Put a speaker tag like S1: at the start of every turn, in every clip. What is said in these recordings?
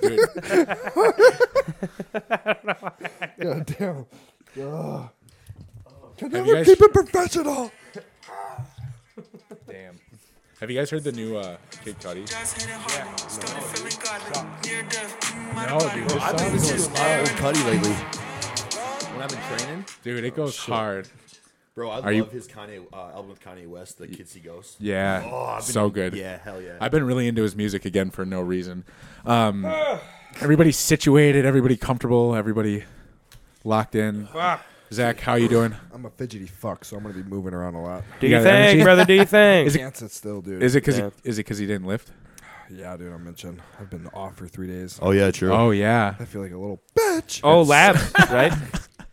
S1: good.
S2: God damn. Ugh. Can
S1: Have
S2: never
S1: you guys-
S2: keep it professional.
S1: Damn. Have you guys heard the new uh, Kid Cudi? No, dude, this
S3: I've been
S1: song
S3: listening
S1: goes
S3: to a lot of
S1: hard.
S3: old Cuddy lately. When I've been training,
S1: Dude, it goes hard.
S3: bro, I
S1: Are
S3: love
S1: you-
S3: his Kanye uh, album with Kanye West, The Kids See Ghosts.
S1: Yeah,
S3: I've been-
S1: so good.
S3: Yeah, hell yeah.
S1: I've been really into his music again for no reason. Um, everybody's situated, everybody comfortable, everybody locked in.
S4: Fuck.
S1: Zach, how you doing?
S2: I'm a fidgety fuck, so I'm gonna be moving around a lot.
S4: Do
S1: You
S4: you,
S1: got
S4: think,
S1: energy?
S4: brother? Do you think?
S1: Is it-
S2: Can't sit still, dude.
S1: Is it because
S4: Yeah.
S1: he, is it 'cause he didn't lift?
S2: Yeah, dude. I mentioned I've been off for three days.
S3: Oh yeah, true.
S1: Oh yeah,
S2: I feel like a little bitch.
S4: oh, labs, right?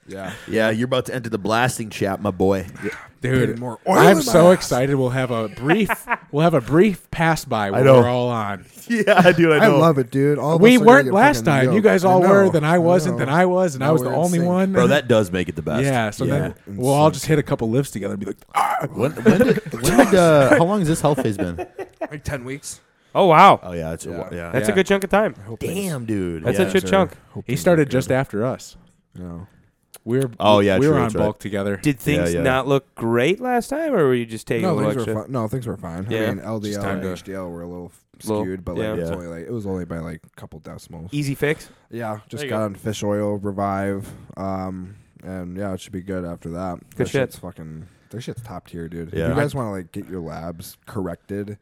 S2: yeah.
S3: Yeah, you're about to enter the blasting chat, my boy.
S1: dude.
S2: Dude, more oil in
S1: I'm
S2: my
S1: so
S2: ass.
S1: excited. We'll have a brief. we'll have a brief pass by when
S3: know.
S1: we're all on.
S3: Yeah, dude,
S2: I love it, dude. All of
S1: we
S2: us are
S1: weren't
S2: gonna get
S1: last
S2: fucking
S1: time. You
S2: yoked.
S1: guys all
S2: I
S1: were.
S2: know,
S1: Then I wasn't. Then I was. And I
S2: Now
S1: was the
S2: we're in
S1: only
S2: sync.
S1: one.
S3: bro. That does make it the best.
S1: yeah. So
S3: yeah.
S1: then we'll all just hit a couple lifts together and be like, "Ah,"
S3: When, when did, when did, uh, how long has this health phase been?
S2: Like ten weeks.
S4: Oh wow,
S3: Oh yeah, it's yeah. A, yeah.
S4: that's
S1: Yeah.
S4: a good chunk of time.
S3: Damn, dude.
S4: That's
S3: yeah.
S4: a good chunk.
S1: he started just after us.
S2: No.
S1: We were.
S3: Oh, yeah,
S1: We were
S3: true,
S1: on
S3: that's right.
S1: bulk together.
S4: Did things
S3: yeah.
S4: not look great last time, or were you just taking
S2: No,
S4: a
S2: things
S4: look?
S2: were fine. No, things were fine.
S4: Yeah.
S2: I mean, LDL
S1: Just time
S2: and
S1: to-
S2: HDL were a little
S4: Little-
S2: skewed, but like
S4: yeah.
S2: it was
S3: Yeah.
S2: only like it was only by like a couple decimals.
S4: Easy fix.
S2: Yeah, just
S4: There you
S2: got
S4: go.
S2: on fish oil, revive, um, and yeah, it should be good after that. Good
S4: shit.
S2: Shit's fucking that shit's top tier, dude.
S3: Yeah.
S2: If you guys want to like get your labs corrected,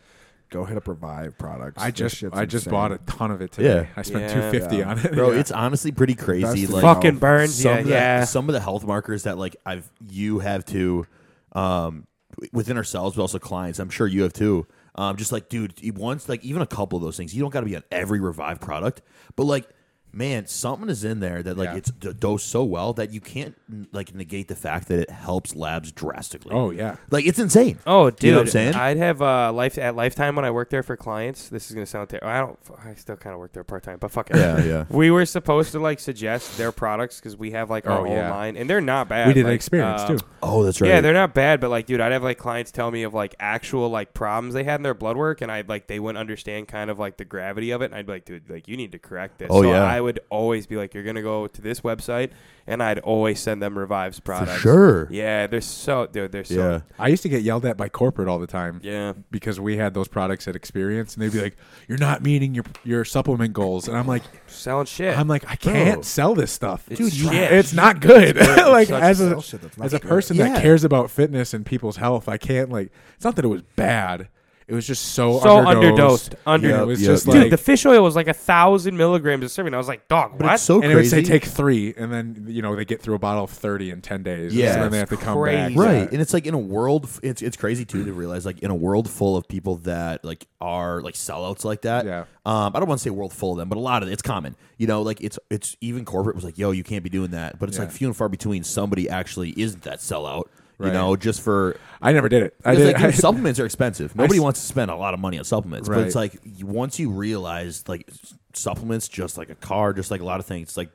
S2: go hit up revive products.
S1: I
S2: This
S1: just
S2: shit's
S1: I just
S2: insane.
S1: bought a ton of it today.
S3: Yeah.
S1: I spent
S4: Yeah.
S1: two fifty
S2: Yeah.
S1: on it.
S3: bro.
S2: Yeah.
S3: It's honestly pretty crazy.
S2: Best
S3: like
S2: in-
S4: Fucking
S2: know,
S4: burns.
S3: some
S4: Yeah,
S3: of the,
S4: yeah.
S3: some of the health markers that like I've you have to, um, w- within ourselves, but also clients. I'm sure you have too. Um, just like dude, you- once like even a couple of those things, you don't got to be on every revive product, but like. Man, something is in there that like
S1: Yeah.
S3: it's d- dosed so well that you can't n- like negate the fact that it helps labs drastically.
S1: Oh yeah.
S3: like it's insane.
S4: Oh, dude,
S3: you know what I'm saying?
S4: would have uh, life at lifetime when I worked there for clients. This is gonna sound terrible. I don't. I still kind of work there part time, but fuck it.
S3: Yeah, yeah.
S4: We were supposed to like suggest their products because we have like our
S1: Oh,
S4: own
S1: yeah.
S4: line, and they're not bad.
S1: We did an
S4: like,
S1: experience
S4: uh,
S1: too.
S3: oh, that's right.
S4: Yeah, they're not bad, but like, dude, I'd have like clients tell me of like actual like problems they had in their blood work, and I would like they wouldn't understand kind of like the gravity of it. And I'd be like, dude, like you need to correct this.
S3: Oh,
S4: so I
S3: yeah.
S4: would always be like, you're gonna go to this website, and I'd always send them Revives products.
S3: sure.
S4: Yeah, they're so dude, they're so
S3: yeah.
S1: I used to get yelled at by corporate all the time.
S4: yeah.
S1: Because we had those products at Experience, and they'd be like, "You're not meeting your your supplement goals," and I'm like,
S4: selling shit.
S1: "I'm like, I can't
S3: Bro.
S1: sell this stuff,
S4: It's
S1: dude. you-
S4: trash.
S1: it's not good. like
S4: sucks.
S1: as
S2: Sell
S1: a
S2: shit that's not
S1: as a
S2: good.
S1: person
S3: Yeah.
S1: that cares about fitness and people's health, I can't like. It's not that it was bad. It was just so
S4: So
S1: underdosed.
S4: underdosed. Under-
S1: And it was
S3: Yep,
S1: just
S3: yep.
S4: dude,
S1: like
S4: the fish oil was like a thousand milligrams a serving. I was like, dog,
S3: But
S4: what?
S3: it's so
S1: and it would
S3: crazy.
S1: say take three, and then you know they get through a bottle of thirty in ten days.
S3: Yeah.
S1: so then they have
S3: That's
S1: to come
S4: crazy.
S1: back.
S3: right and it's like in a world f- it's, it's crazy too to realize like in a world full of people that like are like sellouts like that
S1: Yeah.
S3: um i don't want to say world full of them but a lot of it, it's common you know like it's it's even corporate was like yo you can't be doing that but it's like
S1: Yeah.
S3: few and far between somebody actually isn't that sellout you
S1: Right.
S3: know just for
S1: I never did it. I
S3: because
S1: did.
S3: like, dude,
S1: I-
S3: supplements are expensive. Nobody
S1: s-
S3: wants to spend a lot of money on supplements, but it's
S1: Right.
S3: like you- once you realize like s- supplements, just like a car, just like a lot of things, like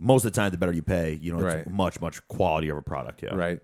S3: most of the time, the better you pay, you know, it's
S1: Right.
S3: much much quality of a product. Yeah,
S1: Right.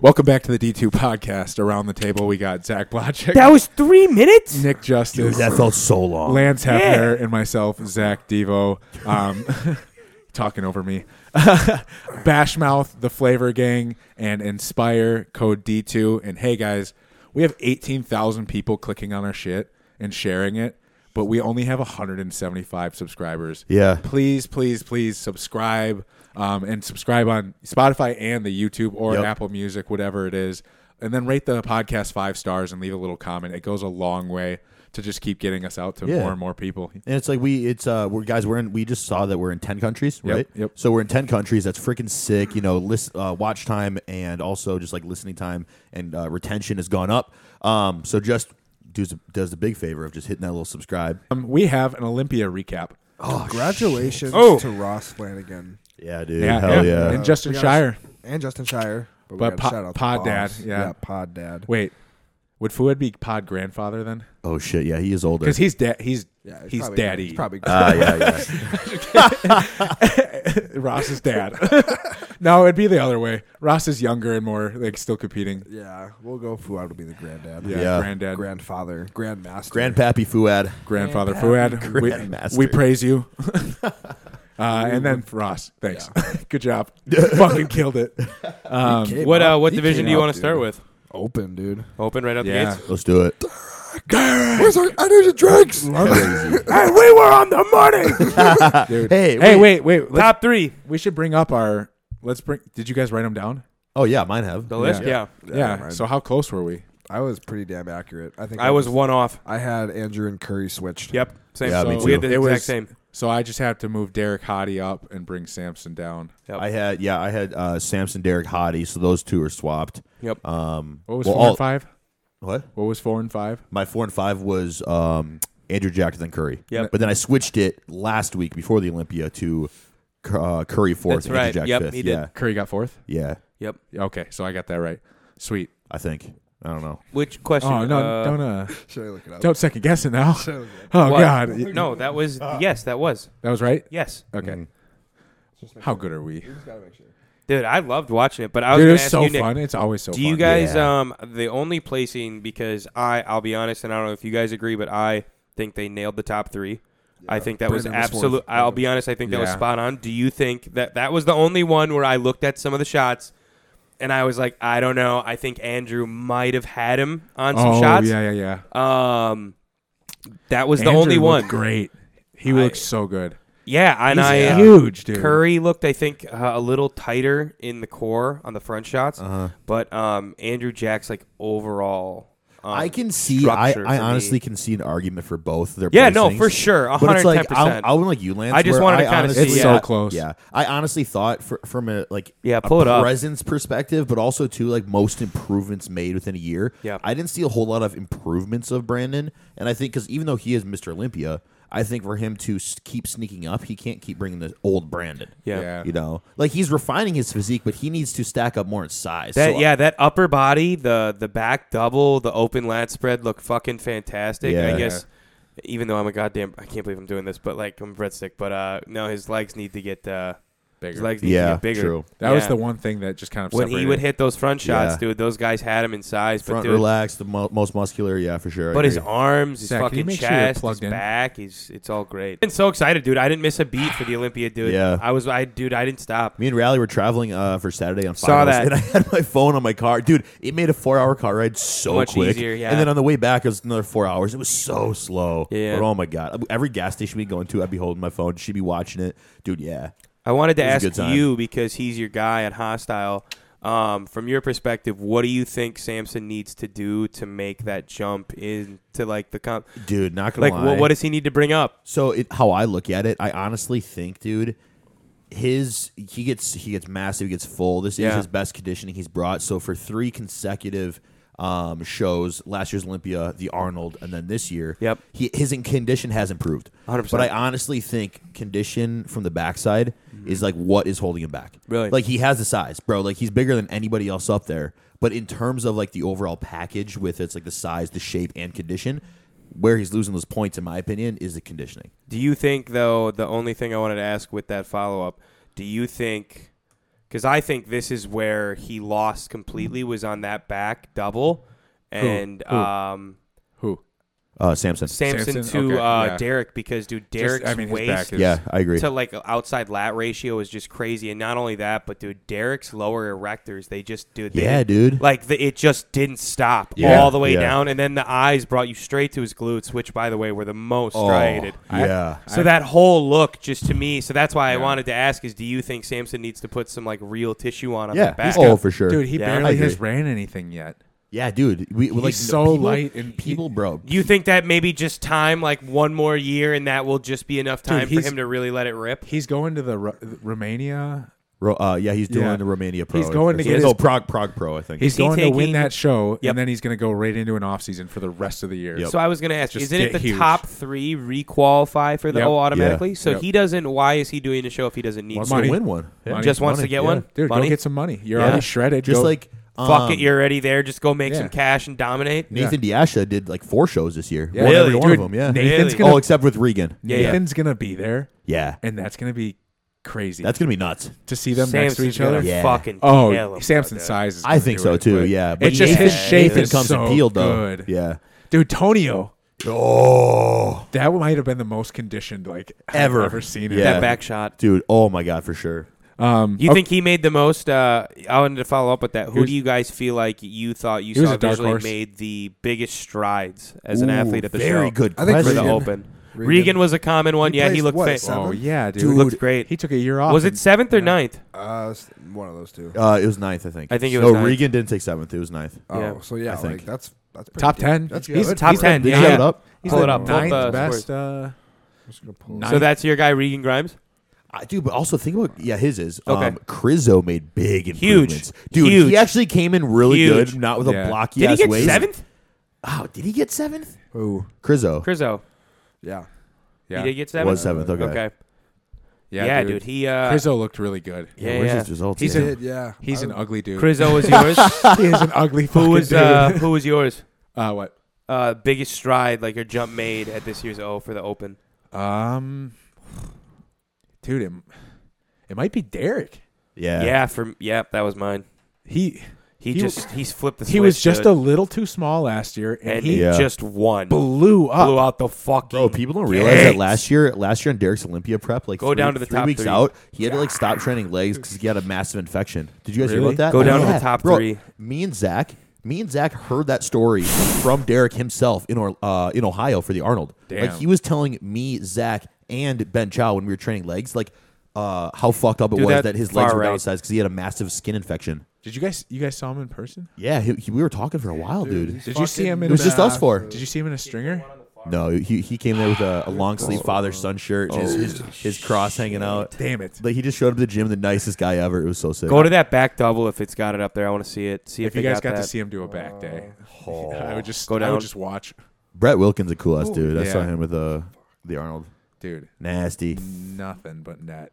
S1: Welcome back to the D2 podcast. Around the table, we got Zach Blodchick,
S4: that was three minutes.
S1: Nick Justice,
S3: That felt so long.
S1: Lance
S4: Yeah.
S1: Hepner, and myself, Zach Devo, um, talking over me. Bashmouth, The Flavor Gang, and Inspire, code D2. And hey, guys, we have 18,000 people clicking on our shit and sharing it, but we only have 175 subscribers.
S3: Yeah.
S1: Please, please, please subscribe um, and subscribe on Spotify and the YouTube or
S3: Yep.
S1: Apple Music, whatever it is. And then rate the podcast five stars and leave a little comment. It goes a long way to just keep getting us out to
S3: Yeah.
S1: more and more people.
S3: And it's like we, it's uh, we're guys, we're in. We just saw that we're in ten countries,
S1: Yep,
S3: right?
S1: yep.
S3: So we're in ten countries. That's freaking sick. You know, list uh, watch time and also just like listening time and uh, retention has gone up. Um, so just does does the big favor of just hitting that little subscribe.
S1: Um, we have an Olympia recap.
S2: Congratulations
S4: Oh.
S2: to Ross Flanagan Uh,
S3: Yeah, dude.
S1: And Justin
S2: we got a-
S1: Shire.
S2: and Justin Shire. we
S1: But
S2: gotta
S1: Po-
S2: shout out the
S1: Pod Dad,
S2: boss.
S1: yeah.
S2: Pod Dad.
S1: Wait, would Fuad be pod grandfather then?
S3: Oh shit, yeah, he is older.
S1: Because he's dad. He's
S2: Yeah, it's
S1: He's
S2: probably-
S1: daddy.
S2: It's probably
S3: Ah, yeah, yeah.
S1: Ross's dad. no, it'd be the other way. Ross is younger and more like still competing.
S2: yeah. We'll go. Fuad will be the granddad.
S1: Yeah,
S3: Yeah.
S1: granddad,
S2: grandfather, grandmaster,
S3: Grandpappy Fuad.
S1: grandfather Fuad. We-
S3: Grandmaster.
S1: We, praise you. uh, and then Ross, thanks. Good job. Fucking killed it. Um,
S2: Came
S4: What uh,
S2: up-
S4: what
S2: he
S4: division
S2: came
S4: do you
S2: up,
S4: want to
S2: dude.
S4: start with?
S2: Open, dude.
S4: Open right out the
S1: Yeah.
S4: gates.
S3: Let's do it.
S2: Where's our? I need your drinks.
S1: and we were on the money.
S3: Hey,
S1: hey, wait, wait. Let's,
S4: Top three.
S1: we should bring up our. Let's bring. Did you guys write them down?
S3: Oh yeah, mine have.
S4: The list.
S1: Yeah.
S4: Yeah.
S1: Yeah.
S2: mine-
S1: so how close were we?
S2: I was pretty damn accurate. I think
S4: I was one off.
S2: I had Andrew and Curry switched.
S4: Yep. Same.
S3: Yeah, me
S4: We had
S3: too.
S4: the
S1: It
S4: exact
S1: was-
S4: same.
S1: So I just have to move Derek Hottie up and bring Samson down.
S3: I had yeah, I had uh, Samson, Derek, Hottie. So those two are swapped.
S4: Yep.
S3: Um,
S1: What was
S3: well,
S1: four
S3: all-
S1: and five?
S3: What?
S1: What was four and five?
S3: My four and five was um, Andrew Jackson Curry.
S4: Yep.
S3: But then I switched it last week before the Olympia to uh, Curry fourth,
S4: That's
S3: Andrew
S4: right.
S3: Jack
S4: Yep,
S3: fifth.
S4: he did.
S3: yeah,
S1: Curry got fourth.
S3: yeah.
S4: Yep.
S1: Okay, so I got that right. Sweet.
S3: I think I don't know.
S4: Which question?
S1: Oh no,
S4: uh,
S1: don't uh,
S2: Should I look it up?
S1: don't second guess it now.
S2: Should I look it up?
S1: Oh
S4: what?
S1: god, Uh,
S4: No, that was yes. That was
S1: that was right.
S4: yes,
S1: Okay, how good are we?
S2: Just gotta make sure.
S4: dude. I loved watching it, but I was
S1: Dude,
S4: gonna
S1: it's
S4: ask
S1: so
S4: you, Nick,
S1: fun. It's always so.
S4: Do you
S1: fun.
S4: guys
S3: Yeah.
S4: um the only placing because I I'll be honest and I don't know if you guys agree but I think they nailed the top 3. I think that was
S2: Brandon was fourth.
S4: absolute I'll be honest I think that was
S1: Yeah.
S4: spot on. Do you think that that was the only one where I looked at some of the shots and I was like I don't know, I think Andrew might have had him on some
S1: oh
S4: shots.
S1: yeah, yeah, yeah.
S4: Um that was the
S1: Andrew
S4: only
S1: looked
S4: one.
S1: Great. He
S4: I-
S1: looks so good.
S4: Yeah, and
S1: He's
S4: I uh,
S1: huge, dude.
S4: Curry looked, I think, uh, a little tighter in the core on the front shots,
S3: Uh-huh.
S4: but um, Andrew Jack's like overall. Um,
S3: I can see. I,
S4: structure
S3: I
S4: for me.
S3: honestly can see an argument for both their.
S4: Yeah, no,
S3: placings.
S4: for sure,
S3: But it's like
S4: 110%.
S3: I, I went like you, Lance.
S4: I just
S3: where
S4: wanted to
S3: I
S4: kinda
S3: honestly-
S4: see It's
S1: so it. close.
S3: Yeah, I honestly thought for, from a like
S4: Yeah,
S3: a
S4: pull it up.
S3: presence perspective, but also too like most improvements made within a year.
S4: Yeah.
S3: I didn't see a whole lot of improvements of Brandon, and I think because even though he is Mr. Olympia, I think for him to s- keep sneaking up, he can't keep bringing the old Brandon.
S4: Yeah.
S1: Yeah.
S3: you know, like he's refining his physique, but he needs to stack up more in size.
S4: That
S3: So,
S4: yeah, that upper body, the the back double, the open lat spread look fucking fantastic.
S3: Yeah.
S4: I guess even though I'm a goddamn I can't believe I'm doing this, but like I'm a breadstick, but uh no, his legs need to get uh his
S1: Bigger.
S4: legs need to
S3: yeah,
S4: get bigger.
S3: true.
S1: that was
S4: Yeah.
S1: the one thing that just kind of
S4: when
S1: separated.
S4: he would hit those front shots,
S3: Yeah.
S4: dude, those guys had him in size, but
S3: Front
S4: dude,
S3: relaxed, the mo- most muscular. Yeah, for sure. I
S4: But his
S3: agree.
S4: arms, his
S1: Zach, can you
S4: fucking
S1: make sure you're
S4: chest, his
S1: plugged in?
S4: back, he's it's all great. Been so excited, dude. I didn't miss a beat for the Olympia, dude.
S3: Yeah.
S4: I was I dude, I didn't stop.
S3: Me and Rally were traveling uh, for Saturday on
S4: Saw
S3: finals,
S4: that.
S3: and I had my phone on my car, dude. It made a four-hour car ride so
S4: Much
S3: quick,
S4: easier, yeah.
S3: and then on the way back it was another four hours. It was so slow,
S4: Yeah.
S3: But oh my god, every gas station we go into, I'd be holding my phone. She'd be watching it, dude. Yeah,
S4: I wanted to
S3: It was a good
S4: ask
S3: time.
S4: you because he's your guy at Hostile. Um, from your perspective, what do you think Samson needs to do to make that jump into like the comp?
S3: dude. Not gonna
S4: Like,
S3: lie.
S4: what, what does he need to bring up?
S3: So it, how I look at it, I honestly think, dude, his he gets he gets massive, he gets full. This is
S4: Yeah.
S3: his best conditioning he's brought. So for three consecutive um, shows, last year's Olympia, the Arnold, and then this year,
S4: Yep.
S3: he, his in- condition has improved.
S4: 100%.
S3: But I honestly think condition from the backside
S1: Mm-hmm.
S3: is like what is holding him back.
S4: Really?
S3: like he has the size, bro. Like he's bigger than anybody else up there. But in terms of like the overall package, with its like the size, the shape, and condition. Where he's losing those points, in my opinion, is the conditioning.
S4: Do you think though? The only thing I wanted to ask with that follow up, do you think? Because I think this is where he lost completely was on that back double, and
S1: Who?
S4: um.
S1: who?
S3: Uh, Samson.
S4: Samson,
S1: Samson?
S4: to
S1: Okay,
S4: uh,
S1: yeah.
S4: Derek because dude, Derek's
S1: I mean, his back
S4: waist
S1: is-
S3: yeah, I agree.
S4: to like outside lat ratio is just crazy, and not only that, but dude, Derek's lower erectors they just dude, they
S3: yeah,
S4: didn't-
S3: dude.
S4: like the, it just didn't stop
S3: Yeah,
S4: all the way
S3: yeah.
S4: down, and then the eyes brought you straight to his glutes, which by the way were the most
S3: Oh,
S4: striated.
S3: yeah.
S4: So that whole look, just to me, so that's why I wanted to ask: is do you think Samson needs to put some like real tissue on on
S3: Yeah,
S4: the back?
S3: he's got- Oh, for sure.
S1: dude. He
S4: Yeah. I
S1: barely
S3: agree.
S1: has ran anything yet.
S3: yeah, dude. We we're
S1: He's
S3: like
S1: so
S3: people-
S1: light and-
S3: people, bro.
S4: you think that maybe just time, like one more year, and that will just be enough time for
S1: he's-
S4: him to really let it rip?
S1: He's going to the Ru- Romania.
S3: Ro- uh, yeah, he's doing
S1: Yeah.
S3: the Romania Pro.
S1: He's going to
S3: Or
S1: get
S3: no,
S1: his-
S3: Prague Prague Pro. I think.
S1: He's
S4: he
S1: going to win
S4: taking-
S1: that show,
S4: Yep.
S1: and then he's going to go right into an off season for the rest of the year.
S3: Yep.
S4: So I was going to ask,
S1: Just
S4: isn't
S1: get
S4: it the
S1: huge.
S4: top three requalify for the
S1: Yep.
S4: O automatically?
S3: Yeah.
S4: So
S1: Yep.
S4: he doesn't. Why is he doing the show if he doesn't need?
S3: wants
S4: to?
S1: money.
S3: to win one. Yeah.
S1: Money.
S4: Just wants to get one?
S1: Dude,
S4: Money?
S1: go get some money. You're
S4: Yeah.
S1: already shredded.
S3: Just
S1: Go-
S3: like um,
S4: Fuck it, you're already there. Just go
S1: Um,
S4: make
S1: yeah.
S4: some cash and dominate.
S3: Nathan Diasha did like four shows this year.
S1: Yeah.
S3: Won every
S4: Really?
S3: one
S1: Dude,
S3: of them. Yeah.
S1: Nathan's
S4: Really?
S1: gonna
S3: oh, except with Regan.
S4: Yeah, yeah.
S1: Nathan's gonna be there,
S3: Yeah.
S1: and that's gonna be crazy.
S3: That's gonna be nuts.
S1: to see them next to
S4: Samson's
S1: each other.
S4: gonna
S3: Yeah.
S4: Fucking kill
S1: Oh,
S4: him,
S1: Samson
S4: brother.
S1: size. Is
S3: I
S1: gonna
S3: think
S1: do
S3: so
S1: it,
S3: too.
S1: but-
S3: Yeah.
S1: it's just his
S4: Nathan-
S1: shape
S4: Nathan
S1: is
S3: comes
S1: so
S3: in peeled though.
S1: good.
S3: Yeah.
S1: dude, Tonio.
S3: Oh,
S1: That might have been the most conditioned like I've
S3: Ever.
S1: ever seen.
S3: Yeah.
S4: That back shot.
S3: dude. Oh my god, for sure.
S1: Um,
S4: You
S1: oh,
S4: think he made the most? Uh, I wanted to follow up with that. Who
S1: was-
S4: do you guys feel like you thought you
S1: He was
S4: saw
S1: a dark
S4: visually
S1: horse.
S4: made the biggest strides as an athlete at the
S3: very
S4: show?
S3: good.
S2: I think
S4: for
S3: question.
S4: the
S2: Regan.
S4: Open. Regan.
S2: Regan.
S4: was a common one.
S2: He
S4: yeah, he
S2: plays,
S4: looked
S2: what,
S4: fa-
S2: seven?
S1: Oh yeah, dude.
S3: Dude.
S4: looked great.
S1: He took a year off.
S4: was it
S1: and-
S4: seventh or ninth?
S2: Uh, s- one of those two.
S3: Uh, it was ninth, I think.
S4: I think it
S3: No,
S4: was ninth.
S3: Regan didn't take seventh. It was ninth.
S2: oh,
S4: yeah,
S2: so yeah,
S3: I think.
S2: like that's that's pretty
S1: Top
S2: good.
S1: 10?
S2: That's
S1: He's-
S2: good.
S4: Top
S1: he's the-
S4: ten.
S3: Did
S4: yeah.
S3: you have it up?
S1: He's
S4: Pull
S1: the
S4: it up. Pull up
S1: Ninth
S4: the
S1: best.
S4: scores.
S1: Uh,
S2: I'm just gonna pull
S1: Nine.
S4: So that's your guy, Regan Grimes.
S3: I do, but also think about yeah, his is.
S4: Okay.
S3: Um, Crizzo made big
S4: Huge.
S3: improvements. Dude,
S4: Huge.
S3: he actually came in really
S4: Huge.
S3: good, not with
S1: Yeah.
S3: a blocky
S4: Did
S3: ass
S4: he get
S3: waist.
S4: seventh?
S3: Oh, did he get seventh?
S2: Who?
S3: Crizzo
S4: Crizzo.
S2: Yeah.
S1: yeah,
S4: He did get seventh.
S3: was seventh. Okay.
S4: Okay.
S1: yeah,
S4: dude. He. Uh,
S1: Crizzo looked really good.
S4: Yeah,
S3: where's
S4: yeah.
S3: his results?
S1: He's
S3: at?
S1: a-
S2: Did, yeah.
S1: He's
S2: I-
S1: an ugly dude.
S4: Crizzo was yours.
S1: he is an ugly fucking
S4: who was
S1: dude.
S4: uh, who was yours?
S1: Uh, what?
S4: Uh, biggest stride, like your jump made at this year's O for the Open.
S1: Um, dude, it, it might be Derek.
S3: yeah.
S4: Yeah, for yep, that was mine.
S1: He
S4: He,
S1: He-
S4: just he's flipped the.
S1: he was
S4: switch,
S1: just
S4: dude.
S1: a little too small last year, and,
S4: and
S1: he
S4: he
S3: Yeah.
S4: just won.
S1: blew up.
S4: Blew out the fucking.
S3: Bro, people don't realize that
S4: gates.
S3: last year, last year in Derek's Olympia prep, like
S4: Go
S3: three,
S4: down to the
S3: three
S4: top
S3: weeks
S4: three.
S3: out, he had to like stop training legs because he had a massive infection. Did you guys hear
S1: Really?
S3: about that?
S4: Go down to the
S3: Yeah.
S4: top
S3: Bro,
S4: three.
S3: Me and Zach, me and Zach heard that story from Derek himself in or, uh, in Ohio for the Arnold. Like
S1: Damn.
S3: he was telling me, Zach, and Ben Chow when we were training legs, like uh, how fucked up it
S4: Dude,
S3: was
S4: that
S3: that, his
S4: far
S3: legs were
S4: right.
S3: downsized because he had a massive skin infection.
S1: Did you guys you guys saw him in person?
S3: Yeah, he, he- we were talking for a while, dude.
S2: he's
S1: Did you see
S2: fucking
S1: him in
S3: It was just us
S2: massive.
S3: four.
S1: Did you see him in a stringer?
S3: No, he, he came there with a, a long sleeve father son shirt, his, his
S1: Oh,
S3: his cross hanging out.
S1: Damn it!
S3: Like he just showed up to the gym, the nicest guy ever. It was so sick.
S4: Go to that back double if it's got it up there. I want to see it. See if,
S1: If you
S4: they
S1: guys got,
S4: got
S1: to
S4: that.
S1: see him do a back day,
S3: Oh.
S1: I would just
S4: Go
S1: I
S4: down.
S1: would just watch,
S3: Brett Wilkins, a cool ass dude. I saw
S1: Yeah.
S3: him with uh, the Arnold.
S1: dude.
S3: Nasty,
S1: Nothing but net.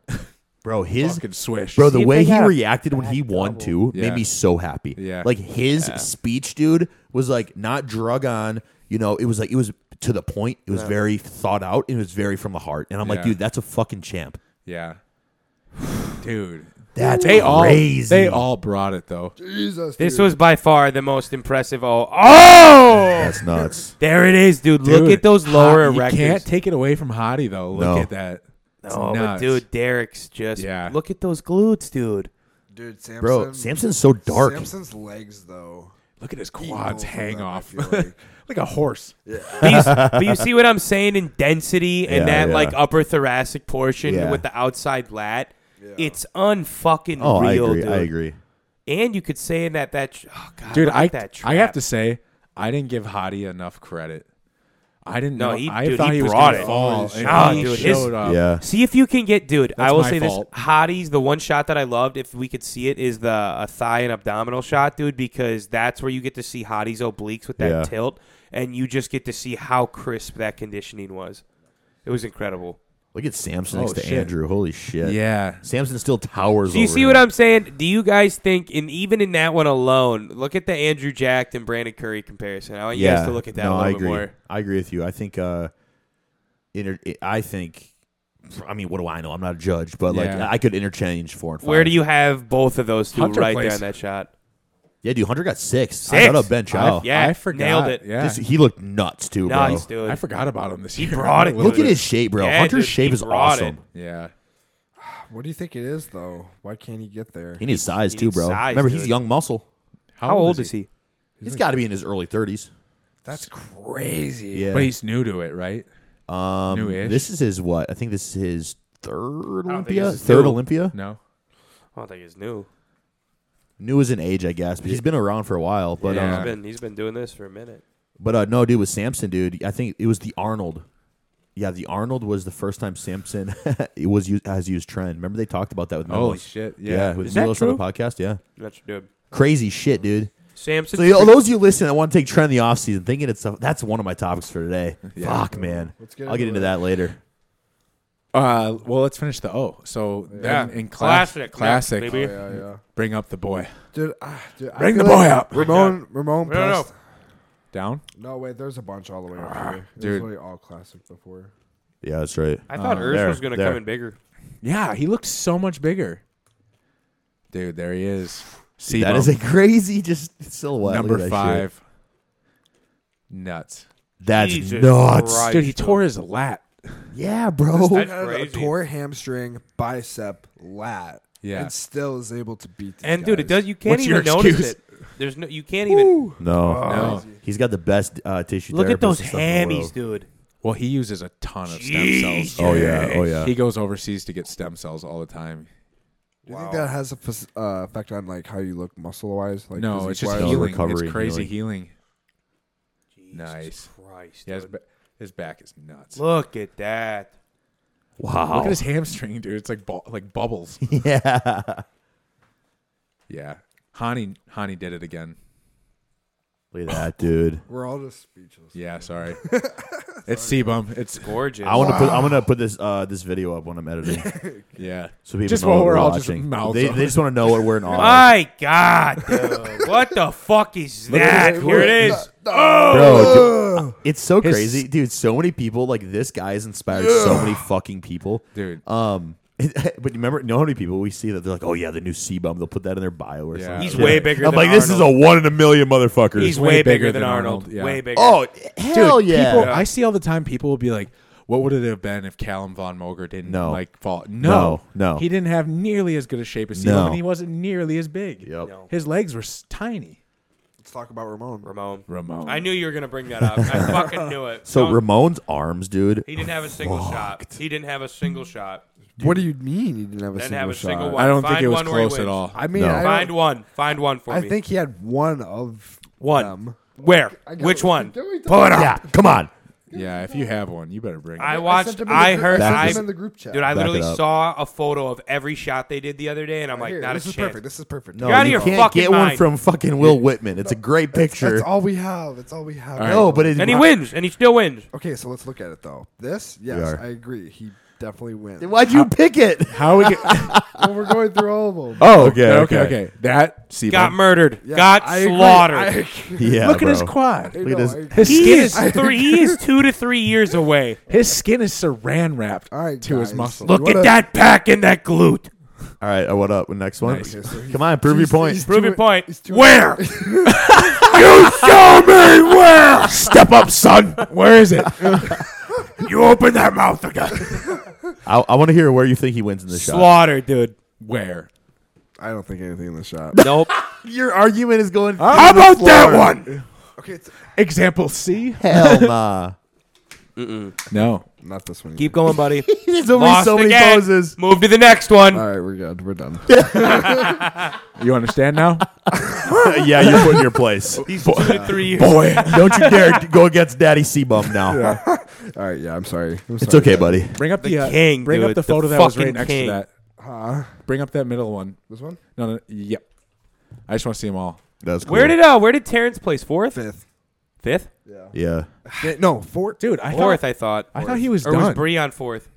S3: bro. His
S1: Fucking swish,
S3: bro, the
S4: See if
S3: way
S4: they
S3: he
S4: got a
S3: reacted when he won too
S1: Yeah.
S3: made me so happy.
S1: Yeah.
S3: like his
S4: Yeah.
S3: speech, dude, was like not drug on. You know, it was like it was to the point. It was very thought out. and It was very from the heart. And I'm like,
S1: Yeah.
S3: dude, that's a fucking champ.
S1: Yeah, dude.
S3: That's
S1: They all
S3: crazy.
S1: they all brought it though.
S2: Jesus.
S4: This
S2: dude.
S4: was by far the most impressive. Oh, oh,
S3: That's nuts.
S4: there it is, dude. Look
S1: Dude,
S4: at those lower
S1: Hot-
S4: erectors.
S1: You can't take it away from Hottie though. Look
S3: No.
S1: at that. It's
S4: no, but
S1: nuts.
S4: dude, Derek's just.
S1: Yeah.
S4: Look at those glutes, dude.
S2: dude Samson.
S3: bro. Samson's so dark.
S2: Samson's legs though.
S1: Look at his
S2: He
S1: quads
S2: knows
S1: hang
S2: that, I
S1: off
S2: feel
S1: like.
S2: like.
S1: a horse.
S4: But you, but you see what I'm saying in density and
S3: Yeah,
S4: that
S3: yeah.
S4: like upper thoracic portion
S3: Yeah.
S4: with the outside lat.
S2: Yeah.
S4: It's unfucking
S3: oh, I
S4: real,
S3: agree.
S4: dude.
S3: I agree.
S4: And you could say in that that oh god,
S1: Dude,
S4: look
S1: I
S4: at that trap.
S1: I have to say I didn't give Hottie enough credit. I didn't
S4: No,
S1: know.
S4: he-
S1: I
S4: dude,
S1: thought
S4: he
S1: he, was
S4: brought
S1: gonna
S4: it.
S1: fall,
S2: Holy
S1: and
S4: shit.
S1: he
S4: Oh, dude, his-
S1: showed up.
S3: Yeah.
S4: See if you can get, dude. I
S1: That's
S4: will
S1: my
S4: say
S1: fault.
S4: this: Hottie's the one shot that I loved. If we could see it, is the a thigh and abdominal shot, dude, because that's where you get to see Hottie's obliques with that
S3: Yeah.
S4: tilt, and you just get to see how crisp that conditioning was. It was incredible.
S3: Look at Samson
S1: Oh,
S3: next to
S1: shit.
S3: Andrew. Holy shit.
S1: Yeah.
S3: Samson still towers
S4: Do you
S3: over
S4: see
S3: him.
S4: what I'm saying? Do you guys think, in even in that one alone, look at the Andrew Jack and Brandon Curry comparison? I want you guys to look at that
S3: no,
S4: a little
S3: I
S4: bit
S3: agree.
S4: more.
S3: I agree with you. I think uh inter- I think I mean, what do I know? I'm not a judge, but like
S1: Yeah.
S3: I could interchange four and five.
S4: Where do you have both of those two
S1: Hunter
S4: right
S1: plays-
S4: there in that shot?
S3: Yeah, dude, Hunter got six. I
S4: Six?
S3: thought of Ben Chow.
S1: I,
S4: Yeah,
S1: I forgot.
S4: nailed it.
S1: Yeah.
S3: This- he looked nuts too, bro.
S4: Nice, dude.
S1: I forgot about him this year.
S4: brought it,
S1: A little
S3: Look at
S1: bit.
S3: his shape, bro.
S4: Yeah,
S3: Hunter's
S4: dude,
S3: shape
S4: he
S3: is
S4: brought it.
S3: awesome.
S1: Yeah.
S2: What do you think it is though? Why can't he get there?
S3: He needs size
S4: He
S3: too,
S4: needs
S3: bro.
S4: size,
S3: Remember, he's
S4: dude.
S3: young muscle.
S4: How old is he?
S3: He's got to be in his early 30s.
S2: That's crazy.
S3: Yeah.
S1: But he's new to it, right?
S3: um,
S1: new-ish.
S3: this is his what? I think this is his third
S4: think
S3: Olympia.
S4: this is
S3: Third
S4: new.
S3: Olympia.
S1: No.
S4: I don't think it's new.
S3: New as an age, I guess, but he's been around for a while. But
S1: Yeah.
S3: uh,
S4: he's been he's been doing this for a minute.
S3: But uh, no, dude, with Samson, dude, I think it was the Arnold. Yeah, the Arnold was the first time Samson it was used, has used trend. Remember they talked about that with
S1: Holy
S3: Memos.
S1: shit.
S3: Oh, Yeah,
S1: Yeah.
S3: with
S4: Oh, Is that
S3: Milos on the
S4: true?
S3: podcast. Yeah,
S4: That's dude.
S3: crazy shit, dude.
S4: Samson.
S3: So yo, those of you listening that want to take trend in the off season, thinking it's that's one of my topics for today. Fuck, man,
S2: Let's get
S3: I'll get
S2: into
S3: into
S2: it.
S3: that later.
S1: Uh, well, let's finish the O. So then
S4: Yeah.
S1: in class,
S4: Classic.
S1: classic,
S4: Yeah, baby.
S2: Oh, Yeah, yeah.
S1: bring up the boy,
S2: Dude, ah, dude I
S1: bring the
S2: feel
S1: boy
S2: like
S1: up,
S2: Ramon, Ramon
S4: No, no, no.
S2: pressed-
S1: down.
S2: No, wait, there's a bunch all the way up here. It was
S1: dude.
S2: literally all classic before.
S3: Yeah, that's right.
S4: I thought
S1: Uh,
S4: Urs
S3: there,
S4: was going to
S3: there.
S4: come in bigger.
S1: Yeah, he looks so much bigger. Dude, there he is. See
S3: That is a crazy just silhouette. Look at
S1: number
S3: that shit.
S1: five. Nuts,
S3: That's
S4: Jesus
S3: nuts.
S4: Christ. I
S1: dude. He
S4: still-
S1: tore his lat.
S3: Yeah, bro.
S4: That's
S2: Had a
S4: crazy.
S2: Tore hamstring, bicep, lat.
S1: Yeah.
S2: And still is able to beat these
S4: And dude, it
S2: guys.
S4: does. You can't
S1: What's your
S4: even notice
S1: excuse?
S4: it. There's no. You can't even
S3: No,
S1: No.
S3: he's got the best uh, tissue.
S4: look at those
S3: therapist and stuff in the
S4: hammies,
S3: world.
S4: dude.
S1: Well, he uses a ton of stem cells.
S3: Oh yeah, oh yeah.
S1: He goes overseas to get stem cells all the time.
S2: Do you think that has a phys- uh, effect on like how you look muscle wise? Like
S1: no, it's just
S2: physique-wise?
S3: No,
S1: healing.
S3: recovery,
S1: it's crazy
S3: healing.
S1: healing.
S4: Jesus
S1: Nice.
S4: Christ.
S1: Yeah, his,
S4: dude.
S1: ba- his back is nuts. Look,
S4: Look at that.
S3: wow.
S1: at his hamstring, dude. It's like bu- like bubbles.
S3: yeah.
S1: yeah, Hani Hani did it again.
S3: Look at that, dude.
S2: We're all just speechless.
S1: Yeah, sorry. it's sebum. It's
S4: Gorgeous.
S3: I want to put. I'm gonna put this uh, this video up when I'm editing,
S1: yeah.
S3: so people
S1: Just
S3: know
S1: while
S3: what
S1: we're
S3: we're
S1: all just
S3: watching.
S1: mouths
S3: they,
S1: open.
S3: they just want to know what we're in awe. of.
S4: My God, dude. what the fuck is
S2: at
S4: that?
S2: it.
S4: Here it is. Oh!
S3: Bro, dude, it's so
S1: His-
S3: crazy, dude. So many people like this guy has inspired so many fucking people,
S1: Dude.
S3: Um, but you remember, you know how many people we see that they're like, oh yeah, the new Sebum. They'll put that in their bio or
S1: Yeah.
S3: something.
S4: He's
S3: Yeah.
S4: way bigger
S3: I'm
S4: than
S3: like, this is a
S4: Arnold.
S3: one in a million motherfucker.
S4: He's
S1: way
S4: way,
S1: bigger
S4: bigger,
S1: than
S4: than,
S1: Arnold,
S4: Arnold.
S1: yeah.
S4: Way bigger.
S3: oh hell
S1: Dude,
S3: yeah.
S1: People, I see all the time. People will be like, "What would it have been if Callum von Moger didn't
S3: No.
S1: like fall?" No,
S3: No, no.
S1: He didn't have nearly as good a shape as Sebum,
S3: No.
S1: and he wasn't nearly as big.
S3: Yep.
S4: No.
S1: His legs were s- tiny.
S2: Let's talk about Ramon.
S4: Ramon.
S1: Ramon.
S4: I knew you were gonna bring that up. I fucking knew it.
S3: So
S4: Don't-
S3: Ramon's arms, dude.
S4: he didn't have a single shot. He didn't have a single shot.
S2: What do you mean he didn't have a
S4: Didn't
S2: single
S4: have a
S2: shot?
S4: single one.
S1: I don't
S4: Find
S1: think it was
S4: one where he
S1: close at
S4: wins.
S1: all.
S2: I mean,
S3: No.
S2: I,
S4: Find
S2: don't-
S4: one. Find one for
S2: I
S4: me.
S2: think he had one of
S4: one.
S2: them.
S4: Where?
S2: I got
S4: Which
S2: what-
S4: one?
S2: Did we talk-
S3: Pull it up. Yeah, come on.
S1: yeah, if you have one, you better bring
S4: I
S1: it.
S2: I sent
S4: watched.
S2: him in the
S4: I
S2: gr-
S4: heard.
S2: I
S4: I
S2: sent him in the group chat.
S4: dude. I
S3: Back
S4: literally
S3: it up.
S4: saw a photo of every shot they did the other day, and I'm like,
S2: Here,
S4: not
S2: this
S4: a
S2: is
S4: chance.
S2: perfect. This is perfect.
S3: No,
S4: out of
S3: you
S4: your
S3: can't
S4: fucking
S3: get one
S4: mind.
S3: from fucking Will Whitman. It's a great picture.
S2: That's all we have. That's all we have.
S1: All right.
S3: No, but it,
S4: and he wins, and he still wins.
S2: Okay, so let's look at it though. This, yes,
S3: are.
S2: I agree. He definitely wins.
S3: Why'd you pick it?
S1: How we get?
S2: Well, we're going through all of them.
S3: Oh,
S1: okay, okay, okay. That Sebum.
S4: Got murdered.
S2: Yeah,
S4: got
S2: I agree.
S4: slaughtered.
S2: I agree.
S3: Yeah,
S1: Look at his
S3: bro.
S1: quad.
S3: Look at
S2: No, I agree.
S3: his-
S1: His
S4: He
S1: skin
S4: is
S1: is
S4: three. He is two to three years away.
S1: his skin is saran wrapped
S2: All right,
S1: to his
S2: guys.
S1: muscle.
S4: Look
S2: What
S4: at
S2: a-
S4: that pack and that glute.
S3: All right, uh, what up? Next one.
S1: Nice.
S2: Okay, so he's-
S3: Come on, prove your
S2: he's-
S3: point.
S2: he's
S4: Prove
S2: two-
S4: your point.
S2: he's two-
S4: Where?
S1: show me where. Step up, son. Where is it? you open that mouth again.
S3: I, I want to hear where you think he wins in this shot.
S4: Slaughtered, dude.
S1: Where?
S2: I don't think anything in the shot.
S4: Nope.
S3: Your argument is going.
S4: Oh.
S1: How about that one?
S2: Okay, it's,
S1: Example C.
S3: Hell nah.
S1: No.
S2: not this one.
S4: Keep going, buddy.
S3: There's only
S4: Lost
S3: so many
S4: again.
S3: poses.
S4: Move to the next one.
S2: All right, we're good. We're done.
S1: You understand now,
S3: yeah, you're put in your place.
S4: He's two to three years.
S1: boy?
S3: Don't you dare go against Daddy Seabum now.
S2: All right, yeah, I'm sorry. I'm
S3: It's
S2: sorry.
S3: okay, buddy.
S1: Bring up the, uh,
S4: king,
S1: Bring up
S4: dude.
S1: the
S4: The
S1: photo that was right
S4: fucking
S1: next
S4: king.
S1: to that.
S2: Huh?
S1: Bring up that middle one.
S2: This one?
S1: No, no. Yep. I just want to see them all.
S3: That's cool.
S4: Where did uh where did Terrence place? Fourth?
S2: Fifth.
S4: Fifth?
S2: Yeah.
S3: Yeah.
S2: Th- no, fourth.
S1: Dude, I
S4: Fourth,
S1: thought
S4: I thought.
S1: I thought he was
S4: or
S1: done.
S4: was Breon fourth?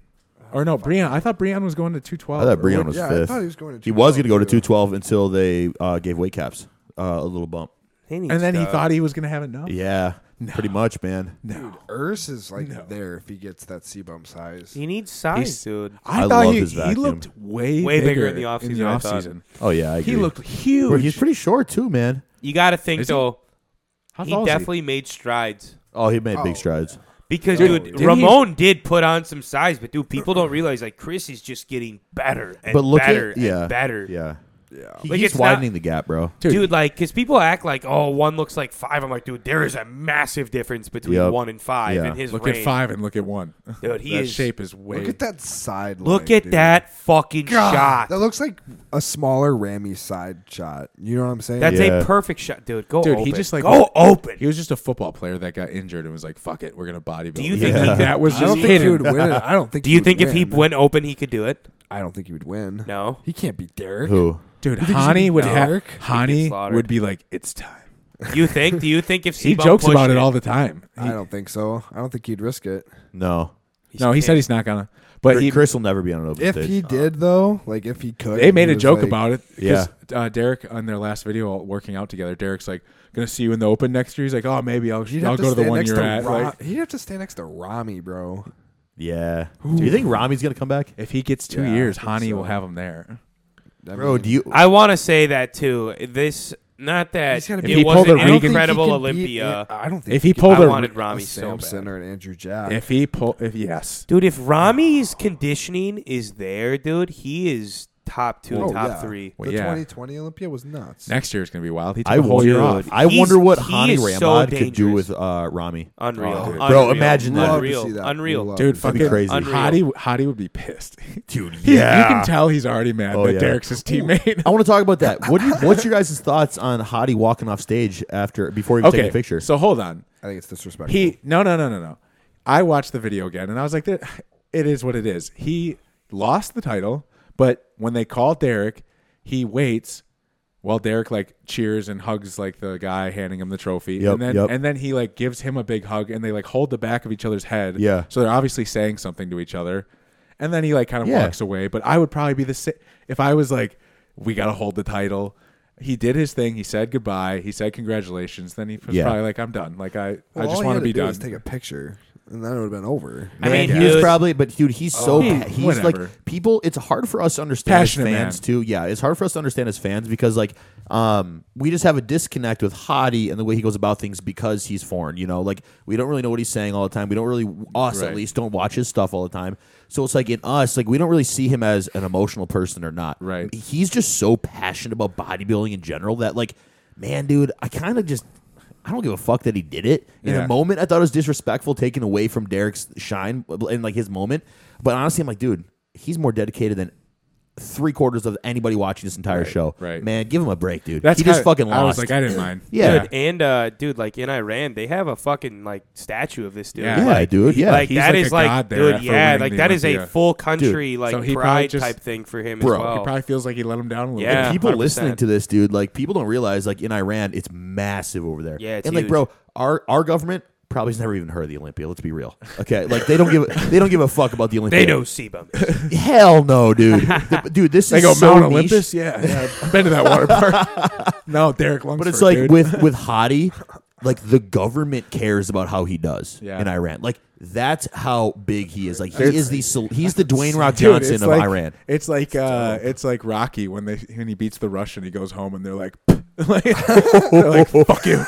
S1: or no, Breon. I thought Breon was going to two twelve.
S3: I thought Breon was
S2: yeah, I
S3: fifth.
S2: thought he was going to
S3: He was going to go to
S2: 212,
S3: 212 until they uh, gave weight caps uh, a little bump.
S1: and then he thought he was going to have it. No.
S3: Yeah, pretty much, man.
S1: No.
S2: Urs is like there if he gets that C bump size.
S4: he needs size,
S1: He's-
S4: dude.
S1: I,
S3: I
S1: thought
S3: love
S1: he,
S3: his
S1: he
S3: vacuum.
S1: looked way
S4: Way bigger
S1: bigger
S4: in the offseason,
S1: In the
S4: I
S1: off
S4: thought.
S1: season,
S3: Oh yeah, I agree.
S1: he looked huge.
S3: Bro, he's pretty short too, man.
S4: You got to think
S1: Is he?
S4: though.
S1: How
S4: He
S1: tall is
S4: definitely made strides
S3: Oh, he made
S2: Oh,
S3: big strides.
S4: because
S2: Dude,
S4: dude,
S2: didn't
S1: Oh, he-
S4: Ramon did put on some size, but dude, people don't realize like Chris is just getting better and
S3: But look at-
S4: better
S3: yeah.
S4: and better.
S3: Yeah,
S2: Yeah.
S3: he
S4: Like,
S3: keeps
S4: it's not-
S3: widening the gap, bro.
S1: Dude.
S4: Dude, like, because people act like, oh, one looks like five. I'm like, dude, there is a massive difference between
S3: Yep.
S4: one and five
S3: Yeah.
S4: in his
S1: Look
S4: range.
S1: at five and look at one.
S4: Dude, he
S1: that
S4: is-
S1: shape is way.
S2: Look at that side.
S4: Look
S2: leg,
S4: at
S2: dude.
S4: that fucking shot.
S2: That looks like a smaller Rammy side shot. You know what I'm saying?
S4: That's
S3: Yeah.
S4: a perfect shot, dude. Go
S1: Dude,
S4: open.
S1: he just like
S4: go open.
S1: He was just a football player that got injured and was like, "Fuck it, we're gonna bodybuild."
S4: Do you think
S3: Yeah.
S4: he could,
S1: that was
S2: I
S1: just
S2: don't think he
S1: hidden.
S2: would win. it. I don't think.
S4: Do you
S2: would
S4: think if he
S2: win.
S4: went open, he could do it?
S2: I don't think he would win.
S4: No.
S2: he can't beat Derek.
S3: Who?
S1: Dude,
S2: think he should
S1: Hani
S2: be
S1: would have.
S2: dark?
S4: He'd get
S1: Hani
S4: slaughtered.
S1: would be like, "It's time."
S4: You think? Do you think if
S1: He
S4: Sebum
S1: jokes
S4: pushed
S1: about it
S4: it
S1: all the time. He-
S2: I don't think so. I don't think he'd risk it.
S3: No.
S1: no, he said he's not gonna. But he,
S3: Chris will never be on an open
S2: If
S3: stage.
S2: he did though, like if he could,
S1: they made a
S2: he was
S1: joke
S2: like-
S1: about it. 'cause, uh, Derek on their last video all working out together. Derek's like, "Gonna see you in the open next year." He's like, "Oh, maybe I'll,
S2: You'd
S1: I'll
S2: have
S1: go to the
S2: stand
S1: one
S2: next
S1: you're
S2: to
S1: at."
S2: Ra-
S1: Like,
S2: he'd have to stay next to Rami, bro.
S3: yeah. Do you think Rami's gonna come back?
S1: if he gets two
S2: Yeah, I
S1: years,
S2: think
S1: Hani
S2: so.
S1: will have him there.
S2: I
S3: Bro,
S2: mean,
S3: do you?
S4: I want to say that too. This not that
S2: he's gotta
S1: If
S2: be-
S1: he
S4: it
S1: pulled
S4: was
S1: a
S4: an
S2: I don't think he
S4: incredible
S2: can beat-
S4: Olympia.
S2: I don't think
S1: If he
S2: can
S1: pulled
S4: I
S1: a,
S4: wanted Rami
S2: beat
S4: so
S2: Samson
S4: bad.
S2: or an Andrew Jack.
S1: if he pull, if yes,
S4: Dude, if Rami's conditioning is there, dude, he is top two,
S2: Oh,
S4: top
S2: yeah.
S4: three.
S1: Well,
S2: the
S1: yeah.
S2: 2020 Olympia was nuts.
S1: next year's gonna be wild. He took
S3: I
S1: a whole
S3: wonder.
S1: year off.
S3: I
S4: He's-
S3: wonder what
S4: he
S3: Hani
S4: is so
S3: Ramad could do
S4: dangerous.
S3: with uh, Rami.
S4: Unreal.
S1: Oh, dude.
S4: Unreal.
S3: Bro, imagine that.
S2: Love to
S4: Unreal.
S2: see that.
S4: Unreal.
S2: Love
S1: Dude,
S2: to see
S1: fucking
S3: That'd be crazy.
S1: Hottie, Hottie would be pissed.
S3: Dude,
S1: He- you can tell he's already mad
S3: Oh,
S1: that
S3: yeah.
S1: Derek's his teammate.
S3: I want to talk about that. What do you, what's your guys' thoughts on Hottie walking off stage after before even taking
S1: okay,
S3: a picture?
S1: So hold on.
S2: I think it's disrespectful.
S1: He no no no no no. I watched the video again and I was like, "There- it is what it is. He lost the title, but when they call Derek, he waits while Derek like cheers and hugs like the guy handing him the trophy,
S3: Yep,
S1: and then
S3: yep.
S1: and then he like gives him a big hug, and they like hold the back of each other's head.
S3: Yeah.
S1: so they're obviously saying something to each other, and then he like kind of
S3: Yeah.
S1: walks away. But I would probably be the same if I was like, we gotta hold the title. He did his thing. He said goodbye. He said congratulations. Then he was
S3: Yeah.
S1: probably like, I'm done. Like I, I
S2: Well,
S1: just
S2: all he
S1: want
S2: had
S1: to be
S2: do
S1: done.
S2: was Take a picture, and then it would have been over.
S4: I
S3: Man,
S4: mean,
S3: he was
S4: dude,
S3: probably, but dude, he's so
S1: Oh,
S3: pa- he's
S1: whatever.
S3: like people. It's hard for us to understand
S1: Passionate
S3: as
S1: man.
S3: fans too. Yeah, it's hard for us to understand as fans because like um we just have a disconnect with Hottie and the way he goes about things because he's foreign. You know, like we don't really know what he's saying all the time. We don't really us
S1: Right.
S3: at least don't watch his stuff all the time. So it's like in us, like we don't really see him as an emotional person or not.
S1: Right.
S3: He's just so passionate about bodybuilding in general that like, man, dude, I kind of just. I don't give a fuck that he did it. In
S1: Yeah.
S3: the moment moment, I thought it was disrespectful taken away from Derek's shine and like his moment. But honestly, I'm like, dude, he's more dedicated than three quarters of anybody watching this entire show.
S1: right.
S3: Man, give him a break, dude.
S1: That's
S3: he just
S1: kinda-
S3: fucking lost.
S1: I was like, I didn't mind.
S3: yeah.
S4: Dude, and uh, dude, like in Iran, they have a fucking like statue of this dude.
S1: Yeah.
S3: yeah,
S4: like,
S3: dude. Yeah.
S4: like
S1: He's
S4: that
S1: like a
S4: is like,
S1: god there
S4: dude,
S1: after
S4: yeah,
S1: winning
S4: like
S1: the
S4: that is
S1: Olympia.
S4: a full country like
S1: so he probably
S4: pride
S1: just-
S4: type thing for him
S3: Bro,
S4: as
S3: he
S4: well.
S1: He probably feels like he let him down a little
S4: Yeah.
S1: bit.
S3: people
S4: 100%.
S3: listening to this, dude, like people don't realize, like in Iran, it's massive over there.
S4: Yeah, it's
S3: and like,
S4: huge.
S3: bro, our our government probably's never even heard of the Olympia. Let's be real. Okay, like they don't give a, they don't give a fuck about the Olympia.
S4: they know Sebum.
S3: Hell no, dude. The- dude, this
S1: They
S3: is
S1: go
S3: so
S1: Mount
S3: niche.
S1: Olympus. Yeah, yeah. I've been to that water park. no, Derek Lungsford.
S3: But it's like
S1: dude.
S3: with with Hottie, like the government cares about how he does
S1: Yeah.
S3: in Iran. Like that's how big he is. Like he is the sol- he's the Dwayne Rock
S1: Dude,
S3: Johnson
S1: it's
S3: of
S1: like-
S3: Iran.
S1: It's like uh, it's like Rocky when they when he beats the Russian, he goes home and they're like, like, they're like, fuck you,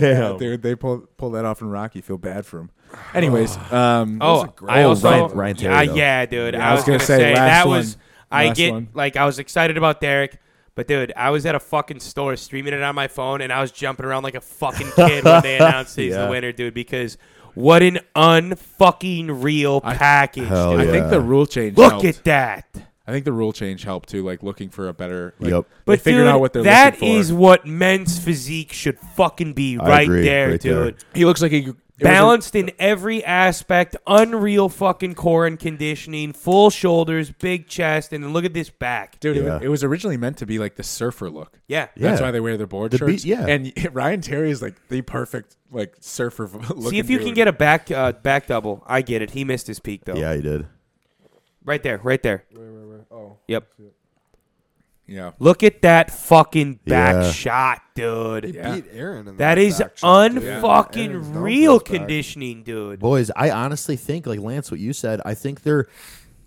S3: Damn.
S1: dude. They pull pull that off in Rocky. Feel bad for him. Anyways, um,
S4: Oh,
S2: great-
S4: I
S2: Oh,
S4: also
S3: Ryan- Ryan
S4: yeah,
S3: Terry, though.
S4: yeah, dude.
S1: Yeah,
S4: I, was gonna, say,
S1: last
S4: that
S1: one.
S4: was I
S1: Last
S4: get
S1: one.
S4: like I was excited about Derek, but dude, I was at a fucking store streaming it on my phone, and I was jumping around like a fucking kid when they announced he's
S3: Yeah.
S4: the winner, dude. Because what an unfucking real
S1: I-
S4: package!
S3: Hell
S1: I
S4: dude.
S3: yeah.
S1: think the rule change.
S4: Look
S1: helped.
S4: at that.
S1: I think the rule change helped too, like looking for a better. Like,
S3: Yep.
S1: They
S4: But
S1: figured
S4: dude,
S1: out what they're
S4: that
S1: looking for.
S4: is what men's physique should fucking be
S3: I
S4: right
S3: agree,
S4: there,
S3: right there.
S4: dude.
S1: he looks like he it was a-
S4: Balanced in every aspect, unreal fucking core and conditioning, full shoulders, big chest, and then look at this back.
S1: Dude, it,
S3: Yeah.
S1: was, it was originally meant to be like the surfer look.
S4: Yeah.
S1: That's
S3: Yeah.
S1: why they wear their board
S3: The be-
S1: shirts.
S3: yeah.
S1: and Ryan Terry is like the perfect like surfer. Looking
S4: See if you can get a back uh, back double. I get it. He missed his peak though.
S3: he did.
S4: Right there, right there.
S2: Oh,
S4: Yep.
S1: yeah.
S4: Look at that fucking back
S3: Yeah.
S4: shot, dude.
S1: Yeah.
S2: beat Aaron. In
S4: That
S2: that
S4: is
S2: back shot, dude. Aaron's
S4: unfucking
S2: known for
S4: real
S2: his back.
S4: conditioning, dude.
S3: Boys, I honestly think like Lance, what you said. I think they're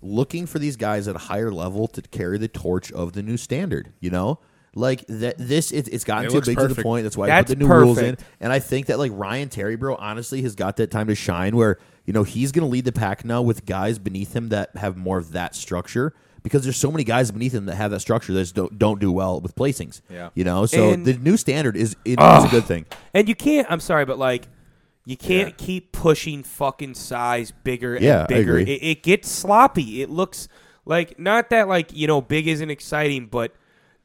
S3: looking for these guys at a higher level to carry the torch of the new standard. You know. Like that, this it, it's gotten
S1: It
S3: too
S1: looks
S3: big to
S1: perfect.
S3: the point. That's why
S4: That's
S3: I put the new rules in.
S4: perfect.
S3: And I think that like Ryan Terry, bro, honestly has got that time to shine where, you know, he's going to lead the pack now with guys beneath him that have more of that structure because there's so many guys beneath him that have that structure that just don't, don't do well with placings.
S1: Yeah.
S3: You know, so
S4: And-
S3: the new standard is, it, is a good thing.
S4: And you can't. I'm sorry, but like, you can't keep pushing fucking size bigger
S3: Yeah, I
S4: and bigger.
S3: agree.
S4: It, it gets sloppy. It looks like not that like you know big isn't exciting, but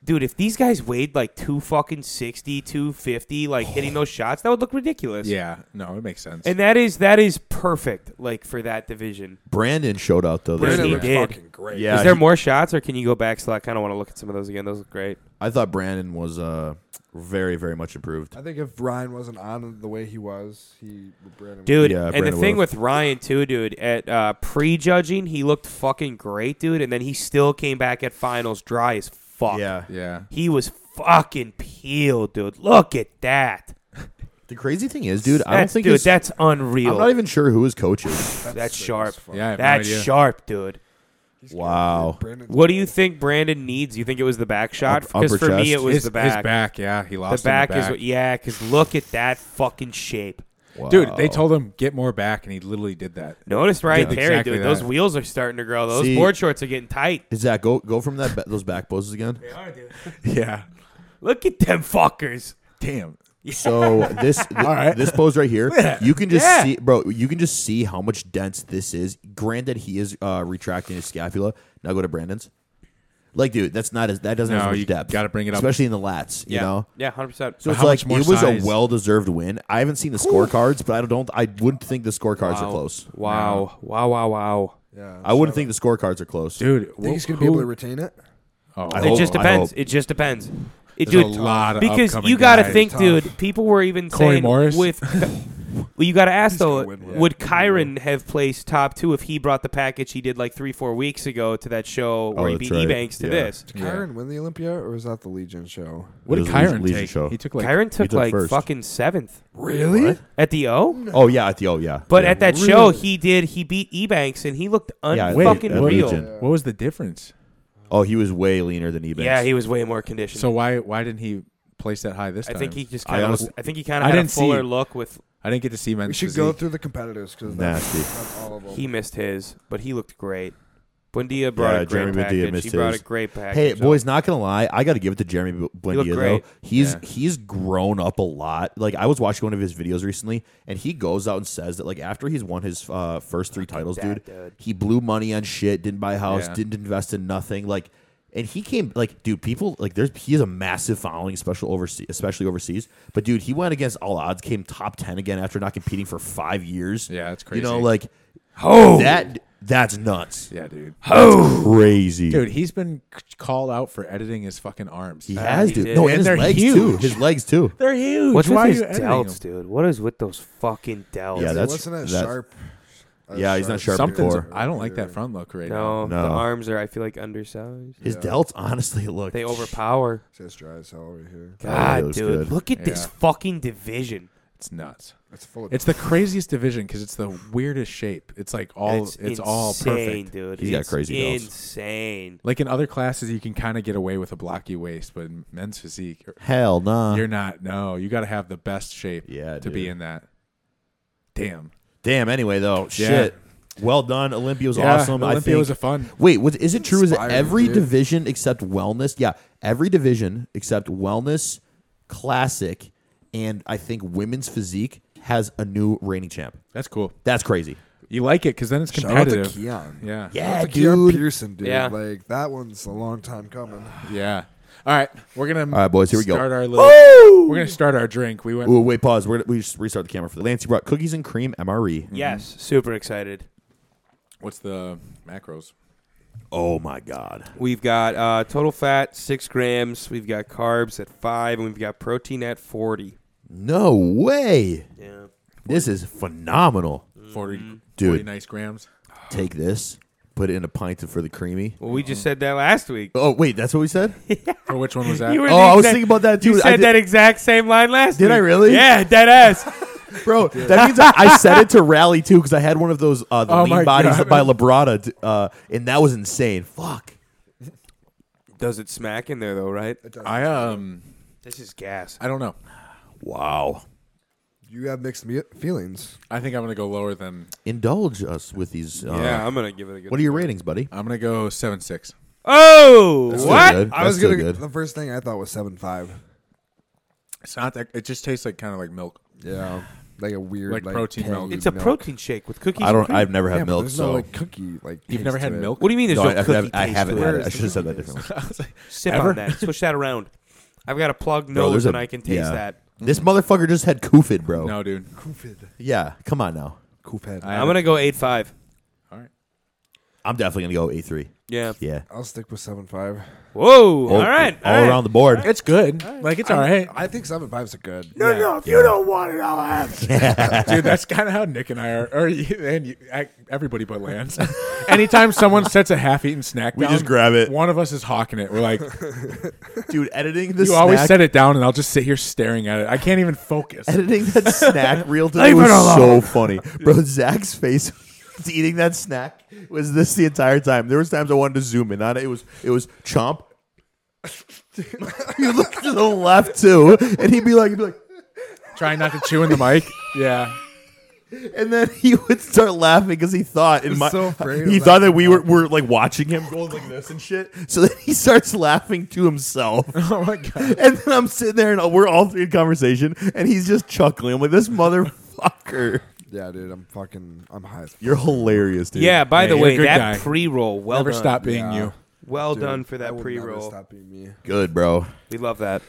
S4: dude, if these guys weighed like two fucking 60, 250, like hitting those shots, that would look ridiculous.
S1: Yeah, no, it makes sense.
S4: And that is that is perfect, like for that division.
S3: Brandon showed out though. this
S4: Brandon
S3: year.
S4: looked did.
S2: fucking great.
S3: Yeah.
S4: is there
S3: he-
S4: more shots, or can you go back? So I kind of want to look at some of those again. Those look great.
S3: I thought Brandon was uh very very much improved.
S2: I think if Ryan wasn't on the way he was, he Brandon
S4: dude.
S3: Yeah,
S4: and
S3: Brandon
S4: the thing
S3: Willis.
S4: with Ryan too, dude. At uh, pre-judging, he looked fucking great, dude. And then he still came back at finals dry as fuck.
S3: Yeah.
S1: yeah,
S4: he was fucking peeled, dude. Look at that.
S3: The crazy thing is, dude, I
S4: that's,
S3: don't think
S4: dude.
S3: his-
S4: That's unreal.
S3: I'm not even sure who his coach is.
S4: that's,
S2: sick
S4: sharp.
S2: as fuck.
S1: yeah. I have no
S4: That's
S1: idea.
S4: sharp, dude.
S2: He's good,
S3: Wow.
S2: dude. Brandon's
S4: What do you think Brandon needs? You think it was the back shot?
S3: Up-
S4: Because
S3: upper
S4: for me,
S3: chest?
S4: it was
S1: his,
S4: the
S1: his
S4: back.
S1: back. Yeah, he
S4: The
S1: lost. in
S4: back,
S1: the back.
S4: is what, yeah. Because look at that fucking shape.
S1: Dude, they
S3: Wow.
S1: told him get more back, and he literally did that.
S4: Notice Ryan
S1: Yeah,
S4: Terry,
S1: exactly
S4: dude. Those
S1: that.
S4: wheels are starting to grow. Those
S3: See-
S4: board shorts are getting tight.
S3: Zach, go go from that ba- those back poses again.
S4: They are, dude.
S1: Yeah.
S4: Look at them fuckers.
S1: Damn.
S3: So this th-
S1: right.
S3: this pose right here, you can just
S4: Yeah.
S3: see, bro. You can just see how much dense this is. Granted, he is uh, retracting his scapula. Now go to Brandon's. Like, dude, that's not as that doesn't
S1: No,
S3: have as
S1: you
S3: much depth.
S1: gotta bring it up.
S3: especially in the lats. You know.
S4: Yeah, hundred percent.
S1: But
S3: So it's
S1: how
S3: like
S1: much more
S3: it was
S1: size?
S3: a well deserved win. I haven't seen the scorecards, but I don't. I wouldn't think the scorecards are close.
S4: Wow. Wow. Wow. Wow.
S2: Yeah,
S3: I wouldn't think the scorecards are close.
S1: Dude,
S2: I think he's
S1: wh-
S2: gonna be able
S1: who-
S2: to retain it.
S1: Oh,
S3: I
S4: It
S3: hope-
S4: just
S3: I
S4: depends.
S3: hope.
S4: It just depends. It
S1: There's a
S4: dude,
S1: lot of
S4: because
S1: upcoming
S4: you got to
S1: guys.
S4: think,
S2: Tough.
S4: dude. People were even
S1: Corey
S4: saying
S1: Morris?
S4: with. Well, you got to ask though.
S2: gonna win with
S4: Would Kyron have placed top two if he brought the package he did like three, four weeks ago to that show where he
S3: Oh, that's
S4: beat
S3: right.
S4: Ebanks to
S3: Yeah.
S4: this?
S2: Did Kyron win the Olympia or was that the Legion show?
S1: What
S3: It
S1: did
S3: was a
S1: Kyron
S3: Legion
S1: take?
S3: show.
S1: He took like
S4: Kyron took,
S3: took
S4: like
S3: first.
S4: fucking seventh
S2: Really?
S4: at the O.
S3: Oh yeah, at the oh yeah.
S4: But
S3: Yeah.
S4: at that
S2: Really?
S4: show, he did. He beat Ebanks, and he looked
S3: Yeah,
S1: Wait,
S4: unfucking
S1: at
S4: real.
S3: Legion.
S1: What was the difference?
S3: oh, he was way leaner than Ebanks.
S4: Yeah, he was way more conditioned.
S1: So why why didn't he place that high this
S4: I
S1: time?
S4: think he just
S3: I
S4: kind of.
S3: honestly-
S4: I think he kind
S1: I
S4: of had a
S1: didn't see
S4: fuller
S1: it.
S4: look with.
S1: I didn't get to see men's
S2: We should
S1: physique.
S2: go through the competitors because that's,
S3: Nasty.
S2: that's all of them.
S4: He missed his, but he looked great. Buendia brought
S3: Yeah,
S4: a great
S3: Jeremy Buendia
S4: package. he
S3: missed
S4: brought
S3: his.
S4: a great package.
S3: Hey,
S4: up.
S3: boys, not gonna lie, I got to give it to Jeremy B-
S4: looked
S3: Buendia though.
S4: great.
S3: He's
S1: Yeah.
S3: he's grown up a lot. Like I was watching one of his videos recently, and he goes out and says that like after he's won his uh, first three titles, dude,
S4: that, dude.
S3: he blew money on shit, didn't buy a house,
S1: Yeah.
S3: didn't invest in nothing, like. And he came like, dude. People like, there's he has a massive following, special overseas, especially overseas. But dude, he went against all odds, came top ten again after not competing for five years.
S1: Yeah, that's
S3: You know,
S1: crazy.
S3: like, that that's nuts,
S1: Yeah, dude.
S3: crazy,
S1: Dude, he's been c- called out for editing his fucking arms.
S3: He
S1: Uh,
S3: has,
S4: he
S3: dude.
S4: did.
S3: No,
S4: And
S3: and, his
S1: they're
S3: legs too.
S1: huge.
S3: His legs too.
S1: They're huge.
S4: what's
S1: why are
S4: with his
S1: you editing
S4: delts,
S1: them?
S4: dude? What is with those fucking delts?
S3: Yeah,
S2: It
S3: that's-
S2: wasn't as
S3: that's-
S2: sharp. as
S3: Yeah, he's not sharp
S1: Something's.
S3: before.
S1: I don't like that front look right now.
S4: no,
S3: No.
S4: the arms are. I feel like undersized.
S3: His delts honestly look
S4: They overpower.
S2: It's dry as hell over here.
S3: yeah, it
S4: God, dude,
S3: looks good.
S4: look at this
S1: Yeah.
S4: fucking division.
S1: It's nuts.
S2: It's full of.
S1: It's the craziest division because it's the weirdest shape. It's like all. It's,
S4: it's insane,
S1: all perfect.
S4: dude.
S3: He's got
S4: It's
S3: crazy delts. Mm-hmm.
S4: Insane.
S1: Like in other classes, you can kind of get away with a blocky waist, but in men's physique,
S3: Hell nah.
S1: you're not. No, you got to have the best shape.
S3: Uh. Yeah,
S1: to be
S3: dude.
S1: in that. Damn.
S3: Damn. Anyway, though, shit. Well done. Olympia was
S1: Yeah,
S3: awesome. I
S1: Olympia
S3: think.
S1: was a fun.
S3: Wait, was, is it true? Is that
S2: Inspiring,
S3: every
S2: dude.
S3: division except wellness? Yeah, every division except wellness, classic, and I think women's physique has a new reigning champ.
S1: That's cool.
S3: That's crazy.
S1: You like it because then it's
S2: Shout out to
S1: competitive.
S2: Keon.
S1: yeah.
S3: Yeah,
S2: Shout out to Keon
S3: dude.
S2: Pearson, dude.
S4: Yeah.
S2: Like that one's a long time coming.
S1: Yeah. All right, we're gonna.
S3: All right, boys, here we go.
S1: Start our little. We're gonna start our drink. We went.
S3: Ooh, wait, pause. We're gonna, we just restart the camera for the Lance. You brought cookies and cream E. MRE.
S4: Yes, super excited.
S1: What's the macros?
S3: Oh my god.
S4: We've got uh, total fat six grams. We've got carbs at five, and we've got protein at forty.
S3: No way.
S4: Yeah.
S3: This is phenomenal.
S4: Mm-hmm.
S1: 40,
S3: Dude.
S1: 40 nice grams.
S3: Take this, put it in a pint for the creamy.
S4: Well, we just said that last week.
S3: Oh wait, that's what we said.
S1: For which one was that?
S4: You were
S3: Oh,
S4: the
S3: I was
S4: exact-
S3: thinking about that too.
S4: You
S3: I
S4: said
S3: did-
S4: that exact same line last
S3: Did
S4: week.
S3: I really?
S4: Yeah, dead ass.
S3: bro. That means I, I said it to Rally too because I had one of those uh, the
S1: Oh my
S3: lean bodies
S1: God.
S3: by Labrada, t- uh, and that was insane. Fuck.
S4: Does it smack in there though, right?
S1: I um.
S4: This is gas.
S1: I don't know.
S3: Wow.
S2: You have mixed me- feelings.
S1: I think I'm gonna go lower than.
S3: Indulge us with these. Uh,
S4: yeah, I'm gonna give it a good.
S3: What are your ratings, buddy?
S1: I'm gonna go seven six.
S4: Oh,
S3: That's
S4: what?
S3: Still good.
S2: I was
S3: That's
S2: gonna.
S3: still good.
S2: The first thing I thought was seven five.
S1: It's not that. It just tastes like kind of like milk.
S2: Yeah. like a weird
S1: Like
S2: like,
S1: protein
S2: tangy
S1: milk.
S4: It's a
S2: milk.
S4: protein shake with cookies.
S3: I
S4: and
S3: don't.
S4: cream.
S3: I've never
S2: Yeah,
S3: had
S2: but
S3: milk,
S2: there's
S3: so
S2: no like cookie like.
S1: You've never
S2: taste
S1: had
S2: to it.
S1: milk?
S4: What do you mean? There's
S3: No,
S4: no,
S3: I, I've
S4: cookie
S3: never- I
S4: taste
S3: haven't
S4: to
S3: had
S4: it?
S3: it. I should have said that differently.
S4: Sip
S1: Ever?
S4: on that. Switch that around. I've got a plug
S3: Bro,
S4: nose
S3: there's
S4: and
S3: a-
S4: I can taste
S3: yeah.
S4: that.
S3: This motherfucker just had Kufid, bro.
S1: No, dude.
S2: Coopid.
S3: Yeah, come on now.
S2: Coopid.
S1: I-
S4: I'm gonna go eight five.
S1: All right.
S3: I'm definitely gonna go A three.
S4: Yeah.
S3: Yeah,
S2: I'll stick with seven five.
S4: Whoa.
S3: Oh,
S4: all right.
S3: all
S4: all right.
S3: around the board.
S1: It's good. Like it's all right.
S2: I think seven five's a good.
S1: No, no, if you don't want it, I'll have it. Dude, that's kind of how Nick and I are, or you, and you, I, everybody but Lance. Anytime someone sets a half-eaten snack,
S3: We
S1: down,
S3: just grab it.
S1: One of us is hawking it. We're like,
S3: Dude, editing
S1: you
S3: this.
S1: always
S3: snack-
S1: set it down, and I'll just sit here staring at it. I can't even focus.
S3: editing that snack reel today
S1: Leave it
S3: was so
S1: alone.
S3: funny, bro. Zach's face eating that snack was this the entire time. There was times I wanted to zoom in on it. It was it was chomp. you look to the left too, and he'd be like, he'd be like,
S1: Trying not to chew in the mic. Yeah.
S3: and then he would start laughing because he thought in
S2: was
S3: my
S2: so afraid
S3: he
S2: of
S3: thought
S2: that.
S3: that we were, were like watching him going like this and shit. So then he starts laughing to himself.
S1: Oh my god.
S3: And then I'm sitting there and we're all three in conversation and he's just chuckling. I'm like, this motherfucker.
S2: Yeah, dude, I'm fucking. I'm high. As
S3: You're hilarious, dude.
S4: Yeah. By
S1: Hey,
S4: the
S1: you're a
S4: way,
S1: good
S4: that
S1: guy.
S4: pre-roll. Well
S1: Never
S4: done.
S1: stop being
S2: Yeah.
S1: you.
S4: Well
S2: dude.
S4: done for
S2: I
S4: that
S2: will
S4: pre-roll.
S2: Never stop being me.
S3: Good, bro.
S4: We love that.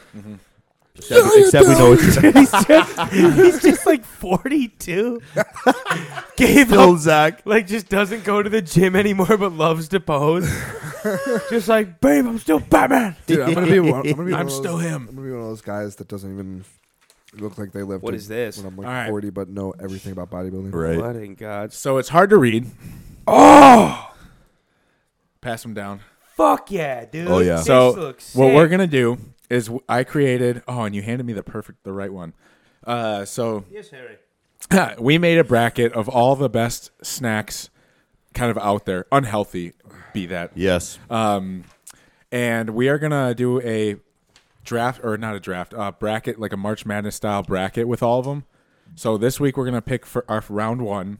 S3: Except, except we know it's
S4: he's, just, he's just like 42. Gave
S3: still Zach.
S4: like just doesn't go to the gym anymore, but loves to pose. just like, babe, I'm still Batman.
S2: Dude, I'm gonna be one. I'm, gonna be one
S1: I'm
S2: of those-
S1: still him.
S2: I'm gonna be one of those guys that doesn't even look like they lived.
S4: What
S2: to-
S4: is this?
S2: When I'm like
S1: All right.
S2: 40, but know everything about bodybuilding.
S4: What in God's
S1: So it's hard to read.
S4: Oh,
S1: Pass them down.
S4: fuck yeah, dude.
S3: Oh, yeah.
S4: This
S1: So
S4: looks
S1: what
S4: sick.
S1: we're gonna do is w- I created. Oh, and you handed me the perfect, the right one. Uh, so
S4: yes, Harry.
S1: we made a bracket of all the best snacks, kind of out there, unhealthy, be that.
S3: Yes.
S4: Uh,
S1: Um, and we are gonna do a draft or not a draft, uh, bracket like a March Madness style bracket with all of them. So this week we're gonna pick for our round one,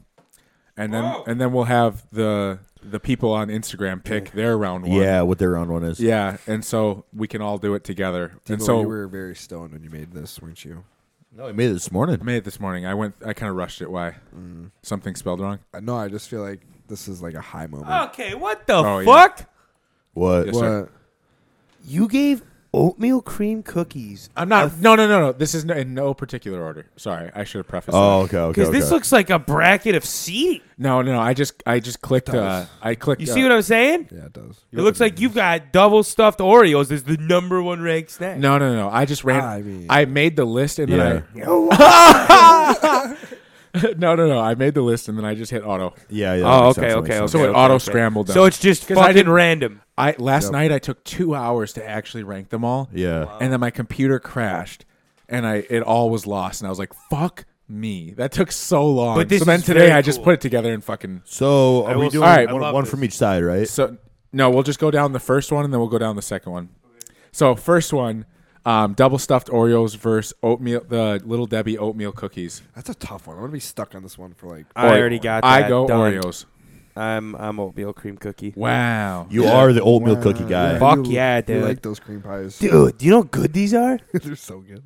S1: and then and then we'll have the the people on Instagram pick their round one.
S3: yeah, what their round one is.
S1: Yeah, and so we can all do it together. and
S2: Devo,
S1: so
S2: you were very stoned when you made this, weren't you?
S3: No, he made it this morning.
S1: I made it this morning. I went. I kind of rushed it. Why?
S2: Mm.
S1: Something spelled wrong.
S2: Uh, No, I just feel like this is like a high moment.
S4: Okay, what the
S1: Oh, yeah.
S4: fuck?
S3: What?
S1: Yes.
S2: what?
S1: sir.
S4: You gave oatmeal cream cookies
S1: I'm not. No, no, no, no. This is no, in no particular order. Sorry, I should have prefaced.
S3: Oh,
S1: that.
S3: okay, okay.
S4: because this
S3: okay.
S4: looks like a bracket of seating.
S1: no, no, no. I just, I just clicked. Uh, I clicked.
S4: You see what I'm saying?
S2: Yeah, it does.
S4: It looks like you've got double stuffed Oreos as the number one ranked snack.
S1: No, no, no. I just ran. I,
S2: I mean-
S1: made the list and then
S3: Yeah.
S1: I. No, no, no. I made the list and then I just hit auto.
S3: yeah, yeah.
S4: Oh,
S3: makes
S4: okay,
S3: sense,
S4: okay,
S3: makes
S4: okay.
S3: sense.
S1: So it
S4: okay,
S1: auto
S4: okay.
S1: scrambled them.
S4: So it's just
S1: 'Cause I
S4: fucking
S1: didn't-
S4: random.
S1: I last night I took two hours to actually rank them all.
S3: Yeah.
S1: and then my computer crashed and I it all was lost and I was like fuck me that took so long
S4: But this
S1: so then
S4: is
S1: today
S4: very
S1: I just
S4: cool.
S1: put it together and fucking
S3: So
S4: I
S3: are
S4: will
S3: we
S4: s-
S3: doing
S1: All right. I
S3: one,
S4: love
S3: one
S4: this.
S3: from each side, right?
S1: so no we'll just go down the first one and then we'll go down the second one so first one um, double stuffed Oreos versus oatmeal the little Debbie oatmeal cookies
S2: That's a tough one. I'm gonna be stuck on this one for like.
S4: I already got.
S1: I
S4: that
S1: go
S4: done.
S1: Oreos
S4: I'm I'm oatmeal cream cookie.
S1: wow
S3: You are the oatmeal cookie guy.
S4: Fuck
S2: You-
S4: yeah,
S2: you
S4: dude.
S2: like those cream pies?
S4: Dude, do you know how good these are?
S2: They're so good.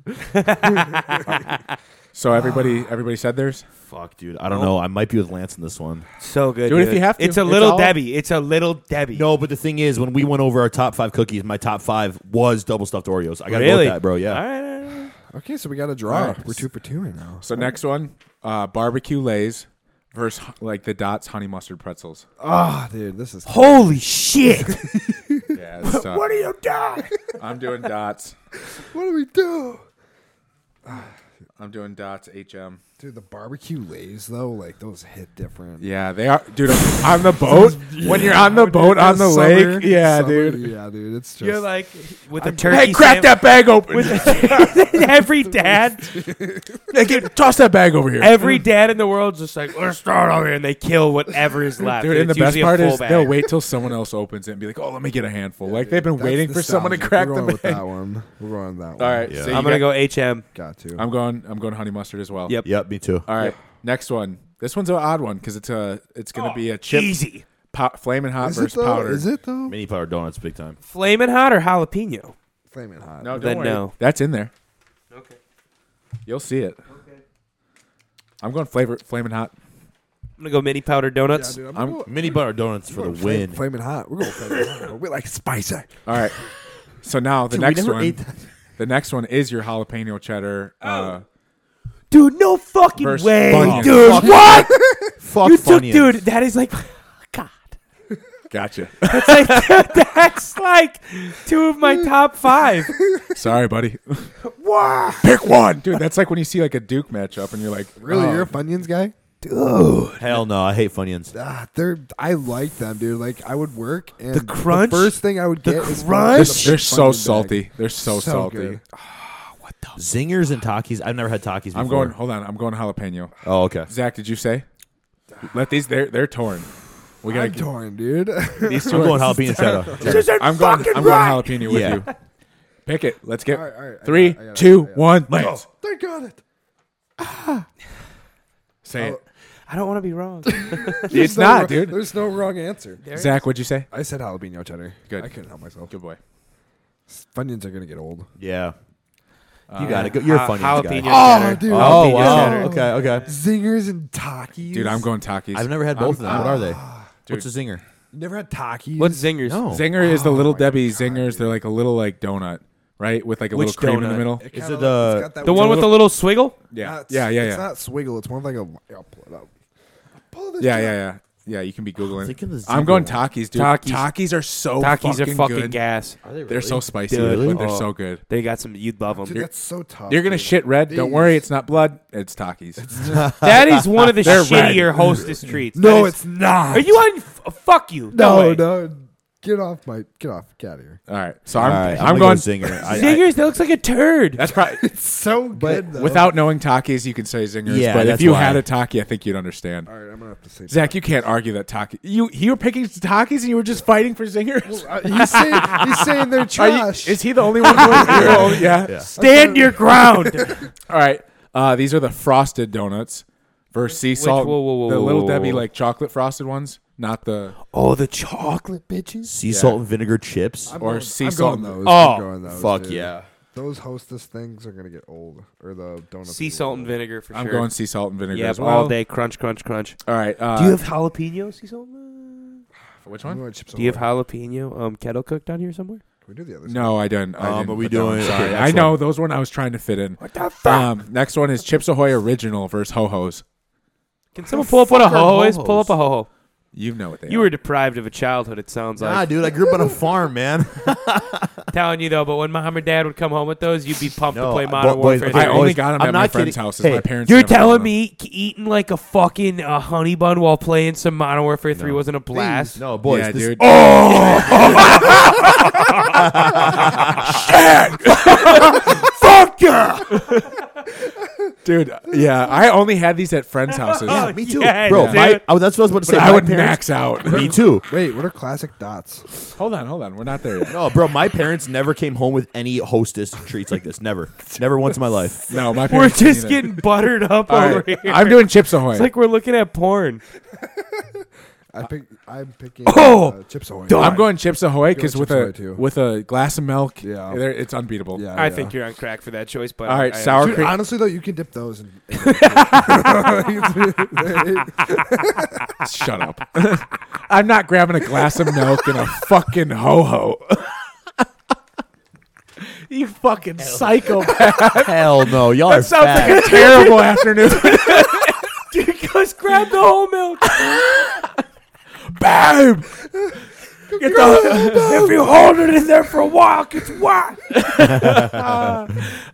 S1: so everybody everybody said theirs
S3: Fuck, dude. I don't know. I might be with Lance in this one.
S4: So good.
S1: Do it if
S4: dude.
S1: you have to.
S4: It's a
S1: It's
S4: little
S1: all-
S4: Debbie. It's a little Debbie.
S3: No, but the thing is, when we went over our top five cookies, my top five was double stuffed Oreos. I gotta go
S4: really,
S3: with that, bro. Yeah.
S4: All right, all right, all right.
S2: Okay, so we got a draw.
S1: All right.
S2: We're two for two right now.
S1: so next one uh, barbecue lays versus like the dots honey mustard pretzels
S2: Ah, dude, this is.
S4: Holy shit!
S1: yeah it's tough.
S4: do you doing?
S1: I'm doing dots
S2: What do we do?
S1: I'm doing dots HM
S2: Dude, the barbecue lays though, like those hit different.
S1: Yeah, they are, dude. On the boat, when you're on the boat on the
S2: Summer-
S1: lake, yeah,
S2: summer-
S1: dude.
S2: Yeah, dude, it's just.
S4: You're like with a turkey.
S1: Hey, crack that bag open.
S4: that! every dad,
S1: Hey, get- toss that bag over here,
S4: every dad in the world's just like, let's start over, and they kill whatever is left.
S1: dude. And the
S4: It's
S1: best
S4: usually a
S1: part
S4: full
S1: is
S4: bag.
S1: they'll wait till someone else opens it and be like, "Oh, let me get a handful." like they've been
S2: that's
S1: waiting for someone to
S2: nostalgic.
S1: crack
S2: We're going
S1: the
S2: with
S1: bag.
S2: that one. We're going that one.
S1: All right,
S3: Yeah.
S1: so you
S4: I'm gonna
S1: got-
S4: go HM.
S2: got to.
S1: I'm going. I'm going honey mustard as well.
S4: Yep.
S3: Yep, me too.
S1: All right, next one. This one's an odd one because it's a. It's gonna be a chip,
S4: Easy.
S1: po- flaming hot
S2: is it
S1: versus
S2: though?
S1: powder.
S2: Is it though?
S3: Mini power donuts, big time.
S4: Flamin' hot or jalapeno?
S2: Flaming hot.
S1: No, don't
S4: Then
S1: worry.
S4: no.
S1: That's in there.
S4: Okay.
S1: You'll see it. I'm going flavor flaming hot.
S4: I'm gonna go mini powder donuts.
S2: dude,
S1: I'm-
S2: going
S3: Mini butter donuts for the win.
S2: Flaming hot. We're going flaming hot. We like spicy.
S1: All right. So now the
S3: Dude, we
S1: next
S3: never
S1: one,
S3: ate that.
S1: the next one is your jalapeno cheddar. Uh,
S3: Dude, no fucking
S1: Versus
S3: way,
S1: Funyuns.
S3: dude.
S1: Fuck-
S3: what? Fuck
S4: you took,
S3: Funyuns.
S4: dude. That is like, God.
S1: gotcha.
S4: That's like that's like two of my top five.
S1: Sorry, buddy. Pick one, dude. That's like when you see like a Duke matchup, and you're like,
S2: Really,
S1: oh,
S2: you're a Funyuns guy?
S3: Hell no, I hate Funyuns.
S2: Ah, they're I like them, dude. Like I would work and the
S4: crunch?
S2: first thing I would
S4: The
S2: get is
S1: they're,
S4: crunch?
S1: they're so
S2: Funyun bag.
S1: salty. They're so,
S2: So
S1: salty.
S2: good.
S3: Zingers and Takis. I've never had Takis before.
S1: I'm going. Hold on. I'm going jalapeno.
S3: Oh, okay.
S1: Zach, did you say? Let these. They're they're torn. We gotta.
S2: I'm torn, dude.
S1: These two
S3: I'm
S1: are-
S3: going jalapeno cheddar.
S1: I'm going. I'm going jalapeno with
S3: Yeah.
S1: you. Pick it. Let's get
S2: All right, all right, I
S1: three,
S2: got it, I got it,
S1: two,
S2: I got it.
S1: one. Lance.
S2: they got it.
S1: Say
S2: Oh,
S1: it.
S4: I don't want to be wrong.
S1: It's
S2: no
S1: not,
S2: wrong-
S1: dude.
S2: There's no wrong answer.
S1: Zach, what'd you say?
S2: I said jalapeno cheddar.
S1: Good.
S2: I couldn't help myself.
S1: Good boy.
S2: Funyuns are gonna get old.
S3: Yeah. You got to go. You're a
S4: Uh,
S3: Funyuns
S4: jalapeno
S3: guy.
S2: Oh,
S4: cheddar.
S2: dude.
S3: Oh,
S4: Jalapeno cheddar.
S3: wow. Okay, okay.
S2: Zingers and Takis.
S1: Dude, I'm going Takis.
S3: I've never had both of them. What are they? What's a zinger?
S2: You never had Takis.
S4: What's zingers?
S3: No.
S1: Zinger is the
S2: Oh
S1: little Debbie zingers. They're like a little like donut, right? With like a
S4: Which
S1: little cream in
S4: donut?
S1: the middle.
S2: Kinda
S3: Is
S2: like-
S3: it, uh,
S2: it's got that
S4: The
S2: weird-
S4: one with the little swiggle?
S1: Yeah,
S2: It's-
S1: yeah, yeah,
S2: It's
S1: yeah,
S2: not swiggle. It's more of like a. I'll pull it up. I'll pull this
S1: yeah, yeah,
S2: shit up.
S1: yeah. Yeah, you can be googling.
S3: thinking the
S1: I'm
S3: Zinger
S1: going
S3: one.
S1: Takis, dude.
S4: Takis.
S1: Takis, are so
S4: Takis
S1: Oh, fucking
S4: are fucking
S1: good.
S4: gas.
S3: Are they
S1: They're so spicy,
S3: Really?
S1: but they're
S4: Oh.
S1: so good.
S4: They got some. You'd love them.
S2: Dude, that's so tough.
S1: You're gonna
S2: dude.
S1: shit red. Don't
S2: These-
S1: worry, it's not blood. It's Takis.
S4: That is one of the
S1: They're red.
S4: shittier hostess treats.
S2: No,
S4: That is-
S2: it's not.
S4: Are you on? f- uh, Fuck you.
S2: No,
S4: way.
S2: no. Get off my. Get off. Get out of here.
S1: All right, so I'm,
S3: All right,
S1: I'm,
S3: I'm,
S1: going.
S3: going zinger. I- I-
S4: Zingers. That looks like a turd.
S1: that's probably
S2: It's so good. Though.
S1: without knowing Takis, you can say zingers.
S3: Yeah,
S1: but if
S3: that's
S1: you
S3: why.
S1: had a Taki, I think you'd understand.
S2: All right, I'm gonna have to say.
S1: Zach, you can't argue that Taki. You you were picking Takis, and you were just fighting for zingers.
S2: Uh, he's saying he's saying they're
S1: Are you-
S2: trash.
S1: is he the only one? Going, You're the only- yeah.
S4: Stand your ground.
S1: All right. Uh, these are the frosted donuts versus sea salt.
S4: whoa, whoa, whoa,
S1: the
S4: whoa,
S1: little
S4: whoa,
S1: Debbie
S4: whoa.
S1: like chocolate frosted ones, not the
S4: oh, the chocolate bitches.
S3: Sea salt and vinegar chips.
S2: I'm
S1: or
S2: going-
S1: sea
S2: I'm
S1: salt.
S2: going those.
S4: Oh,
S2: I'm going those,
S3: Fuck
S2: dude.
S3: yeah.
S2: Those hostess things are gonna get old, or the donuts.
S4: Sea salt and vinegar for
S1: I'm
S4: sure.
S1: going sea salt and vinegar
S4: yeah,
S1: as well.
S4: all day. Crunch, crunch, crunch.
S1: All right. Uh,
S4: Do you have jalapeno? Sea salt.
S1: which
S2: I'm
S1: one?
S2: going chips
S4: Do you have
S2: Ahoy.
S4: jalapeno um, kettle cooked on here somewhere?
S2: Can we do the other? side?
S1: No, I don't. I
S3: Um,
S1: didn't
S3: are we
S1: put that one.
S3: doing-
S1: Sorry,
S3: okay,
S1: I
S3: next
S1: know those one I was trying to fit in. What the fuck? Um, next one is Chips Ahoy Original versus Ho Ho's.
S4: Can someone pull up what a
S3: fuck are
S4: ho ho is? Pull
S3: ho-hos?
S4: up a ho ho.
S1: You know what they
S4: You
S1: are.
S4: were deprived of a childhood. It sounds like.
S3: Nah, dude, I grew up on a farm, man.
S4: telling you though, but when mom or dad would come home with those, you'd be pumped
S3: No,
S4: to play
S3: I-
S4: Modern
S3: boy-
S4: Warfare.
S3: okay,
S1: I
S4: three.
S1: only
S3: boys,
S1: got them
S3: I'm
S1: at
S3: not
S1: my friend's
S3: kidding.
S1: house.
S3: Hey,
S1: my parents.
S4: You're
S1: never got
S4: telling
S1: them.
S4: me k- eating like a fucking a honey bun while playing some Modern Warfare Three wasn't a blast?
S3: No, boys.
S1: yeah,
S3: this,
S1: dude.
S3: Fuck yeah!
S1: dude. Yeah, I only had these at friends' houses.
S3: Yeah, me too,
S4: Yeah,
S3: bro.
S4: dude.
S3: My, oh, that's what I was about to say.
S1: I
S3: My
S1: would
S3: parents,
S1: max out.
S3: Me too.
S2: Wait, what are classic dots?
S1: hold on, hold on. We're not there yet.
S3: No, bro. My parents never came home with any hostess treats like this. Never, never once in my life.
S1: No, my
S4: We're
S1: parents. didn't
S4: just
S1: either.
S4: getting buttered up
S1: All
S4: over
S1: right,
S4: here.
S1: I'm doing Chips Ahoy.
S4: it's like we're looking at porn.
S2: I pick. I'm picking.
S4: Oh!
S2: uh, chips Ahoy.
S1: I'm going Chips Ahoy because
S2: Go
S1: with
S2: Chips
S1: a
S2: Ahoy, too.
S1: with a glass of milk,
S2: Yeah.
S1: there- it's unbeatable.
S2: Yeah,
S4: I
S2: yeah.
S4: think you're on crack for that choice, but
S1: All right,
S4: I- I-
S1: sour
S2: Dude,
S1: cream.
S2: honestly though, you can dip those. In,
S1: Shut up. I'm not grabbing a glass of milk and a fucking ho ho. you fucking psychopath.
S3: Hell no, y'all are
S1: That sounds
S3: fat.
S1: like a terrible afternoon.
S4: Just grab the whole milk.
S1: Babe, get the, if you hold it in there for a while, it's wet.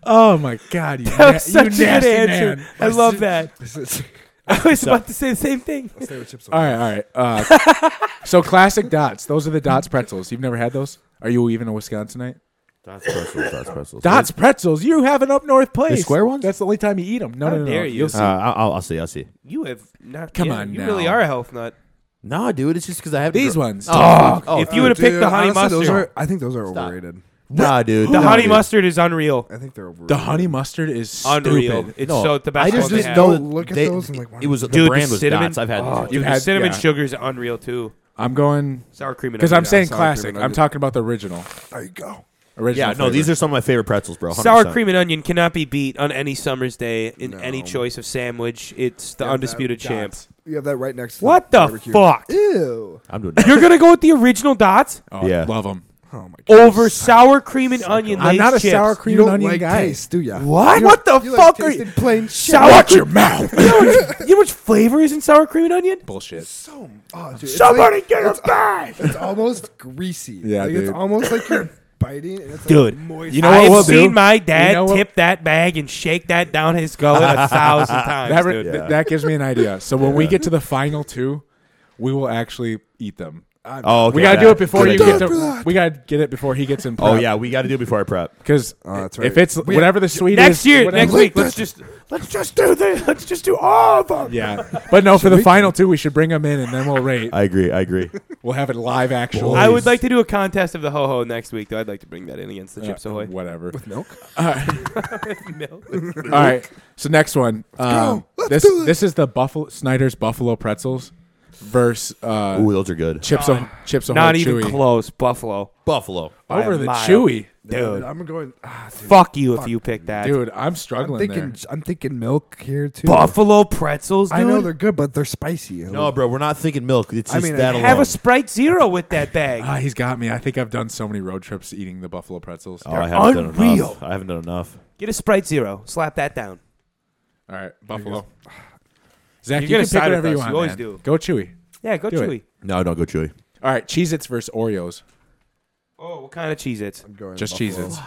S1: oh my god, you, na-
S4: That
S1: you
S4: was such a
S1: nasty
S4: good answer.
S1: man.
S4: I love that.
S2: this is-
S4: I was about to say the same thing.
S2: stay with chips.
S1: All
S2: Ahoy.
S1: right, all right. Uh, so classic dots. Those are the dots pretzels. You've never had those? Are you even a Wisconsinite?
S3: Dots pretzels. Dots pretzels.
S1: Dots pretzels. You have an up north place.
S3: square ones?
S1: That's the only time you eat them. No,
S4: How
S1: no, no.
S4: dare
S1: no.
S4: you.
S1: You'll see.
S3: Uh, I'll, I'll- I'll see. I'll see.
S4: You have not.
S1: Come
S4: yeah,
S1: on
S4: You
S1: now.
S4: really are a health nut.
S3: No, dude. It's just because I have
S1: These ones.
S3: Oh, oh,
S4: if you would have picked the
S2: Dude,
S4: honey
S2: honestly, those
S4: mustard,
S2: are- I think those are overrated.
S3: nah, dude.
S4: the
S3: no,
S4: honey
S3: dude.
S4: mustard is unreal.
S2: I think they're overrated.
S1: the honey mustard is stupid.
S4: Unreal. It's
S3: No,
S4: so the best.
S3: I just,
S4: one they
S3: just
S4: have.
S2: know-
S3: don't
S2: Look at
S3: they-
S2: those and like, why
S3: it was the
S4: Dude,
S3: brand was
S4: cinnamon,
S3: dots. I've had.
S4: oh,
S3: them.
S4: dude,
S1: You've
S4: the
S1: had-
S4: cinnamon
S1: yeah.
S4: sugar is unreal too.
S1: I'm going
S4: Sour cream and
S1: because I'm saying
S4: everything.
S2: sour cream and
S1: classic. I'm
S2: nugget.
S1: talking about the original.
S2: There you go.
S1: Original
S3: Yeah, no, these
S1: flavor.
S3: are some of my favorite pretzels, bro. 100%.
S4: Sour cream and onion cannot be beat on any summer's day in any
S2: No.
S4: choice of sandwich. It's the
S2: Yeah, that-
S4: undisputed champ.
S2: You have that right next to
S4: What the
S2: barbecue.
S4: fuck?
S2: Ew.
S3: I'm doing. That.
S4: You're gonna go with the original dots
S1: Oh,
S3: Yeah.
S1: love them.
S2: Oh my god.
S4: over sour cream and onion.
S1: I'm
S4: Lay's
S1: not a
S4: chips.
S1: sour cream
S2: You don't
S1: and onion
S2: like
S1: guy.
S2: taste, do ya?
S4: What?
S2: You
S4: What the
S2: like- you
S4: fuck are
S2: like tasting plain shit.
S4: Sour
S1: Watch
S4: cream.
S1: your mouth.
S4: You know how much- you know how much flavor is in sour cream and onion?
S1: Bullshit.
S2: So, oh, dude, it's
S4: Somebody
S2: like-
S4: get
S2: it's-
S4: a bag.
S2: It's almost greasy.
S1: Yeah,
S2: like, It's
S1: dude.
S2: almost like you're biting. And it's
S4: Dude,
S2: like moist.
S1: you know
S4: I
S1: what
S4: have
S1: we'll do?
S4: seen my dad
S1: You know what-
S4: tip that bag and shake that down his gullet a thousand times.
S1: That,
S4: dude.
S1: re- th- that gives me an idea. So when we get to the final two, we will actually eat them.
S3: Oh, okay,
S1: we gotta
S3: yeah.
S1: do it before
S3: Good
S1: you
S3: idea.
S1: get to. We gotta get it before he gets in. Prep.
S3: Oh yeah, we got to do it before I prep.
S1: because
S2: Oh, that's
S1: if
S2: right.
S1: it's whatever the sweet
S4: Next
S1: is-
S4: year,
S1: whatever-
S4: next week, let's just let's just do this. Let's just do all of them.
S1: Yeah, but no, for the final two, we should bring them in and then we'll rate.
S3: I agree. I agree.
S1: We'll have it live actual.
S4: I would like to do a contest of the ho ho next week, though. I'd like to bring that in against the Chips Ahoy.
S1: Uh, Whatever.
S2: milk.
S1: All right. So next one. Um,
S2: Let's
S1: this
S2: do it.
S1: this is the Buffalo Snyder's Buffalo Pretzels versus uh,
S3: Ooh, those are good.
S1: Chips on Chips on
S4: Not even
S1: Chewy
S4: close, Buffalo.
S3: Buffalo.
S4: by
S1: over
S4: a
S1: the
S4: mile.
S1: Chewy.
S4: dude.
S2: I'm going. Ah, dude.
S4: Fuck you if you pick that.
S1: Dude, I'm
S2: I'm
S1: struggling
S2: thinking.
S1: there.
S2: I'm thinking milk here too.
S4: Buffalo pretzels, dude.
S2: I know they're good, but they're spicy.
S3: No, bro, we're not thinking milk. It's
S2: I
S3: just
S2: mean, I
S3: that
S2: have
S4: Have
S3: alone.
S4: a Sprite Zero with that bag.
S1: Ah, he's got me. I think I've done so many road trips eating the Buffalo Pretzels.
S3: oh, I haven't done
S4: unreal.
S3: enough. I haven't done enough.
S4: Get a Sprite Zero. Slap that down.
S1: All right, Buffalo. Zach,
S4: You're
S1: you
S4: gonna
S1: can pick
S4: side with
S1: whatever you
S4: us.
S1: want.
S4: You always
S1: man.
S4: do.
S1: Go Chewy.
S4: Yeah, go
S1: Do it.
S4: Chewy.
S3: No, don't go chewy.
S1: All right, Cheez-Its versus Oreos.
S4: Oh, what kind of cheese it's?
S2: I'm going
S1: Just
S2: Buffalo.
S1: Cheez-Its.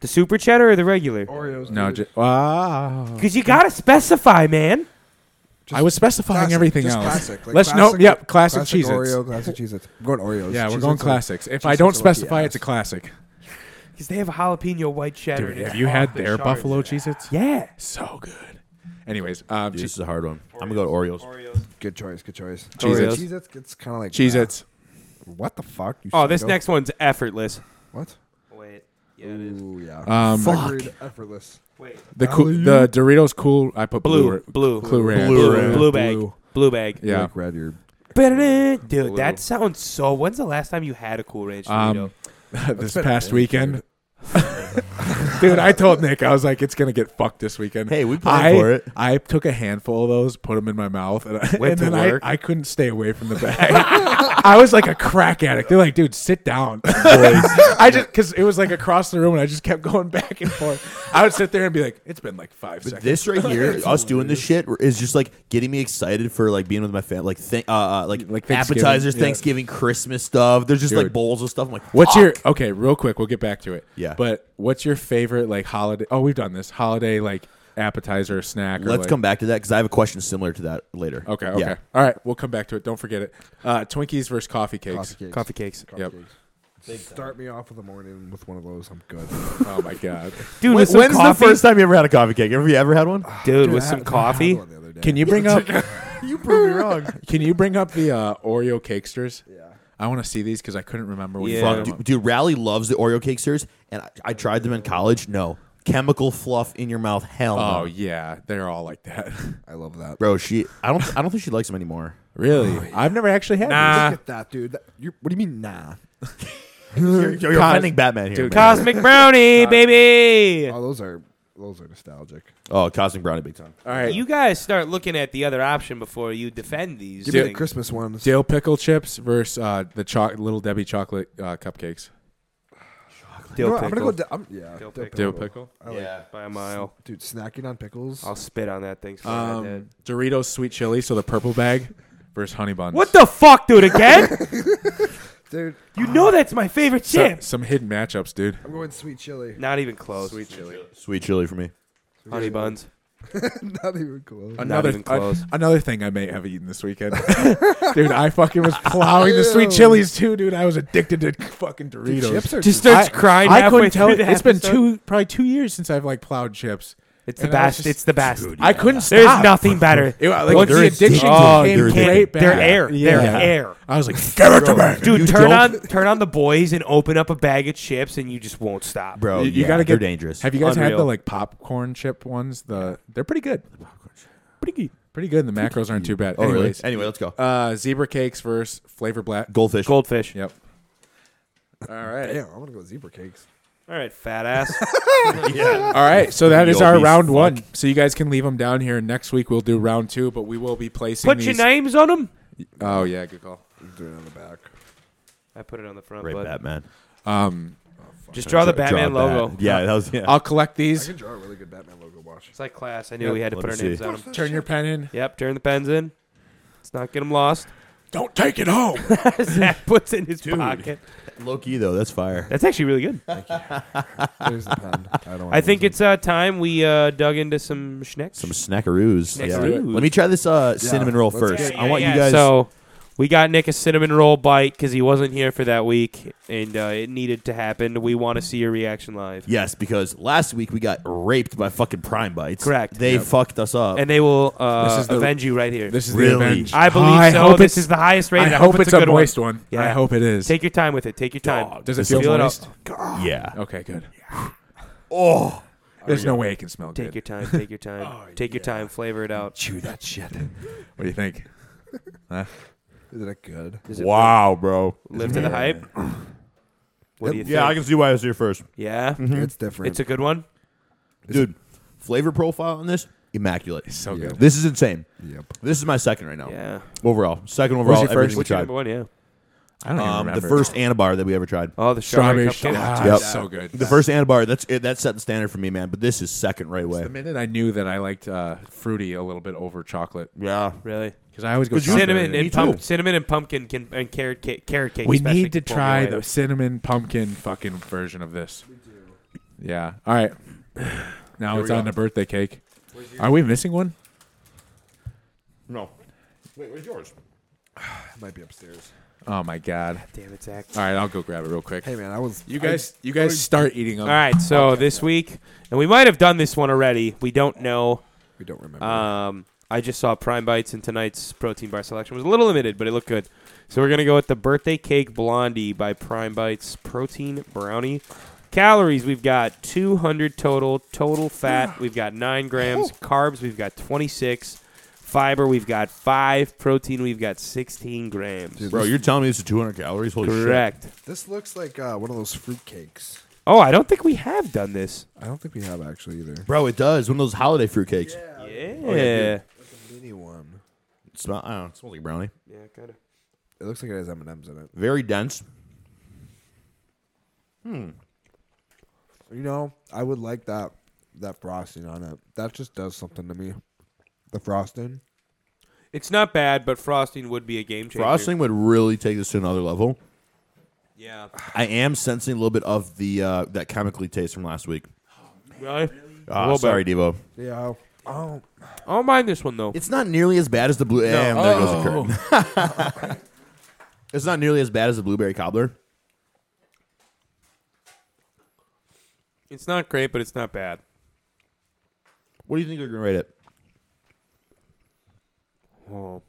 S4: The super cheddar or the regular?
S2: Oreos.
S1: No,
S2: dude.
S1: ju- wow.
S4: Because you gotta specify, man.
S1: I was specifying
S2: classic,
S1: everything
S2: just
S1: else.
S2: Classic, like
S1: Let's
S2: classic,
S1: no, yep, classic,
S2: classic
S1: Cheez-Its.
S2: Oreo, classic Cheez-Its. I'm going Oreos.
S1: Yeah, we're
S2: Cheez-Its
S1: going
S2: are-
S1: classics. If I
S2: Cheez-Its
S1: don't
S2: are lucky
S1: specify, it's a
S2: ass.
S1: classic.
S4: Because they have a jalapeno white cheddar.
S1: Dude,
S4: and
S1: have
S4: it's
S1: you had
S4: off the
S1: their
S4: charts.
S1: Buffalo Cheez-Its?
S4: Yeah.
S1: So good. Anyways, um,
S3: Dude,
S1: che-
S3: this is a hard one. I'm gonna go Oreos.
S2: Good choice. Good choice.
S1: Cheez-Its.
S2: Cheez-Its gets kind of like
S1: Cheez-Its.
S2: ah, what the fuck? You
S4: Oh, this
S2: sicko.
S4: next one's effortless.
S2: What?
S4: Wait. Yeah, it is.
S2: Ooh, yeah.
S1: Um,
S3: Fuck.
S2: Agreed, Effortless.
S4: Wait.
S1: the cool, the Doritos cool. I put
S4: Blue.
S1: blue,
S4: Blue.
S1: blue, ranch.
S3: Blue
S4: Blue,
S3: Ranch.
S4: blue bag.
S1: Blue.
S4: Blue bag.
S1: Yeah.
S2: Like red. You're
S4: Ba-da-da. Dude,
S3: Blue.
S4: that sounds so. When's the last time you had a Cool Ranch
S1: Um,
S4: Dorito?
S1: this
S2: been a
S1: past
S2: minute,
S1: weekend. Dude, I told Nick, I was like, it's gonna get fucked this weekend.
S3: Hey, we
S1: I,
S3: planned for it.
S1: I took a handful of those, put them in my mouth, and, I,
S4: Went
S1: and
S4: to
S1: then I,
S4: work.
S1: I couldn't stay away from the bag. I was like a crack addict. They're like, dude, sit down. I just because it was like across the room, and I just kept going back and forth. I would sit there and be like, it's been like five
S3: But
S1: seconds.
S3: this right here, us doing this shit, is just like getting me excited for like being with my family, like th- uh, uh, like,
S1: Like Thanksgiving,
S3: appetizers,
S1: yeah.
S3: Thanksgiving, Christmas stuff. There's just
S1: Dude.
S3: like bowls of stuff. I'm like,
S1: What's your
S3: fuck.
S1: okay? Real quick, we'll get back to it.
S3: Yeah.
S1: But what's your favorite like holiday? Oh, we've done this holiday like appetizer or snack. or,
S3: Let's
S1: like-
S3: come back to that because I have a question similar to that later.
S1: Okay. Okay.
S3: Yeah.
S1: All right. We'll come back to it. Don't forget it. Uh, Twinkies versus coffee cakes.
S2: coffee cakes.
S4: Coffee cakes.
S1: Yep.
S2: Start me off in the morning with one of those. I'm good.
S1: Oh my god.
S4: Dude, with
S3: When's
S4: some
S3: the
S4: coffee-
S3: first time you ever had a coffee cake? Have you ever had one?
S4: Dude,
S2: Dude,
S4: with
S2: I
S4: some
S2: had- I had
S4: coffee.
S2: one the other day.
S1: Can you bring up?
S3: you proved me wrong.
S1: Can you bring up the uh, Oreo cakesters?
S2: Yeah.
S1: I want to see these because I couldn't remember what
S4: Yeah.
S1: you
S3: Fuck, dude, dude, Rally loves the Oreo cake series, and I, I tried them in college. No chemical fluff in your mouth. Hell no,
S1: Oh yeah, they're all like that.
S2: I love that.
S3: bro. She, I don't, I don't think she likes them anymore.
S1: really? I've never actually had.
S4: Nah.
S1: these.
S2: Look at that, dude. That, you, what do you mean, nah?
S3: You're, you're
S1: Cos-
S3: offending Batman here.
S1: dude,
S3: man.
S4: Cosmic brownie, baby.
S2: Oh, those are those are nostalgic.
S3: oh, Cosmic Brownie, big time.
S1: All right.
S4: You guys start looking at the other option before you defend these.
S2: Give me the
S4: things.
S2: Christmas ones.
S1: Dill pickle chips versus uh, the cho- little Debbie chocolate uh, cupcakes.
S2: You
S4: Dill
S2: know what, I'm gonna go.
S4: pickle.
S2: Di- I'm, yeah,
S4: Dill pickle.
S1: Dill pickle.
S3: Oh,
S2: I like-
S4: by a mile.
S2: Dude, snacking on pickles.
S4: I'll spit on that thing.
S1: Um, Doritos sweet chili, so the purple bag versus honey buns.
S4: what the fuck, dude? Again?
S2: Dude,
S4: you know that's my favorite
S1: So-
S4: chip.
S1: some hidden matchups, dude.
S2: I'm going sweet chili.
S4: Not even close.
S1: chili.
S3: Sweet chili for me.
S4: honey buns.
S2: Not even close.
S1: Another
S4: even close.
S1: an- another thing I may have eaten this weekend, dude. I fucking was plowing the sweet chilies too, dude. I was addicted to fucking Doritos.
S2: Chips are
S4: Just
S2: just
S4: starts crying.
S1: I
S4: halfway
S1: couldn't tell.
S4: through
S1: It's
S4: the
S1: been
S4: episode.
S1: two, probably two years since I've like plowed chips.
S4: It's the
S1: and I was
S4: best.
S1: just-
S4: it's the best.
S1: I couldn't
S4: There's
S1: stop.
S4: nothing better.
S1: It, like,
S4: Once
S1: the
S4: you
S1: addiction
S4: dig-
S3: Oh,
S1: came
S3: they're
S1: right
S3: addicted.
S1: back.
S4: They're air. They're air.
S1: I was like, give it to me,
S4: Dude,
S3: You
S4: turn
S3: don't-
S4: on turn on the boys and open up a bag of chips and you just won't stop.
S3: Bro,
S1: You, you
S3: yeah,
S1: gotta
S3: they're
S1: get
S3: dangerous.
S1: Have you guys had the
S4: Unreal.
S1: like popcorn chip ones? The they're pretty good. Pretty good. Pretty good. And the macros aren't too bad.
S3: Oh, really?
S1: Anyways,
S3: Anyway, let's go.
S1: uh, zebra cakes versus flavor black.
S3: Goldfish.
S4: Goldfish.
S1: Yep. All right.
S2: damn. I'm gonna go zebra cakes.
S4: All right, fat ass.
S3: yeah.
S1: All right, so that is our
S3: Yobbies,
S1: round
S3: fuck.
S1: one. So you guys can leave them down here. Next week we'll do round two, but we will be placing
S4: Put
S1: these.
S4: your names on them.
S1: Oh yeah, good call.
S2: Do it on the back.
S4: I put it on the front.
S3: Great
S4: bud.
S3: Batman.
S1: Um,
S4: Just draw the
S3: Draw
S4: Batman
S3: a bat.
S4: logo.
S3: Yeah, that was yeah.
S1: I'll collect
S2: I
S1: these.
S2: can draw a really good Batman logo. Watch.
S4: It's like class. I knew
S1: Yep.
S4: we had to
S3: Let
S4: put our
S3: me
S4: names
S3: see.
S4: on them.
S1: Turn your pen in.
S4: Yep, turn the pens in. Let's not get them lost.
S1: Don't take it home.
S4: Zach puts it in his pocket.
S3: Loki though, that's fire.
S4: That's actually really good.
S1: Oh,
S2: There's the pen. I don't.
S4: I think it's uh, time we uh, dug into some schnecks.
S3: Some snackaroos.
S4: Snackaroos.
S3: Yeah. Let me try this uh, cinnamon roll
S2: let's
S3: first.
S2: get-
S3: I want you guys.
S4: So we got Nick a cinnamon roll bite because he wasn't here for that week, and uh, it needed to happen. We want to see your reaction live,
S3: yes, because last week we got raped by fucking Prime Bites.
S4: Correct.
S3: They fucked us up.
S4: and they will uh,
S1: This is the-
S4: avenge you right here.
S1: This is the
S3: Really?
S1: revenge.
S4: I believe
S1: I
S4: so.
S1: Hope
S4: This
S1: it's,
S4: is the highest
S1: I
S4: rated. I
S1: hope it's a
S4: good
S1: moist one. I
S4: Yeah.
S1: hope it is.
S4: Take your time with it. Take your time.
S1: Does it
S3: This
S1: feel
S4: is- Feel it
S1: moist?
S3: yeah.
S1: okay, good.
S3: Oh.
S1: There's no way it can smell
S4: Take
S1: good. Oh,
S4: your time. Take your time. take your time. Flavor it out.
S1: Chew that shit. What do you think?
S2: Isn't it good?
S3: Wow, bro.
S4: Live to the hype. What do you think?
S3: Yeah, I can see why I was here first.
S4: Yeah,
S1: Mm-hmm.
S2: It's different.
S4: it's a good one.
S3: Dude, flavor profile on this, immaculate.
S1: It's so
S2: Yeah.
S1: good.
S3: This is insane.
S2: yep.
S3: This is my second right now.
S4: Yeah.
S3: Overall. Second
S1: was
S3: overall.
S1: your first?
S3: everything we
S4: What's your
S3: tried.
S4: number one? Yeah.
S1: I don't even
S3: Um, the
S1: remember.
S3: first Anabar that we ever tried.
S4: Oh, the strawberry,
S1: strawberry
S4: cupcake.
S1: shot. Ah,
S3: Yep.
S1: So good.
S3: The first Anabar, that's it, that set the standard for me, man. But this is second right away.
S1: The minute I knew that I liked uh, fruity a little bit over chocolate
S3: Yeah.
S4: Really.
S1: because I always go
S3: Would you-
S1: chocolate.
S4: Cinnamon
S3: Me
S4: and
S3: too.
S4: pump, cinnamon and pumpkin can, and carrot cake. Carrot cake.
S1: We
S4: especially
S1: need to
S4: can blow
S1: try
S4: me away.
S1: the cinnamon pumpkin fucking version of this. Yeah. All right. Now it's
S3: we
S1: on
S3: go.
S1: the birthday cake. Are we missing one?
S3: No. Wait, where's yours?
S2: It might be upstairs.
S1: Oh my god.
S4: Damn it, Zach.
S1: All right, I'll go grab it real quick.
S2: Hey man, I was.
S1: You guys, you guys start eating them.
S4: All right, so this week, and we might have done this one already. We don't know.
S2: I, we don't remember.
S4: Um, I just saw Prime Bites, and tonight's protein bar selection was a little limited, but it looked good. So we're gonna go with the birthday cake blondie by Prime Bites protein brownie. Calories we've got 200 total. Total fat we've got nine grams. Carbs we've got 26. Fiber we've got five. Protein we've got 16 grams.
S2: Dude,
S3: Bro,
S2: this,
S3: you're telling me this is 200 calories? Holy
S4: Correct.
S2: this looks like uh, one of those fruit cakes.
S4: Oh, I don't think we have done this.
S2: I don't think we have actually either.
S3: shit. Bro, it does. One of those holiday fruitcakes.
S4: Yeah.
S2: It's a mini one.
S3: It Smell, I don't know, it smells like brownie.
S4: Yeah, kind of.
S2: It looks like it has M and M's in it.
S3: Very dense.
S2: You know, I would like that that frosting on it. That just does something to me. The frosting.
S4: It's not bad, but frosting would be a game changer.
S3: Frosting would really take this to another level.
S4: Yeah.
S3: I am sensing a little bit of the uh, that chemically taste from last week.
S4: Really?
S3: Ah,
S4: little
S3: sorry, Devo.
S2: Yeah. Oh,
S4: I don't mind this one though.
S3: It's not nearly as bad as the blue. Damn, there goes
S1: Oh.
S3: the curtain. it's not nearly as bad as the blueberry cobbler.
S4: It's not great, but it's not bad.
S3: What do you think you're gonna rate it?
S4: Oh.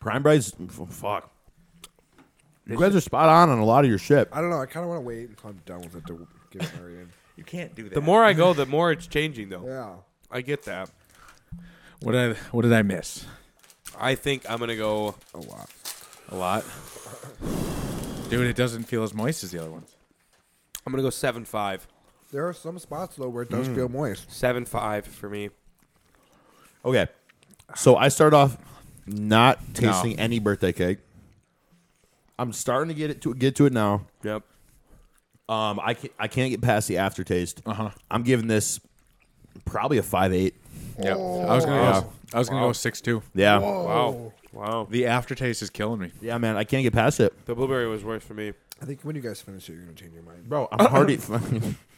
S3: Prime Bites. f- Fuck. You guys are spot on on a lot of your shit.
S2: I don't know. I kind of want to wait until I'm done with it to give it my rating.
S1: You can't do that.
S4: The more I go, the more it's changing though.
S2: Yeah.
S4: I get that.
S1: what did I, what did I miss?
S4: I think I'm gonna go
S2: A lot.
S1: A lot. Dude, it doesn't feel as moist as the other ones.
S4: I'm gonna go seven five.
S2: There are some spots though where it does feel moist.
S4: Seven five for me.
S3: Okay, so I start off not tasting any birthday cake. I'm starting to get it to get to it now.
S4: Yep.
S3: Um, I can't, I can't get past the aftertaste.
S1: Uh-huh.
S3: I'm giving this probably a five eight.
S1: Yep. I was gonna go. I was gonna go six two.
S3: Yeah,
S4: Oh. Wow. Wow.
S1: The aftertaste is killing me.
S3: yeah, man. I can't get past it,
S4: The blueberry was worse for me.
S2: I think when you guys finish it, you're gonna change your mind.
S3: bro. I'm already.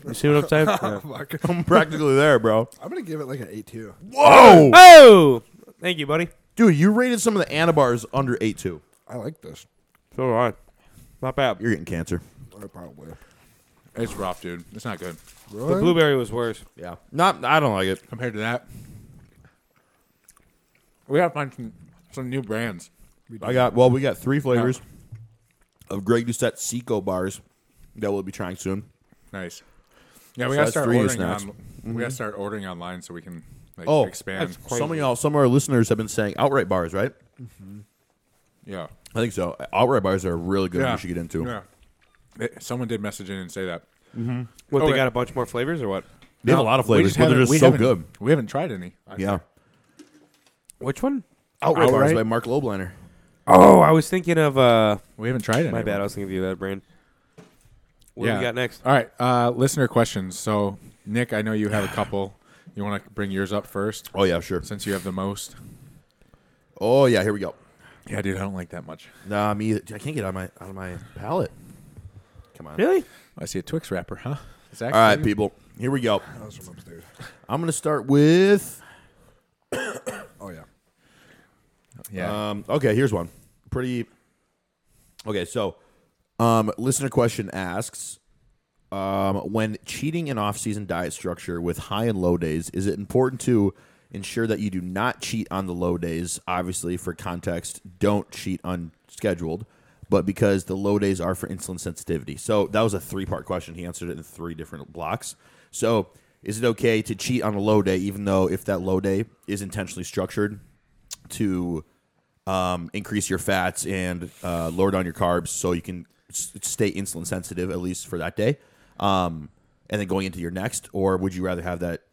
S4: You see what I'm saying?
S2: Fuck.
S3: I'm practically there, bro.
S2: I'm gonna give it like an eight two.
S3: Whoa,
S4: Oh thank you, buddy.
S3: dude! You rated some of the Anabars under eight two.
S2: I like this.
S4: So do I. Not bad.
S3: You're getting cancer.
S2: I probably.
S1: It's rough, dude. It's not good
S4: The
S2: Really?
S4: blueberry was worse.
S3: Yeah, not. I don't like it.
S1: compared to that. We gotta find some, some new brands.
S3: I got well. We got three flavors of Greg Doucette Seco bars that we'll be trying soon.
S1: Nice. Yeah, we gotta
S3: So that's
S1: start
S3: three new
S1: ordering on.
S3: snacks. Mm-hmm.
S1: We gotta start ordering online so we can like
S3: Oh,
S1: expand.
S3: Some of y'all, some of our listeners have been saying outright bars, right?
S1: Yeah,
S3: I think so. Outright bars are really good.
S1: yeah.
S3: You should get into.
S1: Yeah, It- someone did message in and say that.
S4: What they
S1: Okay.
S4: got a bunch more flavors or what?
S3: They have a lot of
S1: We
S3: flavors, but they're
S1: haven't-
S3: just
S1: we
S3: so
S1: haven't-
S3: good.
S1: We haven't tried any.
S3: Yeah.
S4: Which one?
S3: Outright, bars
S1: Outright?
S3: by Mark Lobliner.
S4: Oh, I was thinking of uh
S1: We haven't tried any.
S4: my bad, I was thinking of the other brand. What do
S1: Yeah.
S4: we got next?
S1: All right, uh, listener questions. So, Nick, I know you have a couple. You want to bring yours up first,
S3: Oh yeah, sure.
S1: since you have the most.
S3: Oh yeah, here we go.
S1: Yeah, dude, I don't like that much.
S3: Nah, me. I can't get out of my out of my palate. Come on.
S4: Really?
S1: I see a Twix wrapper, huh? Is that
S3: All right,
S1: good?
S3: people. Here we go.
S2: That was from upstairs.
S3: I'm gonna start with.
S2: Oh yeah.
S1: Yeah.
S3: Um, okay, here's one. Pretty. Okay, so, um, listener question asks, um, when cheating an off-season diet structure with high and low days, is it important to ensure that you do not cheat on the low days? Obviously, for context, don't cheat unscheduled, but because the low days are for insulin sensitivity. So that was a three-part question. He answered it in three different blocks. So. Is it okay to cheat on a low day, even though if that low day is intentionally structured to um, increase your fats and uh, lower down your carbs so you can s- stay insulin sensitive at least for that day um, and then going into your next or would you rather have that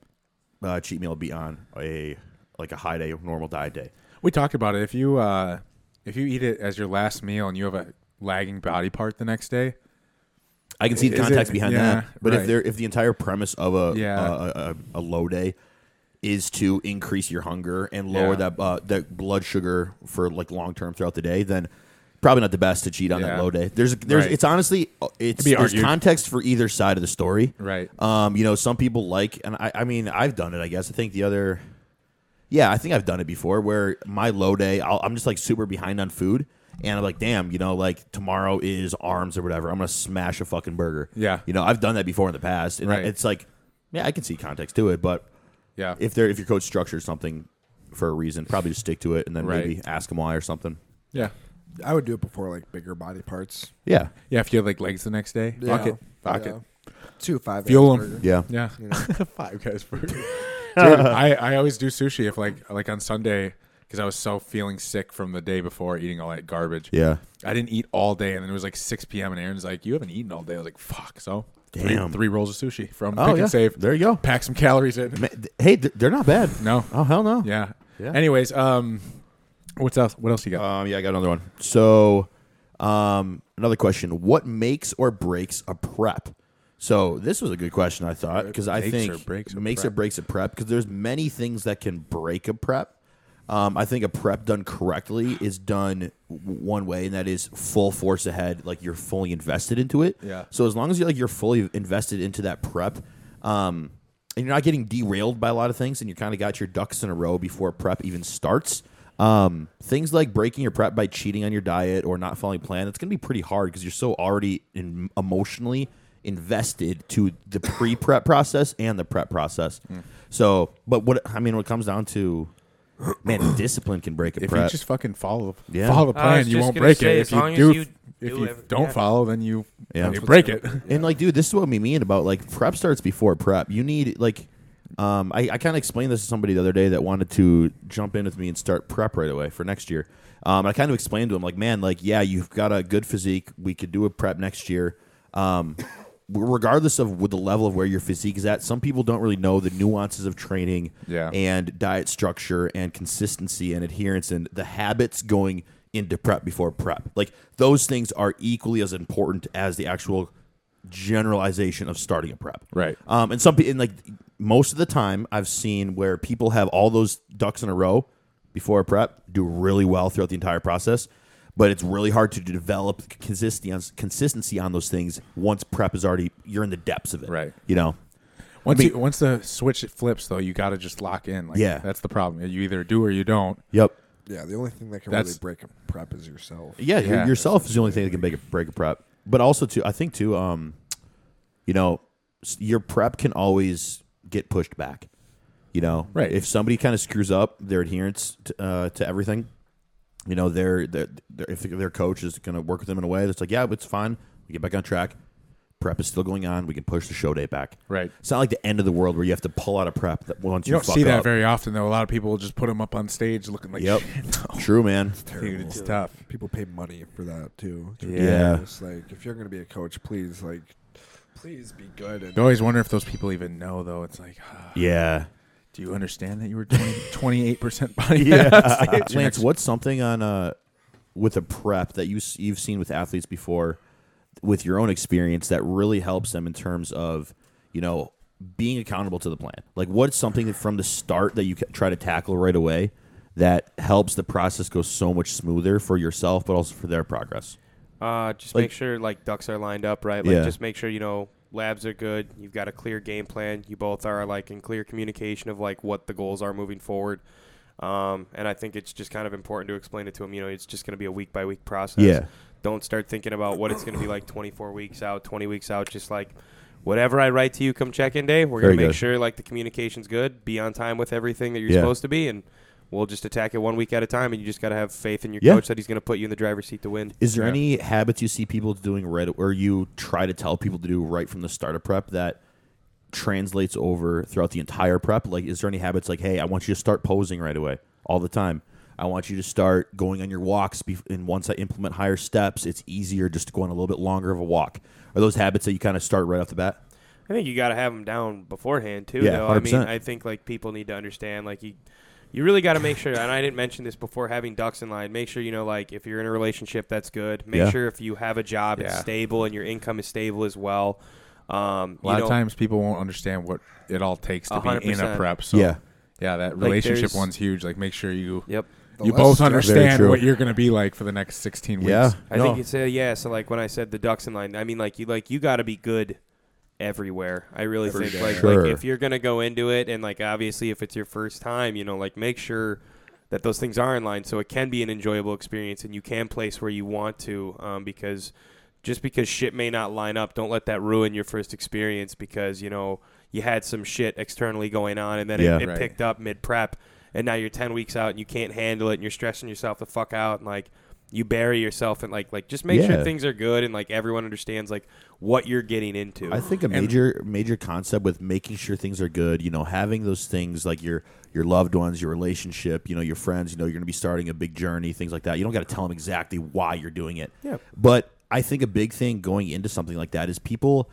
S3: uh, cheat meal be on a like a high day normal diet day
S1: we talked about it. If you uh, if you eat it as your last meal and you have a lagging body part the next day,
S3: i can see the
S1: Is it-
S3: context behind that
S1: yeah,
S3: but if
S1: right.
S3: there if the entire premise of a,
S1: Yeah.
S3: a, a, a low day is to increase your hunger and lower
S1: Yeah.
S3: that uh, that blood sugar for like long term throughout the day then probably not the best to cheat on that
S1: Yeah.
S3: low day there's there's
S1: Right.
S3: it's honestly uh, it's
S1: be
S3: there's
S1: argued.
S3: context for either side of the story
S1: right?
S3: Um, you know, some people like, and I, I mean, I've done it. I guess I think the other, yeah, I think I've done it before. Where my low day, I'll, I'm just like super behind on food, and I'm like, damn, you know, like tomorrow is arms or whatever. I'm gonna smash a fucking burger.
S1: Yeah.
S3: you know, I've done that before in the past, and
S1: Right.
S3: it's like, yeah, I can see context to it, but
S1: yeah.
S3: if there, if your coach structures something for a reason, probably just stick to it, and then
S1: Right.
S3: maybe ask them why or something.
S1: yeah.
S2: I would do it before like bigger body parts.
S3: Yeah,
S1: Yeah. If you have like legs the next day, fuck
S2: Yeah.
S1: it, fuck
S2: Yeah.
S1: it.
S2: Two five.
S1: Fuel
S2: ounce
S1: 'em.
S2: burger.
S3: yeah,
S1: Yeah.
S2: You know?
S1: Five guys burger. Dude, I, I always do sushi if like like on Sunday because I was so feeling sick from the day before eating all that garbage.
S3: yeah.
S1: I didn't eat all day, and then it was like 6 p.m. and Aaron's like, "You haven't eaten all day." I was like, "Fuck!" So three-
S3: Damn.
S1: three, rolls of sushi from
S3: Oh
S1: Pick
S3: yeah,
S1: and Save.
S3: there you go.
S1: Pack some calories in.
S3: Ma- th- Hey, th- they're not bad.
S1: No,
S3: Oh hell no.
S1: yeah.
S3: Yeah.
S1: Anyways, um, what's else? What else you got?
S3: Um, yeah, I got another one. So, um, another question: What makes or breaks a prep? So this was a good question, I thought, because I
S1: Makes
S3: think
S1: or breaks a
S3: makes or
S1: prep.
S3: breaks a prep because there's many things that can break a prep. Um, I think a prep done correctly is done w- one way, and that is full force ahead, like you're fully invested into it.
S1: Yeah.
S3: So as long as you're like you're fully invested into that prep, um, and you're not getting derailed by a lot of things, and you kind of got your ducks in a row before prep even starts. Um, things like breaking your prep by cheating on your diet or not following plan, it's gonna be pretty hard because you're so already in, emotionally invested to the pre-prep process and the prep process.
S1: Mm.
S3: So, but what I mean, when it comes down to, man, discipline can break a
S1: if you
S3: prep.
S1: just fucking follow the
S3: Yeah.
S1: follow the
S4: I was
S1: plan, you
S4: just
S1: won't
S4: gonna
S1: break
S4: say,
S1: it.
S4: as
S1: If you
S4: long as
S1: do,
S4: you
S1: if
S4: do
S1: you
S4: every-
S1: don't
S4: yeah.
S1: follow, then you
S3: Yeah.
S1: then you
S3: That's
S1: break it.
S3: And like, dude, this is what we mean about like prep starts before prep. You need like, um, I, I kind of explained this to somebody the other day that wanted to jump in with me and start prep right away for next year. Um, I kind of explained to him like, man, like, yeah, you've got a good physique. We could do a prep next year. Um, regardless of with the level of where your physique is at, some people don't really know the nuances of training
S1: Yeah.
S3: and diet structure and consistency and adherence and the habits going into prep before prep. Like those things are equally as important as the actual generalization of starting a prep.
S1: Right.
S3: Um, and some pe- and like most of the time I've seen where people have all those ducks in a row before a prep do really well throughout the entire process, but it's really hard to develop consistency on, consistency on those things once prep is already you're in the depths of it.
S1: Right.
S3: You know.
S1: Once
S3: I mean-
S1: you, once the switch flips, though, you got to just lock in. Like,
S3: Yeah.
S1: that's the problem. You either do or you don't.
S3: Yep.
S2: Yeah, the only thing that can
S1: That's-
S2: really break a prep is yourself.
S3: Yeah, your-
S1: Yeah.
S3: yourself is the only thing that can make a break a prep. But also too, I think too, um, you know, s- your prep can always get pushed back. You know,
S1: Right.
S3: If somebody kind of screws up their adherence to, uh, to everything, you know, their their their- if their coach is going to work with them in a way that's like, yeah, it's fine, we get back on track. Prep is still going on. We can push the show date back.
S1: Right.
S3: It's not like the end of the world where you have to pull out a prep that once you,
S1: You don't
S3: fuck
S1: see that
S3: up.
S1: very often, though. A lot of people will just put them up on stage looking like,
S3: Yep.
S1: shit.
S3: True, man.
S1: Dude, it's tough.
S2: People pay money for that too. It's
S1: Yeah.
S2: ridiculous. Like if you're gonna be a coach, please like Please be good. And
S1: You always wonder if those people even know, though. It's like, ah,
S3: Yeah.
S1: do you understand that you were 28 percent body
S3: Yeah.
S1: fat? It's your
S3: Lance,
S1: next-
S3: what's something on uh with a prep that you s- you've seen with athletes before, with your own experience that really helps them in terms of you know being accountable to the plan. Like, what's something that from the start that you ca- try to tackle right away that helps the process go so much smoother for yourself, but also for their progress.
S4: Uh, just
S3: Like-
S4: make sure like ducks are lined up right. Like
S3: Yeah.
S4: just make sure you know labs are good. You've got a clear game plan. You both are like in clear communication of like what the goals are moving forward. Um, and I think it's just kind of important to explain it to them. You know, it's just going to be a week by week process.
S3: Yeah.
S4: Don't start thinking about what it's going to be like 24 weeks out, 20 weeks out. Just like whatever I write to you come check in day, we're
S3: Very
S4: going to make
S3: good.
S4: sure like the communication's good, be on time with everything that you're
S3: Yeah.
S4: supposed to be, and we'll just attack it one week at a time. And you just got to have faith in your
S3: Yeah.
S4: coach that he's going to put you in the driver's seat to win.
S3: Is there any habits you see people doing right, or you try to tell people to do right from the start of prep that translates over throughout the entire prep? Like, is there any habits like, hey, I want you to start posing right away all the time. I want you to start going on your walks, bef- and once I implement higher steps, it's easier just to go on a little bit longer of a walk. Are those habits that you kind of start right off the bat?
S4: I think you got to have them down beforehand too.
S3: Yeah,
S4: though. I mean,
S3: 100%.
S4: I think like people need to understand like you, you really got to make sure. And I didn't mention this before having ducks in line. Make sure you know like if you're in a relationship, that's good. Make
S3: Yeah.
S4: sure if you have a job, it's
S1: Yeah.
S4: stable and your income is stable as well.
S1: A
S4: Um,
S1: lot
S4: you know,
S1: of times people won't understand what it all takes to be in a
S4: 100%.
S1: prep. So
S3: Yeah.
S1: yeah, that
S4: Like,
S1: relationship
S4: there's-
S1: one's huge. Like, make sure you
S4: Yep.
S2: the
S1: you
S2: less
S1: both
S2: stress-
S1: understand
S3: true.
S1: what you're going to be like for the next 16 weeks.
S3: Yeah.
S4: I
S3: No.
S4: think it's a yeah. So like when I said the ducks in line, I mean like you like you got to be good everywhere. I really
S2: For
S4: think
S2: sure.
S4: like
S3: Sure.
S4: like if you're gonna go into it and like obviously if it's your first time, you know like make sure that those things are in line so it can be an enjoyable experience and you can place where you want to um, because just because shit may not line up, don't let that ruin your first experience because you know you had some shit externally going on and then
S3: Yeah.
S4: it, it
S1: Right.
S4: picked up mid prep and now you're 10 weeks out and you can't handle it and you're stressing yourself the fuck out and like you bury yourself and like like just make
S3: Yeah.
S4: sure things are good and like everyone understands like what you're getting into.
S3: I think a major major concept with making sure things are good, you know, having those things like your your loved ones, your relationship, you know, your friends, you know, you're going to be starting a big journey, things like that. You don't got to tell them exactly why you're doing it.
S4: Yeah.
S3: But I think a big thing going into something like that is people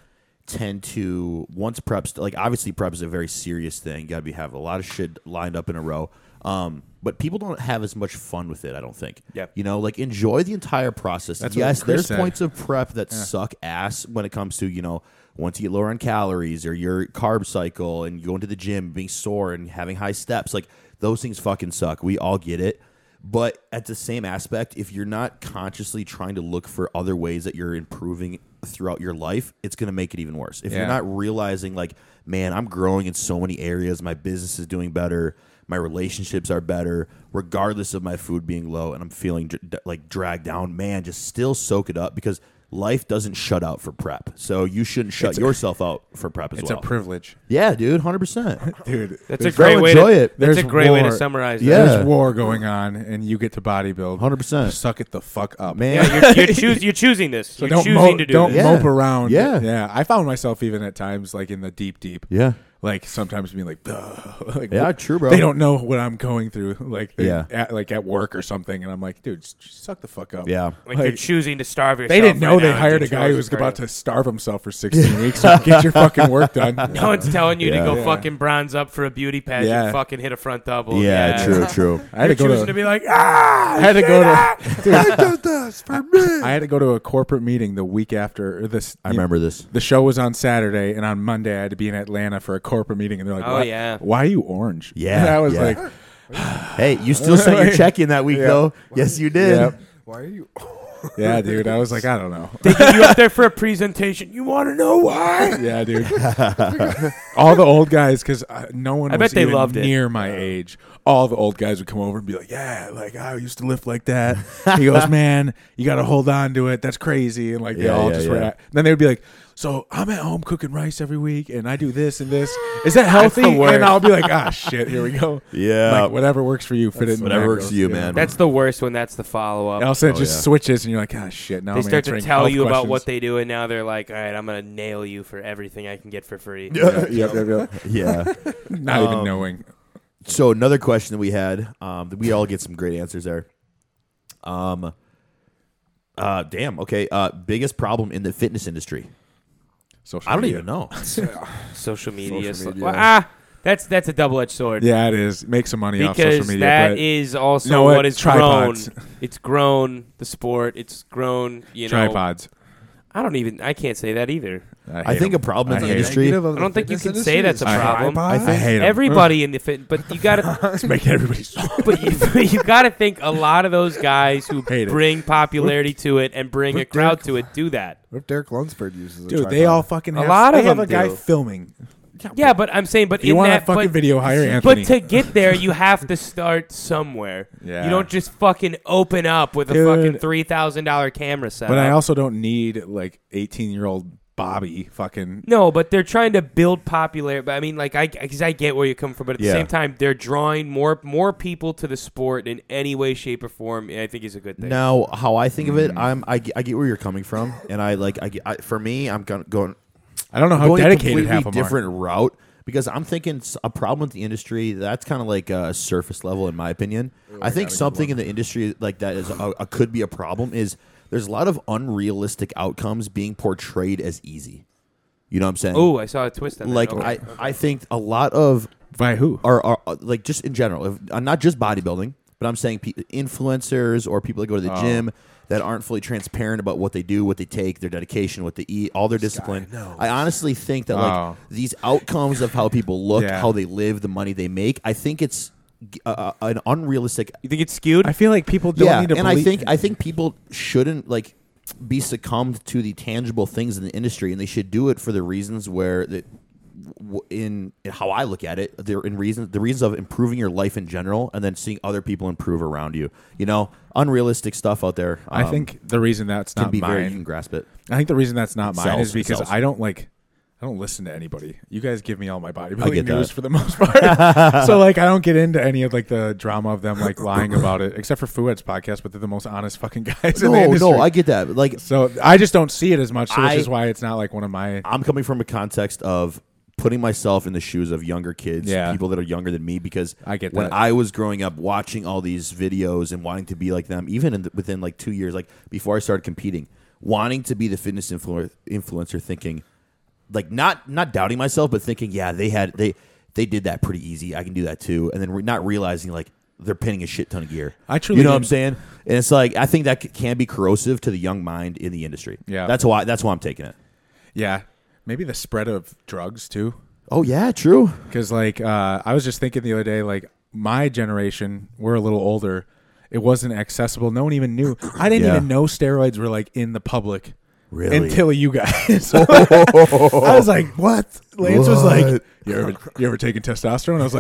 S3: tend to once preps like obviously prep is a very serious thing. Got to be have a lot of shit lined up in a row. Um, but people don't have as much fun with it. I don't think.
S4: Yeah.
S3: You know, like enjoy the entire process.
S1: That's what
S3: yes,
S1: Chris
S3: there's
S1: said.
S3: points of prep that suck ass when it comes to you know once you get lower on calories or your carb cycle and you go into the gym being sore and having high steps like those things fucking suck we all get it but at the same aspect if you're not consciously trying to look for other ways that you're improving throughout your life it's going to make it even worse if you're
S1: Yeah.
S3: not realizing like man i'm growing in so many areas my business is doing better my relationships are better regardless of my food being low and i'm feeling dr- d- like dragged down man just still soak it up because life doesn't shut out for prep so you shouldn't shut
S1: It's a-
S3: yourself out for prep as
S1: It's
S3: well
S1: a privilege,
S3: yeah dude 100%
S1: dude.
S4: that's a
S1: there's-
S4: great
S3: go
S4: way
S3: enjoy
S4: to
S3: it.
S4: that's a
S1: There's
S4: great way to
S1: war.
S4: summarize
S3: Yeah.
S4: that.
S1: There's war going on, and you get to bodybuild.
S3: 100%.
S1: Just Suck it the fuck up,
S3: man
S4: Yeah, you're, you're, choos- you're choosing this.
S1: So
S4: you're
S1: don't
S4: choosing
S1: mope,
S4: to do
S1: don't
S4: this.
S3: Yeah.
S1: mope around.
S3: Yeah.
S1: yeah. I found myself even at times like in the deep, deep.
S3: yeah
S1: Like sometimes being like, "Ugh." like
S3: Yeah,
S1: what-
S3: true, bro.
S1: They don't know what I'm going through. Like, they,
S3: Yeah.
S1: at, like at work or something, and I'm like, dude, s- suck the fuck up.
S3: yeah
S4: Like, you're
S1: Like,
S4: choosing to starve yourself.
S1: They didn't know
S4: right
S1: they
S4: now,
S1: hired a
S4: dude.
S1: guy who was
S4: Charles
S1: about
S4: Gardner.
S1: to starve himself for 16 weeks. So get your fucking work done.
S4: No one's telling you
S3: Yeah.
S4: to go
S1: Yeah.
S4: fucking bronze up for a beauty pageant.
S1: Yeah.
S4: Fucking hit a front
S1: Oh,
S4: double.
S3: yeah, true true
S1: I had to
S4: You're
S1: go
S4: choosing
S1: to,
S4: to, be like, ah,
S1: I had to go to
S2: I did this for me.
S1: I had to go to a corporate meeting the week after or this.
S3: i remember this
S1: the show was on Saturday, and on Monday I had to be in Atlanta for a corporate meeting, and they're like,
S4: Oh,
S1: "Why-
S4: yeah.
S1: why are you orange?"
S3: Yeah,
S1: and I was
S3: yeah.
S1: like,
S3: hey you still sent your check in that week
S1: Yeah.
S3: though yes you did
S1: "Yep,
S2: Why are you?
S1: yeah, dude." I was like, "I don't know."
S4: they get you up there for a presentation. You want to know why?
S1: yeah, dude. all the old guys, because no one.
S4: I bet
S1: was
S4: they
S1: even
S4: loved it.
S1: near my age. All the old guys would come over and be like, "Yeah, like I used to lift like that." he goes, "Man, you got to hold on to it. That's crazy." And like they
S3: Yeah,
S1: all
S3: yeah,
S1: just
S3: yeah.
S1: were. At, then they would be like. So I'm at home cooking rice every week, and I do this and this. Is that healthy?
S4: worst.
S1: And I'll be like, ah, shit, here we go.
S3: Yeah.
S1: like, whatever works for you, fit it. In
S3: whatever works
S1: macros,
S3: for you,
S1: yeah.
S3: man.
S4: That's the worst when that's the follow up.
S1: And also, it
S3: Oh,
S1: just
S3: yeah.
S1: switches, and you're like, ah, shit. Now
S4: they
S1: I'm
S4: start to
S1: answering
S4: tell
S1: health
S4: you about what
S1: questions.
S4: they do, and now they're like, all right, I'm going to nail you for everything I can get for free.
S1: Yep, yep, yep.
S3: yeah
S1: Not even knowing.
S3: so another question that we had um that we all get some great answers there um uh damn okay uh biggest problem in the fitness industry
S1: Social
S3: I don't
S1: media.
S3: even know.
S4: Social media.
S2: Social
S4: sli-
S2: media.
S4: Well, ah, that's that's a double edged sword.
S1: Yeah, it is. Make some money off
S4: because
S1: social media.
S4: that
S1: but
S4: is also
S1: No,
S4: what
S1: it-
S4: has
S1: tripods.
S4: grown. It's grown the sport. It's grown. You know,
S1: tripods.
S4: I don't even. I can't say that either.
S1: I,
S3: I
S1: hate
S3: think
S1: 'em.
S3: a problem
S1: I
S3: in the
S1: hate 'em.
S3: industry.
S4: I don't think you can say that's a
S1: I-
S4: problem.
S1: I think hate 'em.
S4: Everybody in the fit, but you got to,
S1: It's making everybody.
S4: but you, you got to think a lot of those guys who
S1: Hate it.
S4: bring popularity to it and bring a
S2: Rick
S4: crowd to it do that.
S2: What if Derek Lunsford uses a
S1: Dude,
S2: tripod?
S1: they all fucking
S4: A
S1: have,
S4: lot
S1: they
S4: of
S1: have
S4: them
S1: a guy
S4: do.
S1: filming.
S4: Yeah, but I'm saying, but
S1: If you
S4: in
S1: want
S4: that,
S1: a fucking
S4: but,
S1: video, hire Anthony.
S4: but to get there, you have to start somewhere.
S1: Yeah.
S4: You don't just fucking open up with a
S1: Dude.
S4: fucking three thousand dollar camera set.
S1: but I also don't need like 18 year old Bobby fucking.
S4: No, but they're trying to build popularity. But I mean, like, I because I get where you come from, but at the
S3: Yeah.
S4: same time, they're drawing more more people to the sport in any way, shape, or form. And I think is a good thing.
S3: Now, how I think of
S1: Mm.
S3: it, I'm I, ge- I get where you're coming from, and I like I, ge- I for me, I'm gonna going
S1: I don't know how
S3: going a
S1: dedicated
S3: completely
S1: half of them are.
S3: different route because I'm thinking s- a problem with the industry that's kind of like a surface level in my opinion. I think something in the industry like that is a, a, could be a problem is there's a lot of unrealistic outcomes being portrayed as easy. You know what I'm saying?
S4: Oh, I saw a twist on that.
S3: like
S4: Okay.
S3: I I think a lot of
S1: By who?
S3: are, are are- uh, like just in general, if, uh, not just bodybuilding, but I'm saying pe- influencers or people that go to
S1: Oh.
S3: the gym that aren't fully transparent about what they do, what they take, their dedication, what they eat, all their discipline. I honestly think that
S1: Oh.
S3: like these outcomes of how people look,
S1: Yeah.
S3: how they live, the money they make, I think it's g- uh, uh, an unrealistic
S4: you think it's skewed?
S1: I feel like people don't
S3: yeah,
S1: need to
S3: and I
S1: believe.
S3: think I think people shouldn't like be succumbed to the tangible things in the industry, and they should do it for the reasons where that w- in in how I look at it, they're in reasons the reasons of improving your life in general, and then seeing other people improve around you. You know, unrealistic stuff out there.
S1: I
S3: um,
S1: think the reason that's
S3: can
S1: not
S3: be very you
S1: mine.
S3: can grasp it.
S1: I think the reason that's not mine
S3: Sells,
S1: is because
S3: sells.
S1: I don't like. I don't listen to anybody. You guys give me all my
S3: get
S1: bodybuilding
S3: that.
S1: news for the most part, so like I don't get into any of like the drama of them like lying about it, except for Fuad's podcast. But they're the most honest fucking guys in the
S3: No,
S1: industry.
S3: no, I get that. Like
S1: so I just don't see it as much, so which
S3: I-
S1: is why it's not like one of my.
S3: I'm coming from a context of putting myself in the shoes of younger kids,
S1: Yeah.
S3: people that are younger than me, because
S1: I get
S3: when
S1: that.
S3: I was growing up, watching all these videos and wanting to be like them, even in the, within like two years, like before I started competing, wanting to be the fitness influ- influencer, thinking like not not doubting myself, but thinking, yeah, they had they they did that pretty easy. I can do that too, and then re- not realizing like. They're pinning a shit ton of gear.
S1: I truly
S3: you know what I'm
S1: didn't-
S3: saying, and it's like I think that c- can be corrosive to the young mind in the industry.
S1: Yeah.
S3: that's why that's why I'm taking it.
S1: Yeah, maybe the spread of drugs too.
S3: Oh yeah, true.
S1: because like uh, I was just thinking the other day, like my generation, we're a little older. It wasn't accessible. No one even knew. I didn't
S3: Yeah.
S1: even know steroids were like in the public
S3: Really?
S1: until you guys. I was like, "What?" Lance was like, "You ever you ever taking testosterone?" I was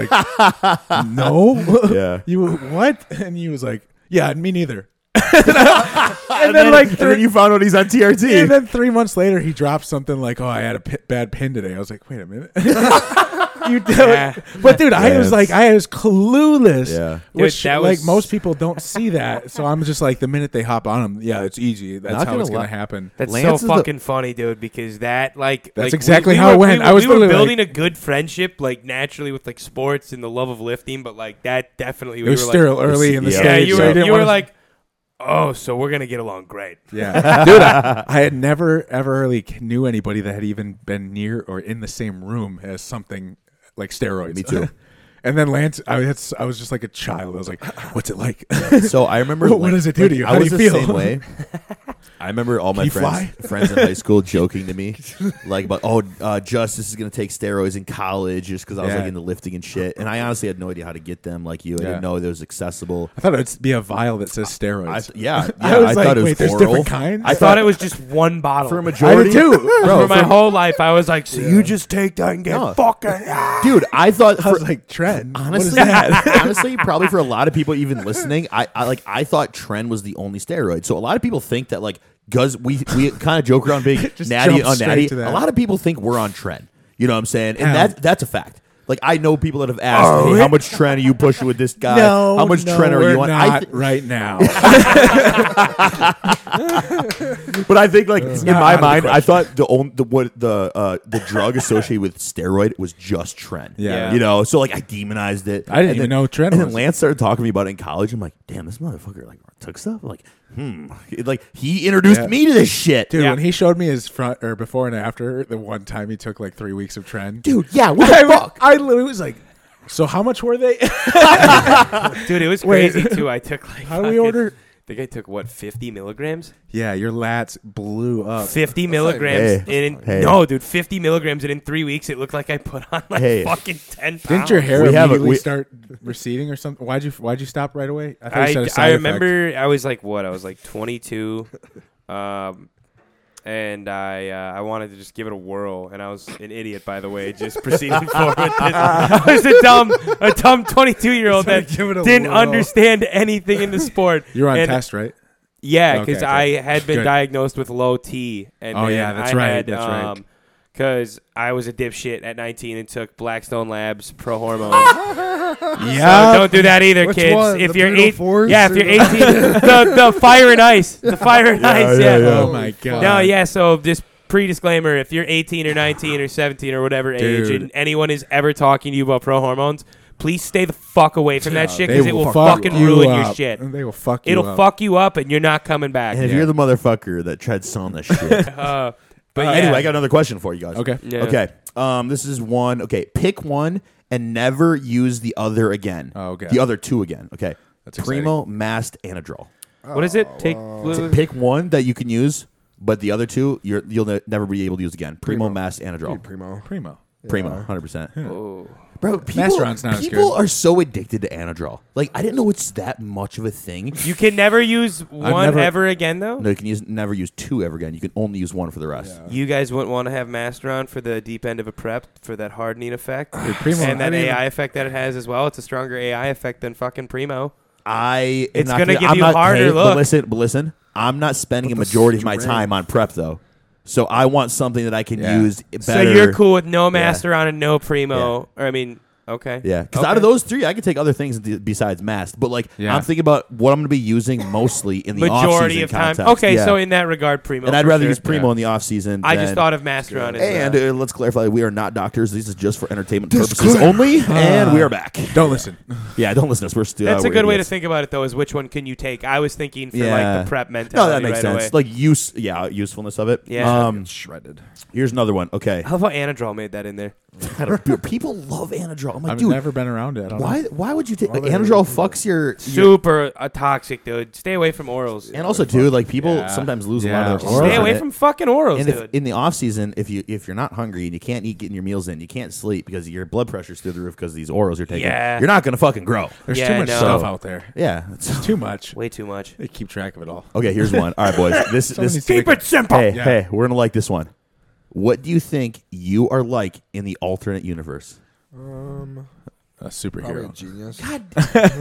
S1: like, "No."
S3: Yeah.
S1: you what? And he was like, "Yeah, me neither." and, then, like three,
S3: you found out he's on TRT.
S1: and then three months later, he dropped something like, "Oh, I had a pi bad pin today." I was like, "Wait a minute." you do
S4: Yeah.
S1: but dude, I
S3: Yeah,
S1: was like, I was clueless.
S3: Yeah.
S1: which
S4: Dude, that
S1: like
S4: was-
S1: most people don't see that. So I'm just like, the minute they hop on them, yeah, it's easy. That's
S3: Not
S1: how
S3: gonna
S1: it's
S3: lie.
S1: gonna happen.
S4: That's
S3: Lance
S4: so
S3: is the-
S4: fucking funny, dude. Because that, like,
S1: That's
S4: like, we-
S1: exactly
S4: we
S1: how it
S4: were-
S1: went.
S4: We,
S1: I was
S4: we were
S1: literally like-
S4: building a good friendship, like naturally with like sports and the love of lifting, but like that definitely
S1: It
S4: we
S1: was
S4: were
S1: still
S4: like,
S1: early in the
S3: Yeah,
S4: yeah,
S1: stage.
S4: you
S1: so
S4: were
S1: I didn't
S4: you were
S1: wanna-
S4: like, oh, so we're gonna get along great.
S1: yeah, dude. I, I had never ever really knew anybody that had even been near or in the same room as something like steroids.
S3: Me too.
S1: and then Lance, I was, I was just like a child. I was like, "What's it like?"
S3: so I remember.
S1: What- what
S3: like-
S1: does it do
S3: like,
S1: to you?
S3: I
S1: How do
S3: was
S1: you
S3: the
S1: feel?
S3: same way. I remember all my
S1: you
S3: friends, friends in high school joking to me, like about oh, uh, Justice is gonna take steroids in college just because I was
S1: Yeah.
S3: like into lifting and shit, and I honestly had no idea how to get them. Like you, I
S1: Yeah.
S3: didn't know it was accessible.
S1: I thought it would be a vial that says steroids.
S3: I th- yeah, yeah,
S1: I
S3: I,
S1: was like,
S3: thought it was
S1: wait, there's
S3: oral.
S1: different kinds?
S4: I thought it was just one bottle.
S3: for a
S1: I
S3: majority
S1: did too.
S3: Bro,
S4: for my
S3: for-
S4: whole life, I was like, so you just take that and get
S3: No.
S4: fucking.
S3: dude. I thought
S1: I was
S3: for-
S1: like, Trent, what is
S3: Honestly,
S1: that?
S3: honestly, probably for a lot of people even listening, I, I like I thought Tren was the only steroid. So a lot of people think that like because we we kind of joke around being
S1: Just
S3: natty
S1: jump
S3: on
S1: straight
S3: natty.
S1: to that.
S3: A lot of people think we're on Tren. You know what I'm saying? And
S1: Yeah.
S3: that that's a fact. Like I know people that have asked, hey, how much Tren are you pushing with this guy? uh, how much Tren are
S1: Oh, we're
S3: you on? I
S1: Not
S3: th-
S1: right now.
S3: but I think like in
S1: not out
S3: my
S1: of the
S3: mind, I thought the only the what the uh, the drug associated with steroid was just Tren.
S1: Yeah.
S3: you know, so like I demonized it.
S1: I didn't
S3: And
S1: even
S3: then-
S1: know Tren
S3: And then
S1: was-
S3: Lance started talking to me about it in college. I'm like, damn, this motherfucker like took stuff. I'm like, hmm. Like he introduced
S1: Yeah.
S3: me to this shit,
S1: Dude,
S4: Yeah.
S1: when he showed me his front or before and after, the one time he took like three weeks of trend.
S3: Dude, yeah. What
S1: I,
S3: the
S1: was-
S3: fuck?
S1: I literally was like, so how much were they?
S4: Dude, it was
S1: Wait.
S4: crazy too. I took like
S1: How do we
S4: fucking-
S1: order-
S4: I think I took what fifty milligrams.
S1: yeah, your lats blew up.
S4: Fifty milligrams.
S3: Hey.
S4: and in,
S3: Hey.
S4: No, dude, fifty milligrams, and in three weeks, it looked like I put on like
S3: Hey.
S4: fucking ten pounds.
S1: Didn't your hair
S3: We have a-
S1: immediately
S3: we-
S1: start receding or something? Why'd you Why'd you stop right away? thought you said
S4: I,
S1: a side
S4: I
S1: effect.
S4: remember I was like what I was like 22, um, and I uh, I wanted to just give it a whirl, and I was an idiot by the way, just proceeding forward. With this. I was a dumb a dumb 22 year old
S1: Sorry,
S4: that
S1: give it a
S4: didn't
S1: whirl.
S4: understand anything in the sport.
S1: you were on
S4: and-
S1: test, right?
S4: Yeah,
S1: Okay,
S4: because
S1: okay.
S4: I had been
S1: Good.
S4: diagnosed with low T, and
S1: Oh,
S4: then
S1: yeah, that's
S4: I
S1: right,
S4: Had,
S1: that's right.
S4: Because I was a dipshit at 19 and took Blackstone Labs pro hormone.
S1: Yeah.
S4: Oh, Don't do that either,
S2: Which
S4: kids.
S2: one?
S4: If
S2: The
S4: you're
S2: Brutal
S4: eight,
S2: Force
S4: yeah, if
S2: or
S4: you're
S2: the-
S4: 18, the, the fire and ice, the fire and ice, yeah.
S3: yeah, yeah.
S1: Oh my god.
S4: No, yeah. So just pre-disclaimer: if you're 18 or 19 or 17 or whatever age,
S1: Dude.
S4: and anyone is ever talking to you about pro hormones, please stay the fuck away from that shit
S1: They
S4: because it will fucking
S1: you
S4: ruin your
S1: up.
S4: shit.
S1: They will fuck you
S4: It'll
S1: up.
S4: fuck you up, and you're not coming back.
S3: And if
S1: Yeah.
S3: you're the motherfucker that tried selling this shit.
S4: Uh, but
S3: Uh,
S4: yeah.
S3: Anyway, I got another question for you guys.
S1: Okay.
S4: Yeah.
S3: Okay. Um, this is one. Okay, pick one and never use the other again.
S1: Oh, okay.
S3: The other two again. Okay.
S1: That's
S3: Primo, masked Anadrol.
S4: What is it? Take
S3: Pick one that you can use, but the other two you're, you'll ne- never be able to use again. Primo, masked Anadrol.
S2: Primo.
S1: Primo.
S3: Primo, hundred percent.
S4: Oh.
S3: Bro, people,
S1: Masteron's not as
S3: people
S1: good.
S3: are so addicted to Anadrol. Like I didn't know it's that much of a thing.
S4: You can never use one
S1: never-
S4: ever again, though.
S3: No, you can use never use two ever again. You can only use one for the rest.
S4: You guys wouldn't want to have Master on for the deep end of a prep for that hardening effect.
S1: Dude, Primo.
S4: and
S1: I
S4: that
S1: didn't even-
S4: AI effect that it has as well. It's a stronger AI effect than fucking Primo.
S3: I
S4: It's
S3: not
S4: gonna give
S3: I'm
S4: you
S3: not-
S4: harder
S3: hey,
S4: look.
S3: But listen, but listen, I'm not spending a majority of my
S2: strength.
S3: time on prep though, so I want something that I can
S1: Yeah.
S3: use better.
S4: So you're cool with no Master on and no Primo. Or I mean, okay.
S3: Yeah, because
S4: Okay.
S3: out of those three, I can take other things th- besides mast. But like,
S1: Yeah.
S3: I'm thinking about what I'm going to be using mostly in the
S4: majority
S3: off-season
S4: of time.
S3: context.
S4: Okay,
S3: Yeah.
S4: so in that regard, Primo.
S3: and I'd
S4: for
S3: rather
S4: sure.
S3: use Primo
S1: Yeah.
S3: in the off season.
S4: I just thought of Master on as
S3: And
S4: well.
S3: uh, let's clarify, we are not doctors. This is just for entertainment purposes only. and we are back.
S1: Don't listen.
S3: Yeah, don't listen to us. We're still.
S4: Uh. That's
S3: uh,
S4: a
S3: we're
S4: good way to
S3: idiots.
S4: think about it, though. Is which one can you take? I was thinking for
S3: Yeah.
S4: like the prep
S3: No,
S4: mentality.
S3: that makes
S4: right
S3: sense.
S4: Away.
S3: Like use, yeah, usefulness of it.
S4: Yeah.
S3: Um,
S1: shredded.
S3: here's another one. Okay.
S4: How about Anadrol made that in there?
S3: Dude, people love Anadrol. I'm like,
S1: I've
S3: dude,
S1: never been around it. I don't
S3: why?
S1: Know.
S3: Why would you take like Anadrol? Fucks your. your
S4: Super uh, toxic, dude. Stay away from orals.
S3: and also, dude, like people
S1: Yeah.
S3: sometimes lose a
S1: Yeah,
S3: lot of their
S1: orals
S3: orals
S4: Stay
S3: in
S4: away
S3: it.
S4: from fucking orals,
S3: And
S4: dude.
S3: if, in the off season, if you if you're not hungry and you can't eat getting your meals in, you can't sleep because your blood pressure's through the roof because of these orals you're taking.
S4: Yeah.
S3: You're not gonna fucking grow.
S1: There's
S4: Yeah,
S1: too much
S4: no.
S1: stuff out there.
S3: Yeah.
S1: Too much.
S4: Way too much.
S1: They keep track of it all.
S3: Okay, here's one. All right, boys. This
S1: Someone
S3: this
S1: needs to make a-
S4: simple.
S3: hey
S1: Yeah.
S3: hey, we're gonna like this one. What do you think you are like in the alternate universe?
S2: Um,
S1: a
S2: probably a
S1: superhero.
S2: genius.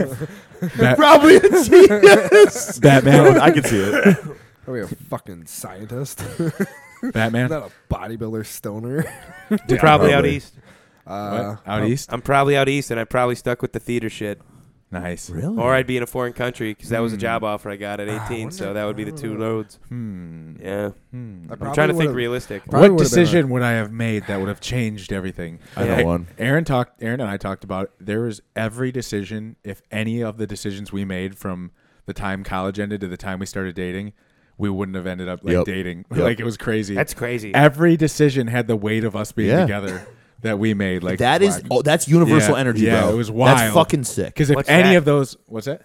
S1: Bat-
S3: Probably a genius.
S1: Uh, Batman.
S3: I can see it.
S2: Probably a fucking scientist.
S1: Batman.
S2: Not a bodybuilder stoner.
S4: I'm probably, out
S3: probably.
S4: east.
S2: Uh,
S1: What? Out east.
S4: I'm probably out east, and I probably stuck with the theater shit,
S1: Nice.
S3: Really?
S4: or I'd be in a foreign country because that was a
S1: Hmm.
S4: job offer I got at 18. so that would be the two roads.
S1: Hmm.
S4: Yeah,
S1: Hmm.
S2: I
S4: I'm
S2: probably
S4: trying to think
S2: would've-
S4: realistic.
S2: Probably
S1: what
S2: would've been
S1: decision would I have made that would have changed everything?
S3: I know
S1: Like,
S3: one.
S1: Aaron talked. Aaron and I talked about. It. There was every decision, if any of the decisions we made from the time college ended to the time we started dating, we wouldn't have ended up like
S3: Yep.
S1: dating.
S3: Yep.
S1: Like it was crazy.
S4: That's crazy.
S1: every decision had the weight of us being
S3: Yeah.
S1: together that we made. Like
S3: That is oh, that's universal
S1: Yeah,
S3: energy,
S1: yeah,
S3: bro.
S1: it was
S3: That's
S1: wild.
S3: fucking sick.
S1: because if
S4: What's
S1: any
S4: that?
S1: of those, what's that?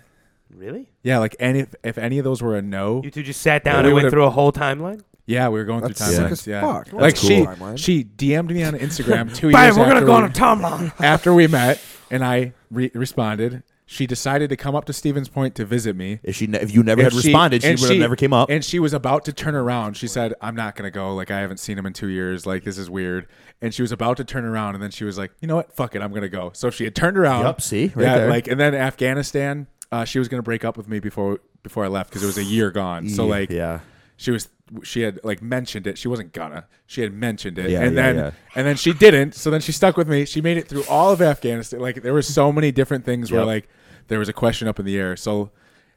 S4: Really?
S1: Yeah, like any if, if any of those were a no,
S4: You two just sat down
S1: Yeah, we
S4: and went
S1: would've-
S4: through a whole timeline.
S1: yeah, we were going
S2: That's
S1: through
S2: sick
S1: timelines.
S2: as
S1: Yeah,
S2: fuck. That's
S1: like she
S2: cool. Timeline.
S1: she DM'd me on Instagram two years.
S4: Bye, we're gonna
S1: after
S4: go
S1: we-
S4: on a timeline.
S1: after we met and I re- responded, she decided to come up to Stevens Point to visit me.
S3: If she ne- if you never had
S1: And
S3: responded, she
S1: and
S3: would have never came up.
S1: And she was about to turn around. She said, "I'm not gonna go. Like I haven't seen him in two years. Like this is weird." And she was about to turn around, and then she was like, "You know what? Fuck it. I'm gonna go." So she had turned around.
S3: Yup, see? Right
S1: yeah.
S3: there.
S1: Like and then Afghanistan, uh, she was gonna break up with me before before I left because it was a year gone. So
S3: Yeah,
S1: like
S3: yeah.
S1: she was she had like mentioned it. She wasn't gonna. She had mentioned it,
S3: Yeah,
S1: and
S3: yeah,
S1: then
S3: yeah.
S1: and then she didn't. So then she stuck with me. She made it through all of Afghanistan. Like there were so many different things where
S3: Yep.
S1: like there was a question up in the air. So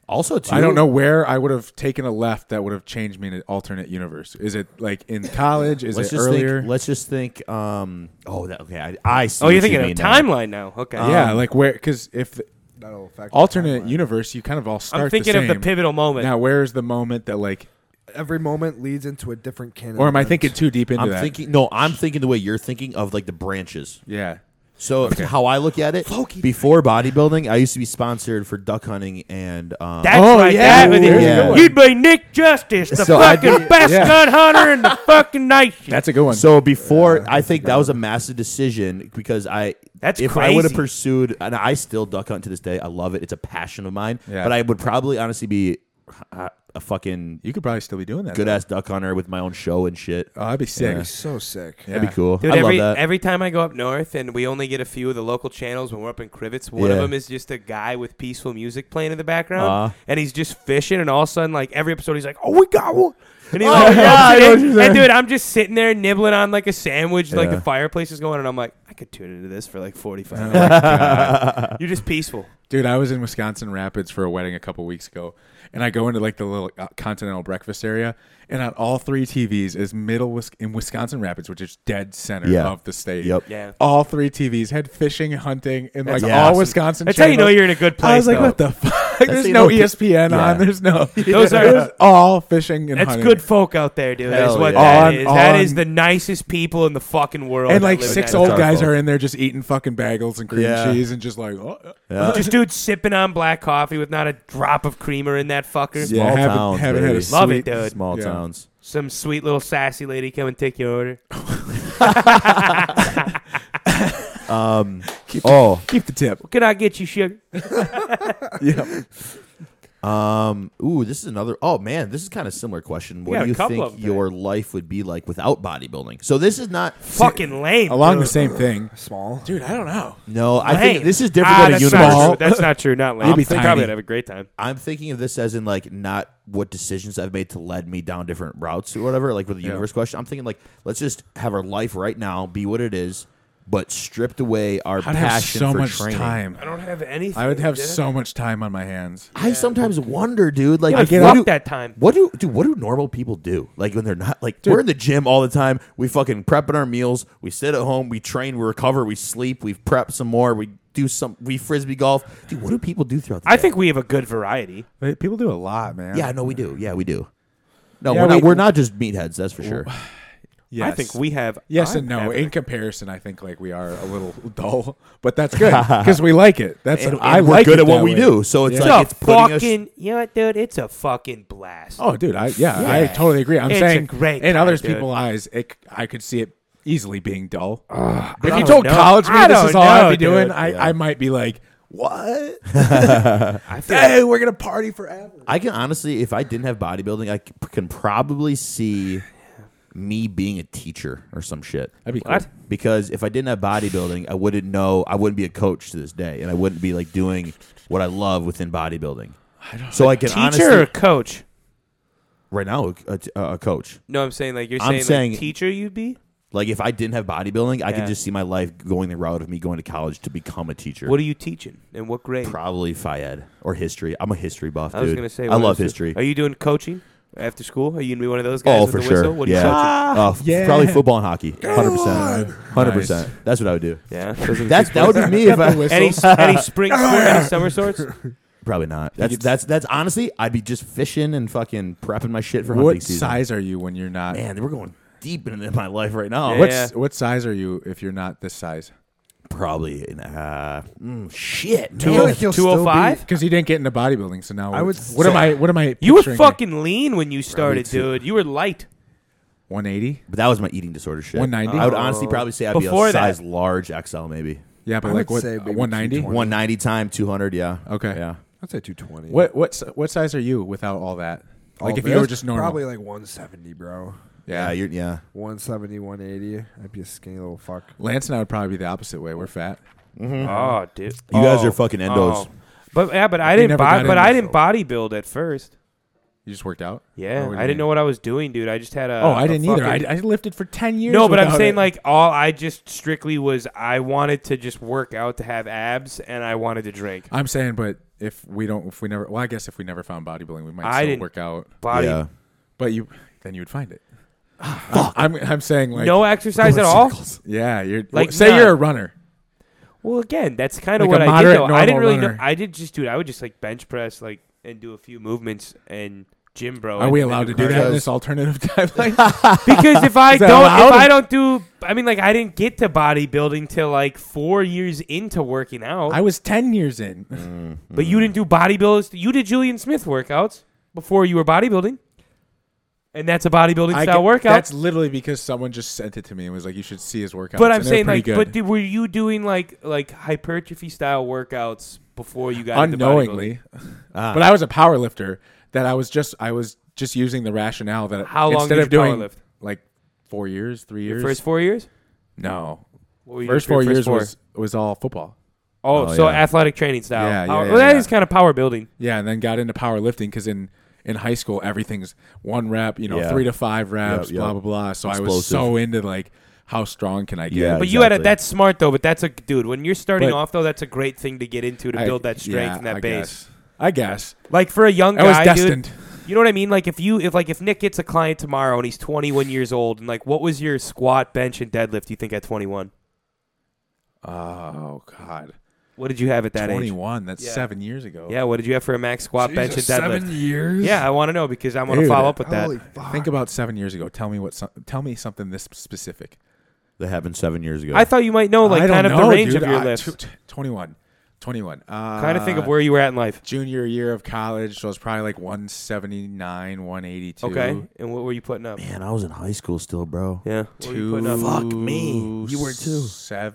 S3: also, too,
S1: I don't know where I would have taken a left that would have changed me in an alternate universe. Is it like in college? Is
S3: Let's
S1: it
S3: just
S1: earlier?
S3: think. Let's just think. Um. Oh, that, okay. I, I see.
S4: Oh, you're
S3: what you
S4: thinking of
S3: mean now. um,
S4: timeline now? Okay.
S1: yeah, like where? Because if
S2: that'll affect. the
S1: alternate
S2: timeline.
S1: universe, you kind of all start
S4: I'm thinking
S1: the
S4: of
S1: same.
S4: the pivotal moment.
S1: Now, where's the moment that like,
S2: Every moment leads into a different canon.
S1: or am I
S2: event.
S1: thinking too deep into
S3: I'm
S1: that?
S3: thinking. No, I'm thinking the way you're thinking of like the branches.
S1: yeah.
S3: So how I look at it, before bodybuilding, I used to be sponsored for duck hunting and um,
S4: That's
S1: Oh,
S4: right.
S1: yeah.
S4: That was
S1: Ooh,
S4: it.
S3: yeah.
S4: You'd be Nick Justice, the
S3: So I'd
S4: fucking best
S1: yeah.
S4: gun hunter in the fucking nation.
S1: That's a good one.
S3: So before, I think that was a massive decision because I
S4: That's
S3: if I would have
S4: crazy.
S3: pursued, and I still duck hunt to this day. I love it; it's a passion of mine.
S1: Yeah.
S3: But I would probably honestly be uh, a fucking
S1: you could probably still be doing that.
S3: good ass duck hunter with my own show and shit.
S1: Oh, that'd be sick.
S2: He's so sick.
S1: Yeah.
S3: That'd be cool.
S4: Dude,
S3: I
S4: every,
S3: love that.
S4: every time I go up north and we only get a few of the local channels when we're up in Crivets, one of
S3: Yeah.
S4: them is just a guy with peaceful music playing in the background
S3: Uh-huh.
S4: and he's just fishing. And all of a sudden, like every episode, he's like, oh, we got one. And he
S3: Oh,
S4: like,
S3: yeah, I
S4: rubs
S3: know
S4: it
S3: what
S4: in.
S3: you're saying.
S4: and dude, I'm just sitting there nibbling on like a sandwich, like
S3: Yeah.
S4: the fireplace is going. And I'm like, I could tune into this for like 45 minutes. You're just peaceful.
S1: Dude, I was in Wisconsin Rapids for a wedding a couple weeks ago, and I go into like the little uh, continental breakfast area, and on all three TVs is middle Wis- in Wisconsin Rapids, which is dead center
S3: Yeah.
S1: of the state.
S3: Yep.
S4: Yeah.
S1: All three TVs had fishing, hunting, and like
S3: That's
S1: all
S3: awesome.
S1: Wisconsin.
S4: That's how you know
S1: channels.
S4: you're in a good place.
S1: I was like,
S4: though.
S1: what the fuck? There's
S3: how you
S1: no E
S3: know it-
S1: ESPN on.
S3: Yeah.
S1: There's no.
S4: Those are-
S1: There's all fishing and
S4: That's
S1: hunting.
S4: good folk out there, dude. That's
S3: Hell
S4: what
S3: yeah.
S1: On-
S4: that is. that
S1: on-
S4: is the nicest people in the fucking world.
S1: And
S4: that
S1: like
S4: live in
S1: six
S4: that
S1: old
S3: dark
S1: guys
S3: world.
S1: are in there just eating fucking bagels and cream
S3: Yeah.
S1: cheese and just like, oh, uh,
S3: Yeah.
S4: Just dude sipping on black coffee with not a drop of creamer in that fucker.
S1: yeah,
S3: Small
S1: haven't,
S3: towns,
S1: haven't had a
S3: baby.
S4: Love
S1: sweet-
S4: it, dude.
S3: Small
S1: Yeah.
S3: towns.
S4: Some sweet little sassy lady come and take your order.
S3: Um, oh,
S1: Keep the tip.
S4: Can I get you sugar?
S1: yeah.
S3: um, ooh, this is another. Oh man, this is kind of similar question. What
S4: got
S3: do
S4: a
S3: you
S4: couple of them
S3: think
S4: today.
S3: your life would be like without bodybuilding? So this is not
S4: Fucking lame.
S1: Along
S4: dude.
S1: the same thing.
S2: Small.
S1: Dude, I don't know.
S3: No, I
S4: Lame.
S3: think this is different
S4: Ah,
S3: than a
S4: that's
S3: universe.
S4: Not true. That's not true. Not lame.
S1: Maybe
S4: I'm
S1: tiny.
S4: probably would have a great time.
S3: I'm thinking of this as in like not what decisions I've made to lead me down different routes or whatever. Like with the universe question, I'm thinking like let's just have our life right now be what it is, but stripped away our
S1: I'd have
S3: passion
S1: so
S3: for
S1: much
S3: training.
S1: time.
S4: I don't have anything.
S1: I would have
S4: dude.
S1: so much time on my hands.
S3: I sometimes wonder, dude. Like,
S4: Yeah,
S3: like,
S4: fuck
S3: what do,
S4: that time.
S3: What do dude? What do normal people do? Like when they're not like we're in the gym all the time. We fucking prepping our meals. We sit at home. We train. We recover. We sleep. We prep some more. We do some. We frisbee golf. Dude, what do people do throughout? the
S4: I
S3: day?
S4: think we have a good variety.
S1: They- People do a lot, man.
S3: Yeah, no, we do. Yeah, we do. No,
S1: Yeah,
S3: we're not.
S1: we-
S3: We, are not just meatheads. That's for sure.
S1: Yes.
S4: I think we have.
S1: Yes
S4: I'm
S1: and no.
S4: having
S1: In comparison, I think like we are a little dull, but that's good because we like it. That's I
S3: we're
S1: like
S3: good
S1: it
S3: at what
S1: that
S3: we
S1: way.
S3: do. So it's
S1: Yeah.
S3: like
S4: It's
S3: it's
S4: a
S3: putting us.
S4: fucking. you know what, dude? It's a fucking blast.
S1: Oh, dude, I yeah, I totally agree. I'm
S4: It's a
S1: saying
S4: great
S1: in
S4: time,
S1: others
S4: dude.
S1: people's eyes, it, c- I could see it easily being dull. if
S4: I
S1: you
S4: don't
S1: told
S4: know.
S1: college me
S4: I
S1: this is
S4: don't
S1: all I'd
S4: know,
S1: be doing,
S4: dude.
S1: I, I might be like, what?
S4: I feel like-
S1: Hey, we're gonna party forever.
S3: I can honestly, if I didn't have bodybuilding, I c- can probably see me being a teacher or some shit.
S1: That'd be cool.
S4: What?
S3: Because if I didn't have bodybuilding, I wouldn't know. I wouldn't be a coach to this day, and I wouldn't be like doing what I love within bodybuilding.
S1: I don't-
S3: So I can
S4: teacher or
S3: honestly
S4: coach?
S3: right now a, a, a coach.
S4: No, I'm saying like you're
S3: I'm
S4: saying,
S3: saying-
S4: like, teacher you'd be.
S3: Like if I didn't have bodybuilding, I
S4: Yeah.
S3: could just see my life going the route of me going to college to become a teacher.
S4: What are you teaching and what grade?
S3: Probably Fayed or history. I'm a history buff,
S4: I
S3: dude.
S4: was gonna say
S3: I
S4: what
S3: love
S4: is it?
S3: history.
S4: Are you doing coaching after school? Are you gonna be one of those guys?
S3: Oh,
S4: with
S3: for
S4: the
S3: sure.
S4: Whistle? What are you
S3: yeah.
S1: Ah.
S3: Uh, f-
S1: Yeah.
S3: Probably football and hockey. 100%. 100%.
S1: Nice.
S3: That's what I would do.
S4: coaching? Yeah.
S3: That's that would be me if I
S4: any any spring sport, any summer sorts?
S3: probably not. That's that's that's honestly I'd be just fishing and fucking prepping my shit for hunting
S1: What
S3: season.
S1: size are you when you're not?
S3: Man, we're going deep into my life right now.
S4: Yeah.
S3: What
S1: What's, what size are you if you're not this size?
S3: probably in, uh mm, shit.
S2: I
S3: Two
S2: feel like he'll
S4: Two oh
S2: still be-
S4: five.
S1: Because you didn't get into bodybuilding, so now
S2: I would
S1: What am
S2: say-
S1: I? What am I?
S4: You were
S1: picturing?
S4: fucking lean when you started,
S3: two.
S4: dude. You were light.
S1: 180.
S3: But that was my eating disorder shit.
S1: 190?
S3: I would honestly probably say I'd
S4: Before
S3: be a
S4: that.
S3: size large XL maybe.
S1: Yeah, but
S2: I
S1: like
S2: would
S1: what?
S2: say maybe
S1: 190.
S2: 220.
S3: 190 time 200, yeah.
S1: Okay.
S3: Yeah.
S2: I'd say 220.
S1: What what si- what size are you without all that?
S2: All
S1: Like if
S2: this?
S1: you were just normal.
S2: Probably like 170, bro.
S3: Yeah, you're yeah.
S2: 170, 180. I'd be a skinny little fuck.
S1: Lance and I would probably be the opposite way. We're fat. Mm-hmm.
S4: Oh, dude.
S3: You guys
S4: Oh,
S3: are fucking
S4: oh.
S3: endos.
S4: But yeah, but I
S1: You
S4: didn't.
S1: never
S4: Bo-
S1: got
S4: but
S1: into
S4: I
S1: it,
S4: didn't bodybuild at first.
S1: You just worked out. Or
S4: Yeah,
S1: what do
S4: I
S1: you
S4: didn't
S1: mean?
S4: know what I was doing, dude. I just had a.
S1: Oh, I
S4: a
S1: didn't either. I,
S4: fucking-
S1: I lifted for ten years.
S4: Uh, No, but I'm
S1: without
S4: saying
S1: it.
S4: like all I just strictly was I wanted to just work out to have abs and I wanted to drink.
S1: I'm saying, but if we don't, if we never, well, I guess if we never found bodybuilding, we might
S4: I
S1: still
S4: didn't-
S1: work out.
S4: Body
S3: Yeah.
S1: But you, then you would find it. I'm I'm saying like
S4: Ah, no exercise at all.
S1: Yeah, you're
S4: Like
S1: like say
S4: none.
S1: you're a runner.
S4: Well, again, that's kind of
S1: Like a
S4: what I
S1: moderate,
S4: did. Though. I
S1: normal
S4: didn't really
S1: runner.
S4: know. I did just do it. I would just like bench press, like, and do a few movements and gym, bro.
S1: Are
S4: and-
S1: we
S4: and
S1: allowed to do that in
S4: cardio.
S1: this alternative timeline?
S4: Because if I
S1: Is that
S4: don't,
S1: allowed?
S4: if I don't do, I mean, like, I didn't get to bodybuilding till like four years into working out.
S1: I was ten years in.
S4: but you didn't do bodybuilders. You did Julian Smith workouts before you were bodybuilding, and that's a bodybuilding
S1: I
S4: style
S1: can-
S4: workout.
S1: That's literally because someone just sent it to me and was like, "You should see his workout."
S4: But I'm saying like, but did, were you doing like like hypertrophy style workouts before you got into bodybuilding? Uh.
S1: unknowingly, but I was a power lifter. That I was just I was just using the rationale that
S4: How long
S1: instead
S4: did
S1: of
S4: you power
S1: doing
S4: lift?
S1: like four years, three
S4: Your
S1: years,
S4: first four years?
S1: no,
S4: What were you doing
S1: first
S4: for your
S1: four years
S4: four?
S1: was was all football.
S4: oh,
S3: Oh,
S4: so
S3: yeah.
S4: athletic training style.
S1: Yeah, yeah,
S4: Power-
S1: yeah,
S4: well, that is
S1: yeah.
S4: kind of power building.
S1: Yeah, and then got into powerlifting because in in high school everything's one rep, you know,
S3: Yeah.
S1: three to five reps,
S3: yep.
S1: blah blah blah. So I was
S3: Explosive.
S1: so into like how strong can I get?
S3: Yeah.
S4: But you had a
S3: Exactly.
S4: that's smart though. But that's a dude when you're starting
S1: But-
S4: off though. That's a great thing to get into to
S1: I-
S4: build that strength
S1: yeah,
S4: and that
S1: I
S4: base.
S1: guess. I guess
S4: Like for a young
S1: I was
S4: guy, dude,
S1: destined.
S4: You know what I mean? Like if you if like if Nick gets a client tomorrow and he's 21 years old and like what was your squat, bench, and deadlift? You think at 21?
S1: Oh God,
S4: What did you have at that
S1: twenty
S4: age?
S1: one. That's
S4: Yeah.
S1: seven years ago.
S4: Yeah, what did you have for a max squat, bench, and
S2: Jesus,
S4: deadlift?
S2: seven years.
S4: Yeah, I want to know because I want to
S1: Dude,
S4: follow up with that.
S2: Holy fuck.
S1: Think about seven years ago. Tell me what. Some, tell me something this specific.
S3: That happened seven years ago.
S4: I thought you might know Oh, like
S1: I don't
S4: kind of the
S1: know,
S4: range
S1: dude.
S4: of your
S1: Uh,
S4: lifts.
S1: tw- t- 21. 21. Uh,
S4: kind of think of where you were at in life.
S1: Junior year of college, so it's probably like 179, 182.
S4: Okay, and what were you putting up?
S3: man, I was in high school still, bro.
S4: Yeah, what were you putting
S1: Two-
S4: up
S3: Fuck me. You were too.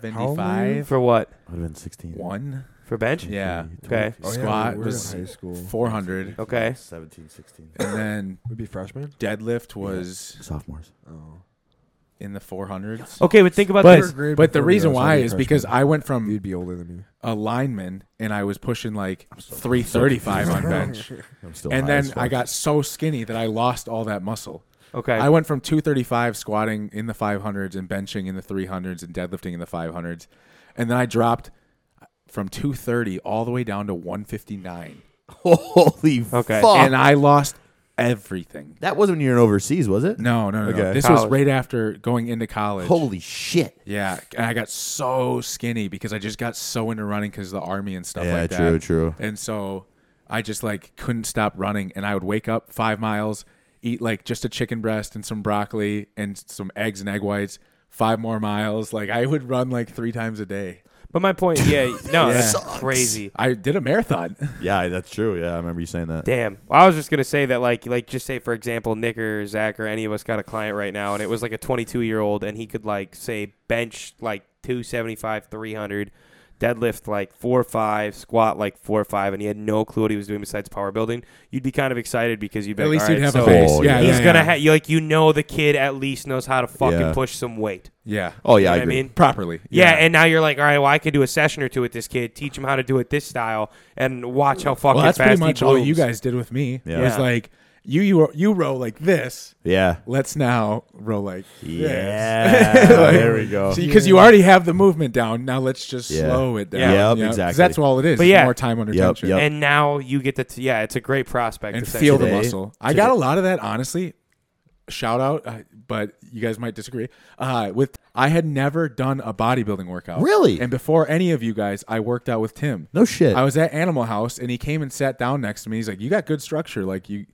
S1: 75.
S4: for what?
S3: I'd have been sixteen.
S1: One.
S4: for bench?
S1: Yeah.
S4: Okay.
S2: Oh, yeah,
S1: Squat
S2: we were
S1: was
S2: in high school.
S1: 400.
S4: Okay.
S3: 17, 16.
S1: And then
S2: We'd be freshmen.
S1: deadlift was
S3: Sophomores.
S2: Oh,
S1: in the
S3: Oh,
S1: 400s.
S4: Okay, but think about
S1: But,
S4: this.
S2: grade
S1: but the
S2: before we
S1: reason
S2: were
S1: why
S2: already
S1: is because
S2: freshmen.
S1: I went from
S2: you'd be older than me.
S1: a lineman and I was pushing like 335 on bench.
S3: I'm still
S1: And
S3: high
S1: then
S3: as
S1: I
S3: fuck.
S1: got so skinny that I lost all that muscle.
S4: Okay,
S1: I went from 235 squatting in the 500s and benching in the 300s and deadlifting in the 500s. And then I dropped from 230 all the way down to 159.
S3: holy
S4: Okay.
S3: fuck.
S1: And I lost everything.
S3: that wasn't when you were overseas, was it?
S1: No, no, no. no.
S3: Okay.
S1: This was
S4: College.
S1: right after going into college.
S3: Holy shit.
S1: yeah. And I got so skinny because I just got so into running because of the army and stuff
S3: Yeah,
S1: like that.
S3: true, true.
S1: And so I just like couldn't stop running. And I would wake up five miles, eat like just a chicken breast and some broccoli and some eggs and egg whites, five more miles. Like I would run like three times a day.
S4: but my point, yeah, no, that's
S3: Sucks.
S4: crazy.
S1: I did a marathon.
S3: Yeah, that's true. Yeah, I remember you saying that.
S4: Damn. Well, I was just gonna say that, like, like just say for example, Nick or Zach or any of us got a client right now, and it was like a 22 year old, and he could like say bench like 275, 300, deadlift like four five, squat like four five, and he had no clue what he was doing besides power building. You'd be kind of excited because you'd be
S1: At
S4: like,
S1: least
S4: "All
S1: you'd
S4: right,
S1: have
S4: so
S1: a face.
S3: Oh,
S1: yeah,
S3: yeah.
S4: he's
S1: yeah,
S4: gonna
S1: yeah.
S4: have you like you know the kid at least knows how to fucking
S3: Yeah.
S4: push some weight.
S1: yeah.
S3: Oh yeah,
S4: You know
S3: I
S4: what I
S3: agree.
S4: mean?
S1: Properly.
S4: Yeah. and now you're like, all right, well, I could do a session or two with this kid, teach him how to do it this style, and watch how fucking
S1: well, that's
S4: fast
S1: pretty
S4: he
S1: much all
S4: blooms.
S1: you guys did with me.
S3: Yeah.
S1: It was
S4: Yeah.
S1: like you you you row like this.
S3: yeah.
S1: Let's now row like this.
S3: Yeah. there we go.
S1: Because you already have the movement down. Now let's just
S3: Oh. Yeah.
S1: slow it down.
S4: Yeah.
S3: Yep,
S1: 'Cause
S3: exactly.
S1: That's all it is.
S4: But
S1: is
S4: yeah.
S1: more time under
S3: Yep,
S1: tension.
S3: yep.
S4: and now you get to t- yeah it's a great prospect
S1: and
S4: essentially.
S1: feel the
S3: Today-
S1: muscle. I got a lot of that, honestly. Shout out, uh, but you guys might disagree. Uh, with I had never done a bodybuilding workout,
S3: Really?
S1: and before any of you guys, I worked out with Tim.
S3: No shit.
S1: I was at Animal House, and he came and sat down next to me. He's like, "You got good structure, like you."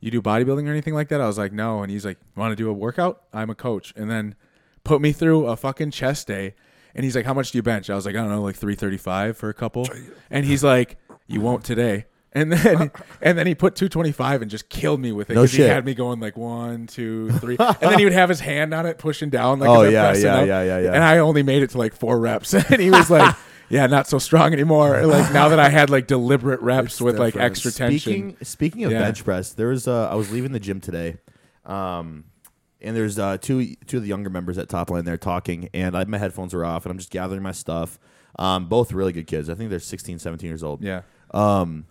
S1: You do bodybuilding or anything like that? I was like, no. And he's like, want to do a workout? I'm a coach. And then put me through a fucking chest day. And he's like, how much do you bench? I was like, I don't know, like 335 for a couple. And he's like, you won't today. And then and then he put 225 and just killed me with it.
S3: No
S1: 'cause He
S3: shit.
S1: had me going like one, two, three. and then he would have his hand on it, pushing down. Like,
S3: Oh,
S1: as I'm
S3: yeah,
S1: pressing
S3: yeah,
S1: up.
S3: yeah, yeah, yeah.
S1: And I only made it to like four reps. and he was like, yeah, not so strong anymore. Like now that I had like deliberate reps with like
S2: different.
S1: extra tension.
S3: Speaking speaking of
S1: Yeah.
S3: bench press, there was uh, I was leaving the gym today, um, and there's uh, two two of the younger members at Top Line there talking, and I, my headphones were off, and I'm just gathering my stuff. Um, both really good kids. I think they're 16, 17 years old.
S1: Yeah.
S3: Um,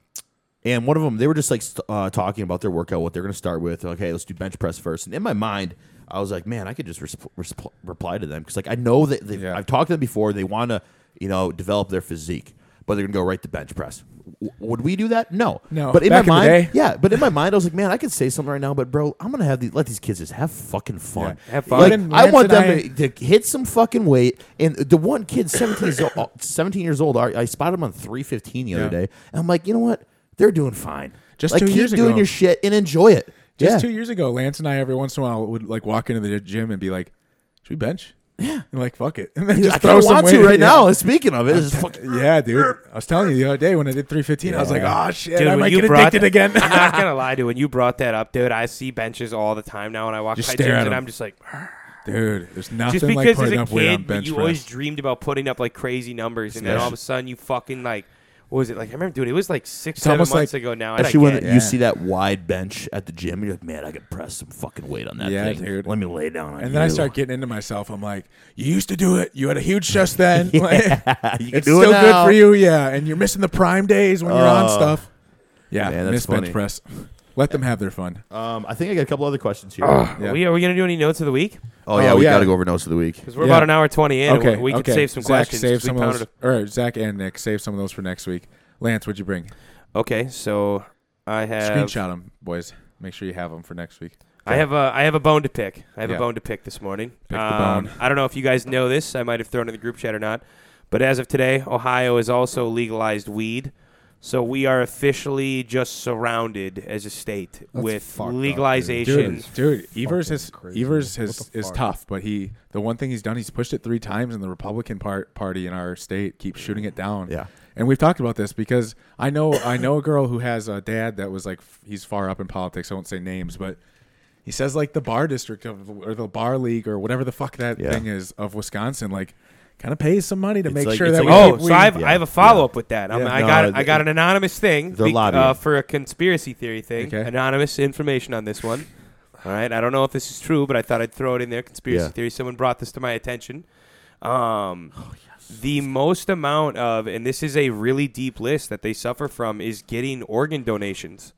S3: and one of them, they were just like st- uh, talking about their workout, what they're going to start with. They're like, hey, let's do bench press first. And in my mind, I was like, man, I could just resp- resp- reply to them because like I know that they've,
S1: Yeah.
S3: I've talked to them before. They want to, you know, develop their physique. but they're gonna go right to bench press. W- would we do that? No,
S1: No.
S3: But in
S1: Back in the
S3: my mind,
S1: day.
S3: yeah. But in my mind, I was like, man, I could say something right now, but bro, I'm gonna have these let these kids just have fucking fun.
S4: Yeah, have fun.
S3: Like,
S1: Even
S3: I
S1: Lance and
S3: want them
S1: I-
S3: to, to hit some fucking weight. And the one kid, 17 years old, 17 years old, I I spotted him on 315 the
S1: Yeah.
S3: other day, and I'm like, you know what? They're doing fine.
S1: Just
S3: like
S1: two
S3: keep
S1: years
S3: doing
S1: ago.
S3: your shit and enjoy it.
S1: Just
S3: yeah.
S1: two years ago, Lance and I every once in a while would like walk into the gym and be like, "Should we bench?" Yeah, and like fuck it, and then
S3: Dude,
S1: just
S3: I
S1: throw
S3: kind of
S1: some
S3: want
S1: weight
S3: to right
S1: yeah.
S3: now. Speaking of it, it's fucking
S1: Yeah, dude. I was telling you the other day when I did 315, I was like, "Oh shit, I
S4: when
S1: might
S4: you
S1: get
S4: brought
S1: addicted
S4: that-
S1: again."
S4: I'm not gonna lie, dude. When you brought that up, dude, I see benches all the time now, and I walk
S1: Just
S4: by
S1: stare at
S4: gyms, and
S1: 'em.
S4: I'm just like,
S1: dude, there's nothing
S4: just
S1: like
S4: because as
S1: putting
S4: a
S1: up weight on
S4: kid,
S1: bench
S4: you
S1: press.
S4: always dreamed about putting up like crazy numbers, and then all of a sudden you fucking like, what was it like? I remember, dude, it was like six, seven
S1: almost
S4: months
S1: like-
S4: ago now. and I
S3: Especially when
S4: get it.
S1: Yeah.
S3: you see that wide bench at the gym, you're like, man, I could press some fucking weight on that
S1: Yeah,
S3: thing.
S1: dude.
S3: Let me lay down on
S1: and then I
S3: you."
S1: start getting into myself. I'm like, "You used to do it. You had a huge chest then. Like,
S3: you can
S1: it's
S3: do
S1: still
S3: it
S1: good
S3: now.
S1: for you, yeah. And you're missing the prime days when you're on
S3: Oh.
S1: stuff. Yeah,
S3: Man, that's
S1: miss
S3: funny.
S1: bench press. Let them have their fun.
S3: Um, I think I got a couple other questions here.
S1: Yeah.
S4: Are we, are we gonna do any notes of the week?
S3: oh yeah,
S1: Oh,
S3: we
S1: yeah.
S3: got to go over notes of the week.
S4: Because we're
S1: Yeah.
S4: about an hour twenty in. and
S1: okay,
S4: we, we
S1: okay.
S4: could save some
S1: Zach,
S4: questions.
S1: Save
S4: 'cause we
S1: some of
S4: pounded
S1: those. Or Zach and Nick, save some of those for next week. Lance, what'd you bring?
S4: a- Okay, so I have
S1: Screenshot them, boys. Make sure you have them for next week.
S4: I have a I have a bone to pick. I have
S1: Yeah.
S4: a bone to pick this morning.
S1: Pick the
S4: um,
S1: bone.
S4: I don't know if you guys know this. I might have thrown it in the group chat or not, but as of today, Ohio has also legalized weed. So we are officially just surrounded as a state with
S2: fucked up, dude.
S4: legalization.
S1: Dude, dude, Evers
S2: fucking
S1: has
S2: crazy.
S1: Evers
S2: What
S1: has
S2: the
S1: is
S2: fuck?
S1: tough, but he the one thing he's done he's pushed it three times, and the Republican part, party in our state keeps shooting it down.
S3: Yeah.
S1: and we've talked about this because I know I know a girl who has a dad that was like f- he's far up in politics. I won't say names, but he says like the bar district of or the bar league or whatever the fuck that
S3: Yeah.
S1: thing is of Wisconsin, like kind of pays some money to
S3: It's
S1: make
S3: like-
S1: sure
S3: it's
S1: that
S3: like-
S1: we
S4: oh,
S1: keep-
S4: so
S1: we-
S4: I have,
S3: yeah,
S4: I have a follow up with that. I'm,
S1: Yeah.
S4: I
S3: No,
S4: got
S3: it-
S4: I got an anonymous thing
S3: They're
S4: uh,
S3: lobbying.
S4: for a conspiracy theory thing.
S1: Okay.
S4: Anonymous information on this one. All right, I don't know if this is true, but I thought I'd throw it in there. Conspiracy
S3: Yeah.
S4: theory. Someone brought this to my attention. Um,
S3: Oh,
S4: the most amount of, and this is a really deep list that they suffer from, is getting organ donations.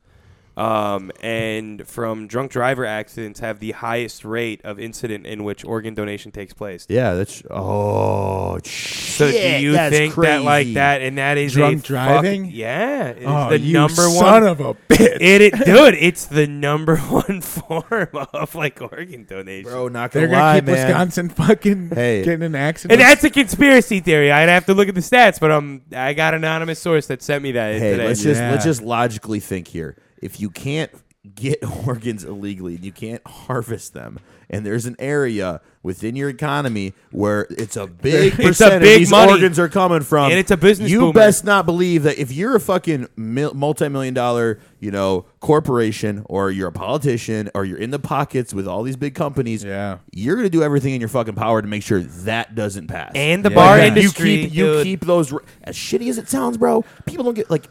S4: Um, and from drunk driver accidents have the highest rate of incident in which organ donation takes place.
S3: Yeah, that's oh
S4: So
S3: shit.
S4: do you
S3: that's
S4: think that like
S3: crazy.
S4: that and that is
S1: Drunk
S4: a
S1: driving?
S4: Fucking, yeah, it's
S1: oh,
S4: the
S1: you
S4: number
S1: son
S4: one.
S1: of a bitch.
S4: it, it dude, it's the number one form of like organ donation.
S3: bro? Not
S1: They're
S3: gonna
S1: gonna
S3: lie,
S1: keep
S3: man.
S1: Wisconsin fucking
S3: Hey.
S1: getting an accident.
S4: And that's a conspiracy theory. I'd have to look at the stats, but um, I got an anonymous source that sent me that
S3: Hey,
S4: today.
S3: let's just
S1: Yeah.
S3: let's just logically think here. If you can't get organs illegally and you can't harvest them, and there's an area within your economy where it's a big
S4: It's a
S3: percent of
S4: big
S3: these
S4: money.
S3: organs are coming from,
S4: And it's a business
S3: You
S4: boomer.
S3: best not believe that if you're a fucking mil- multi-million dollar, you know, corporation, or you're a politician, or you're in the pockets with all these big companies,
S1: Yeah.
S3: you're gonna do everything in your fucking power to make sure that doesn't pass.
S4: and the
S1: Yeah.
S4: bar
S1: Yeah.
S3: you
S4: industry,
S3: keep you
S4: dude.
S3: keep those r- as shitty as it sounds, bro. People don't get like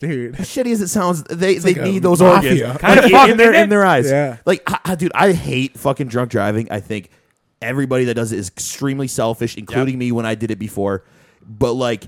S1: dude.
S3: as shitty as it sounds, they, they
S1: like a
S3: need those
S1: mafia.
S3: organs.
S4: Kinda
S3: Like,
S4: fucked,
S3: in, their,
S4: isn't it?
S3: in their eyes.
S1: Yeah.
S3: Like, I, I- dude, I hate fucking drunk driving. I think everybody that does it is extremely selfish, including me when I did it before. But, like,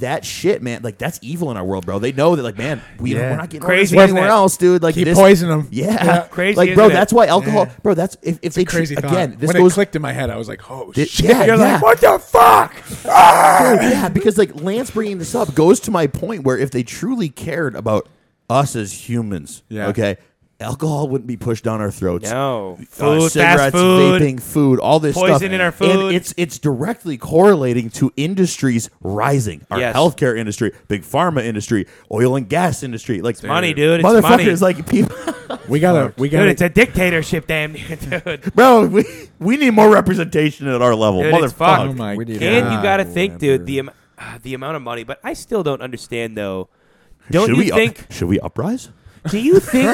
S3: that shit, man, like, that's evil in our world, bro. They know that, like, man, we,
S1: Yeah.
S3: we're not getting
S4: Crazy,
S3: crazy
S4: isn't
S3: anywhere
S4: it?
S3: else, dude. Like,
S1: Keep
S3: this,
S1: poisoning them.
S3: Yeah.
S4: Crazy,
S3: Like, bro,
S4: isn't it?
S3: that's why alcohol,
S1: Yeah.
S3: bro, that's if, if they, tr-
S1: Crazy thought.
S3: again, this
S1: when
S3: goes,
S1: it clicked in my head, I was like, "Oh
S3: Thi-
S1: shit!"
S3: yeah, You're like, yeah. "What
S1: the fuck?"
S3: Dude, Oh, yeah, because like Lance bringing this up goes to my point where if they truly cared about us as humans,
S1: Yeah.
S3: okay, alcohol wouldn't be pushed down our throats.
S4: No
S3: Uh,
S4: food, fast
S3: cigarettes,
S4: food.
S3: vaping, food, all this
S4: Poison
S3: stuff.
S4: in our
S3: And
S4: food.
S3: it's it's directly correlating to industries rising. Our
S4: Yes.
S3: healthcare industry, big pharma industry, oil and gas industry, like
S4: money, dude. It's money.
S3: motherfuckers, like people,
S1: We gotta, we
S4: Dude,
S1: gotta.
S4: it's a dictatorship, damn near, dude.
S3: bro. We we need more representation at our level,
S4: Dude, it's fucked.
S3: motherfucker.
S1: oh my
S2: We need
S1: god!
S4: And you got to
S2: God,
S4: think, dude,
S2: Lambert.
S4: the, am- ah, the amount of money. But I still don't understand, though. Don't
S3: should
S4: you
S3: we up-
S4: think?
S3: should we uprise?
S4: Do you think?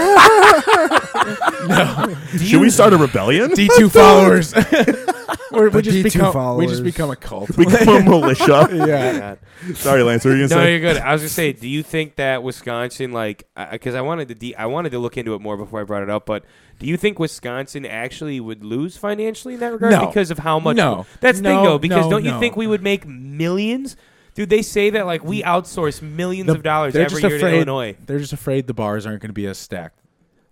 S3: Should we start a rebellion?
S1: D two followers. We're, we
S2: The
S1: just
S2: D2
S1: become, we
S2: followers.
S1: just become a cult.
S3: become a militia.
S1: yeah,
S3: Sorry, Lance. What are you
S4: no, you're good. I was gonna say, do you think that Wisconsin, like, because I wanted to, de- I wanted to look into it more before I brought it up, but do you think Wisconsin actually would lose financially in that regard
S1: No.
S4: because of how much?
S1: No.
S4: that's the thing
S1: No,
S4: though. Because
S1: no,
S4: don't you
S1: no.
S4: think we would make millions? Dude, they say that like we outsource millions
S1: The-
S4: of dollars
S1: they're
S4: every
S1: just
S4: year
S1: afraid-
S4: to Illinois.
S1: They're just afraid the bars aren't going to be as stacked.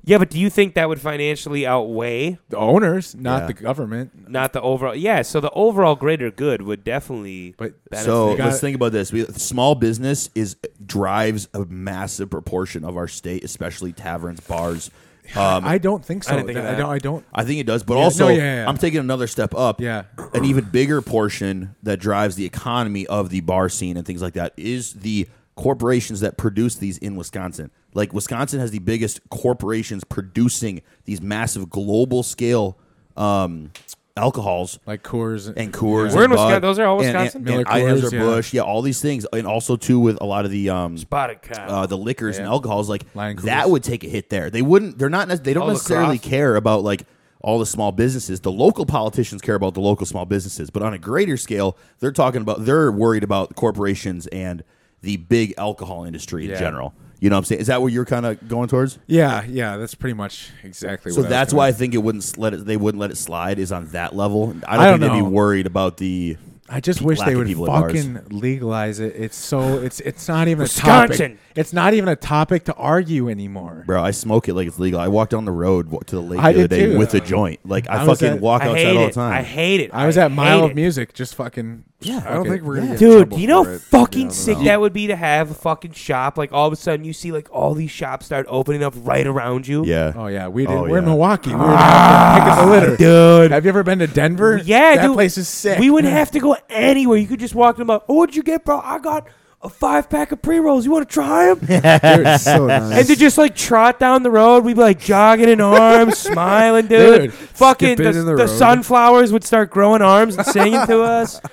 S4: Yeah, but do you think that would financially outweigh
S1: The owners, not
S3: Yeah.
S1: the government.
S4: not the overall? Yeah, so the overall greater good would definitely.
S1: But
S4: benefit.
S3: So
S1: Got
S3: let's
S1: it.
S3: think about this. We, small business is drives a massive proportion of our state, especially taverns, bars. Um, I,
S1: I don't think so.
S4: I didn't think of
S1: I
S4: that.
S1: don't. I don't.
S3: think it does, but
S1: Yeah,
S3: also
S1: no, yeah, yeah, yeah.
S3: I'm taking another step up.
S1: Yeah.
S3: an even bigger portion that drives the economy of the bar scene and things like that is the corporations that produce these in Wisconsin. Like Wisconsin has the biggest corporations producing these massive global scale um, alcohols
S1: Like Coors
S3: and Coors.
S4: We're in
S3: and Bud,
S4: Wisconsin- those are all
S3: and- and-
S4: Wisconsin?
S1: Miller
S3: And, Anheuser
S1: Coors, yeah.
S3: Busch, yeah, all these things, and also too with a lot of the um,
S4: Spotted cow.
S3: uh, the liquors and alcohols, like
S1: Lion
S3: that
S1: Coors.
S3: would take a hit there. They wouldn't. They're not. nec- They don't
S4: All the
S3: necessarily
S4: craft.
S3: care about like all the small businesses. The local politicians care about the local small businesses, but on a greater scale, they're talking about. They're worried about corporations and the big alcohol industry in
S1: Yeah.
S3: general. You know what I'm saying? Is that what you're kind of going towards?
S1: Yeah, yeah. That's pretty much exactly.
S3: So
S1: what I was
S3: that's
S1: gonna-
S3: why I think it wouldn't s- let it. They wouldn't let it slide. Is on that level. I don't,
S1: I don't
S3: think they'd
S1: know.
S3: be worried about the.
S1: I just wish
S3: lack
S1: they
S3: of
S1: would
S3: people at bars.
S1: fucking legalize it. It's so it's it's not even a
S4: Wisconsin.
S1: topic. It's not even a topic to argue anymore.
S3: Bro, I smoke it like it's legal. I walked down the road wa- to the lake
S1: I
S3: the other
S1: did
S3: day
S1: too.
S3: with a joint. Like I,
S1: I was
S3: fucking
S1: at-
S3: walk
S4: I
S3: outside
S4: hate
S3: all
S4: it.
S3: the time.
S4: I hate it.
S1: I was at Mile
S4: hate
S1: of
S4: it.
S1: Music, just fucking.
S3: Yeah,
S1: I don't
S2: okay.
S1: think we're gonna
S2: Yeah.
S1: get in
S4: Dude,
S2: trouble
S4: do you know
S2: for
S4: how
S2: it, to be
S4: fucking
S2: honest.
S4: sick that would be to have a fucking shop? Like all of a sudden you see like all these shops start opening up right around you.
S3: Yeah.
S1: Oh yeah, we did.
S3: Oh,
S1: we're in
S3: yeah. Ah,
S1: Milwaukee. We We're picking the litter, dude. Have you ever been to Denver?
S4: Yeah,
S1: that
S4: dude.
S1: place is sick.
S4: We wouldn't have to go anywhere. You could just walk them up. Oh, what'd you get, bro? I got a five pack of pre rolls. You want to try them?
S2: They're so nice.
S4: and to just like trot down the road, we'd be like jogging in arms, smiling, dude.
S1: Dude,
S4: fucking the,
S2: skipping in
S4: the
S2: the road.
S4: sunflowers would start growing arms and singing to us.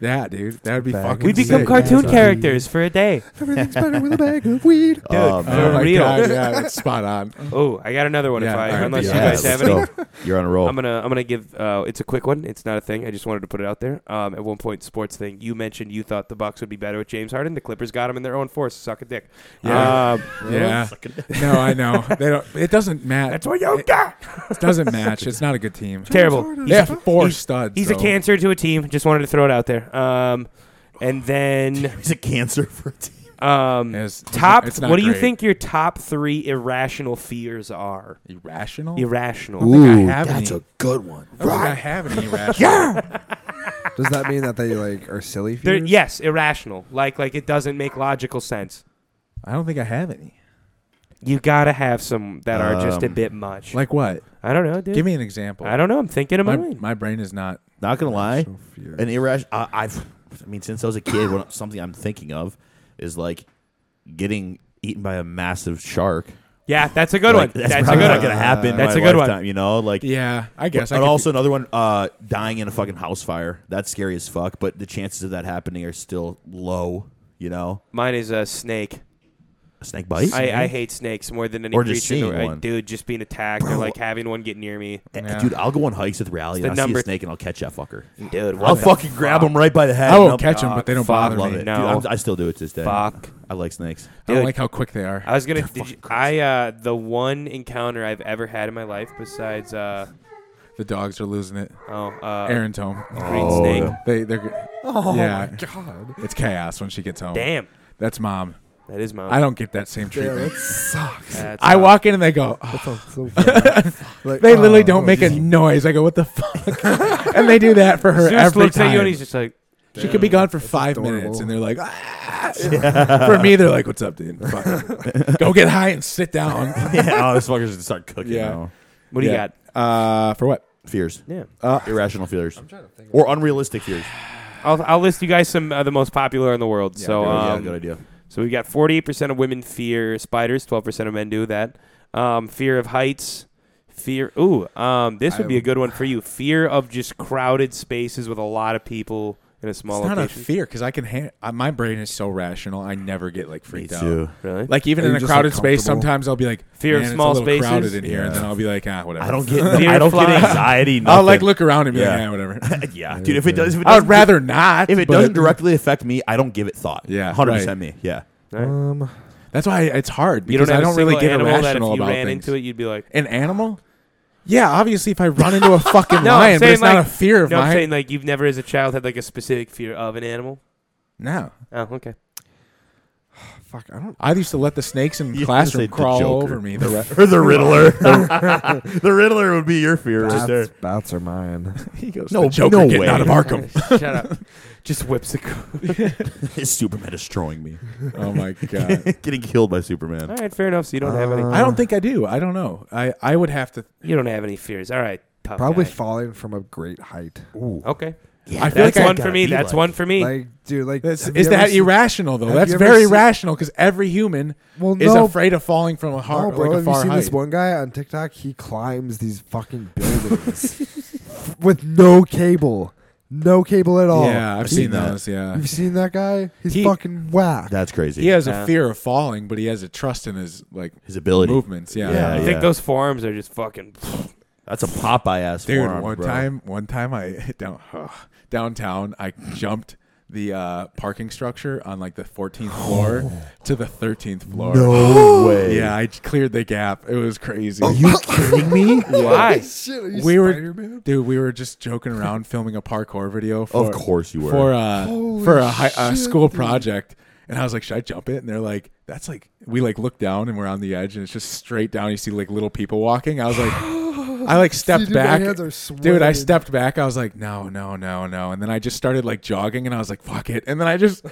S1: Yeah, dude, that would be
S2: Bag.
S1: fucking.
S4: We'd become
S1: sick.
S4: cartoon
S2: Yeah.
S4: characters for a day,
S2: Everything's better with a bag of weed.
S4: dude.
S3: Oh,
S4: for
S3: man.
S1: Oh my
S4: real.
S1: god, yeah, it's spot on.
S4: Oh, I got another one. if
S1: Yeah,
S4: I,
S1: all right,
S4: unless
S1: yeah.
S4: you guys
S1: Yeah,
S4: have any.
S3: You're on a
S1: Oh.
S3: roll.
S4: I'm gonna I'm gonna give uh, it's a quick one. It's not a thing. I just wanted to put it out there. Um, at one point, sports thing. You mentioned you thought the Bucks would be better with James Harden. The Clippers got him in their own force. Suck a dick.
S1: Yeah.
S4: Um,
S1: Yeah, no, I know. They don't. It doesn't match.
S4: that's what you got.
S1: It doesn't match. It's not a good team.
S4: eh, Terrible.
S1: They
S4: He's,
S1: have four
S4: he's-
S1: studs.
S4: he's a
S1: though.
S4: cancer to a team. Just wanted to throw it out there. Um, and then
S3: He's a cancer for a team.
S4: um,
S1: It's- it's
S4: top.
S1: not- it's not
S4: what do you
S1: great.
S4: think your top three irrational fears are?
S1: Irrational.
S4: Irrational.
S1: I don't think I have
S3: that's
S1: any.
S3: a good one.
S1: I don't think I have any irrational.
S2: Does that mean that they like are silly?
S4: They're-
S2: fears?
S4: yes, irrational. Like like it doesn't make logical sense.
S1: I don't think I have any.
S4: You gotta have some that are just a
S3: Um,
S4: bit much.
S1: Like what?
S4: I don't know, dude.
S1: Give me an example.
S4: I don't know. I'm thinking in my
S1: My,
S4: mind.
S1: my brain is not.
S3: Not gonna lie,
S2: So fear.
S3: an irrational. I, I've, I mean, since I was a kid, when, something I'm thinking of is like getting eaten by a massive shark.
S4: yeah, that's a good
S3: Like,
S4: one.
S3: That's,
S4: That's, a
S3: probably
S4: good
S3: not
S4: one.
S3: gonna happen. in
S4: That's
S3: my
S4: a good one.
S3: lifetime, You know, like
S1: Yeah, I guess. I
S3: and
S1: could
S3: also another one, uh, dying in a fucking house fire. That's scary as fuck. But the chances of that happening are still low. You know,
S4: Mine is a snake.
S3: a snake bite.
S4: I, I hate snakes more than any
S3: Or just
S4: creature. in the
S3: seeing
S4: world. I-
S3: one.
S4: dude, just being attacked or
S3: Bro.
S4: like having one get near me.
S3: Eh,
S1: Yeah.
S3: Dude, I'll go on hikes with Rally.
S4: the
S3: And I'll see
S4: number-
S3: a snake and I'll catch that fucker.
S4: Dude, what
S3: I'll
S4: the
S3: fucking grab him right by the head.
S1: I
S3: and
S1: will
S3: I'll-
S1: catch them, but they don't
S4: fuck,
S1: bother
S3: love
S1: me.
S3: it.
S4: No.
S3: Dude, I'm- I still do it to this day.
S4: Fuck.
S3: I like snakes.
S1: I don't
S4: Dude.
S1: like how quick they are.
S4: I was gonna. Did you, I uh, the one encounter I've ever had in my life besides uh
S1: The dogs are losing it.
S4: oh uh
S1: Aaron's home.
S4: green
S3: Oh.
S4: snake.
S1: They they're
S2: Oh
S1: yeah.
S2: my god.
S1: it's chaos when she gets home.
S4: Damn,
S1: That's mom.
S4: that is mine.
S1: I don't get that same
S2: Damn,
S1: treatment.
S2: that sucks.
S4: That's
S1: I
S4: mine.
S1: walk in and they go. "Oh."
S2: That sounds so like,
S1: They literally
S2: oh,
S1: don't make a
S2: just-
S1: noise. I go, what the fuck? and they do that for her
S4: Zeus
S1: every
S4: looks at you
S1: time.
S4: and he's just like,
S1: she could be gone for five
S2: adorable.
S1: minutes, and they're like, ah. for me, they're like, what's up, dude? Fuck. go get high and sit down.
S3: yeah, oh, this fucker's gonna start cooking.
S1: Yeah.
S3: now.
S4: "What do you
S1: Yeah.
S4: got?"
S1: Uh, for what?
S3: Fears,
S4: Yeah,
S1: Uh,
S3: irrational fears, or unrealistic fears.
S4: I'll, I'll list you guys some uh, the most popular in the world. so
S3: yeah,
S4: um,
S3: good idea.
S4: So we've got 48% of women fear spiders, 12% of men do that. Um, fear of heights, fear. Ooh, um, this would
S2: I
S4: be a
S2: would-
S4: good one for you. Fear of just crowded spaces with a lot of people in a small
S1: It's not
S4: location.
S1: a fear because I can. Ha- uh, my brain is so rational. I never get like freaked out.
S4: Really?
S1: Like even
S2: Are
S1: in
S2: you
S1: a
S2: just, like,
S1: crowded space,
S2: comfortable?
S1: sometimes I'll be like,
S4: Fear of
S1: "Man, it's a
S4: small
S1: little
S4: spaces?"
S1: crowded in here, and
S3: Yeah.
S1: then I'll be like, ah, whatever.
S3: I don't get.
S4: Fear
S3: I don't get
S4: flying.
S3: anxiety.
S1: I'll
S3: Nothing.
S1: like look Uh, around and be like,
S3: Yeah.
S1: ah, whatever.
S3: yeah, dude. If it does, if it
S1: I would
S3: doesn't,
S1: rather not.
S3: if it
S1: but-
S3: doesn't directly affect me, I don't give it thought.
S1: Yeah,
S3: hundred percent.
S1: right.
S3: Me. Yeah.
S2: Um,
S1: That's why it's hard
S4: you
S1: because
S4: don't have
S1: I
S4: a
S1: don't really
S4: single
S1: get
S4: animal that if
S1: irrational
S4: you
S1: about
S4: ran
S1: things.
S4: into it, you'd be like,
S1: An animal? Yeah, obviously, if I run into a fucking
S4: No, I'm
S1: lion, but
S4: saying,
S1: it's not
S4: like-
S1: a fear of
S4: no, I'm
S1: mine.
S4: saying like you've never as a child had like a specific fear of an animal.
S1: no,
S4: Oh, okay.
S2: Fuck, I don't.
S1: I used to let the snakes in
S3: You say
S1: classroom
S3: the
S1: crawl
S3: Joker.
S1: over me. The re-
S3: Or the Riddler. the Riddler would be your fear right there.
S2: Bats, bats are mine.
S1: he goes,
S3: No,
S1: the Joker
S3: no
S1: getting
S3: way.
S1: out of Arkham.
S4: Shut up. Just whips the.
S3: Superman destroying me.
S1: oh my god.
S3: Getting killed by
S4: All
S3: Superman.
S4: right, fair enough. So you don't have any.
S1: Uh, I don't
S2: Uh.
S1: think I do. I don't know. I, I would have to.
S4: You don't have any fears. All right, tough
S2: Probably
S4: guy.
S2: falling from a great height.
S3: Ooh.
S4: okay.
S1: I feel like
S4: That's
S1: I
S4: one
S3: gotta
S4: for me.
S3: be
S4: That's
S3: like-
S4: one for me.
S2: Like, dude, like,
S1: That's,
S2: have
S1: is
S2: you ever
S1: that
S2: seen-
S1: irrational though?
S2: have
S1: That's
S2: you ever
S1: very
S2: seen-
S1: rational because every human
S2: Well,
S1: is
S2: no,
S1: afraid of falling from a
S2: no,
S1: hard,
S2: Oh,
S1: like
S2: bro.
S1: a
S2: have you
S1: far
S2: seen
S1: height.
S2: this one guy on TikTok? He climbs these fucking buildings with no cable, no cable at all.
S1: yeah, I've,
S3: I've
S1: seen
S3: seen that.
S1: those. Yeah,
S2: You've seen that guy? He's
S1: He-
S2: fucking whack.
S3: That's crazy.
S1: he has a
S4: Yeah.
S1: fear of falling, but he has a trust in his like
S3: His ability.
S1: movements. Yeah,
S3: Yeah,
S4: I think those forearms are just fucking.
S3: That's a Popeye ass
S1: Dude,
S3: forearm,
S1: one
S3: bro.
S1: time, one time I down downtown, I jumped the uh, parking structure on like the 14th floor to the 13th floor.
S3: No way.
S1: Yeah, I j- cleared the gap. It was crazy.
S2: Oh,
S3: Are you kidding me?
S4: Why?
S2: Shit, are you
S1: we were,
S2: Spider-Man?
S1: dude, we were just joking around filming a parkour video. For,
S3: Of course you were.
S1: for a
S2: Holy
S1: for a, hi- a
S2: shit,
S1: school
S2: dude.
S1: project. And I was like, should I jump it? And they're like, that's like, we like look down and we're on the edge and it's just straight down. You see like little people walking. I was like, I like stepped
S2: dude, my
S1: back.
S2: hands are
S1: dude, I
S2: sweating.
S1: stepped back. I was like, no, no, no, no. And then I just started like jogging and I was like, fuck it. And then I just,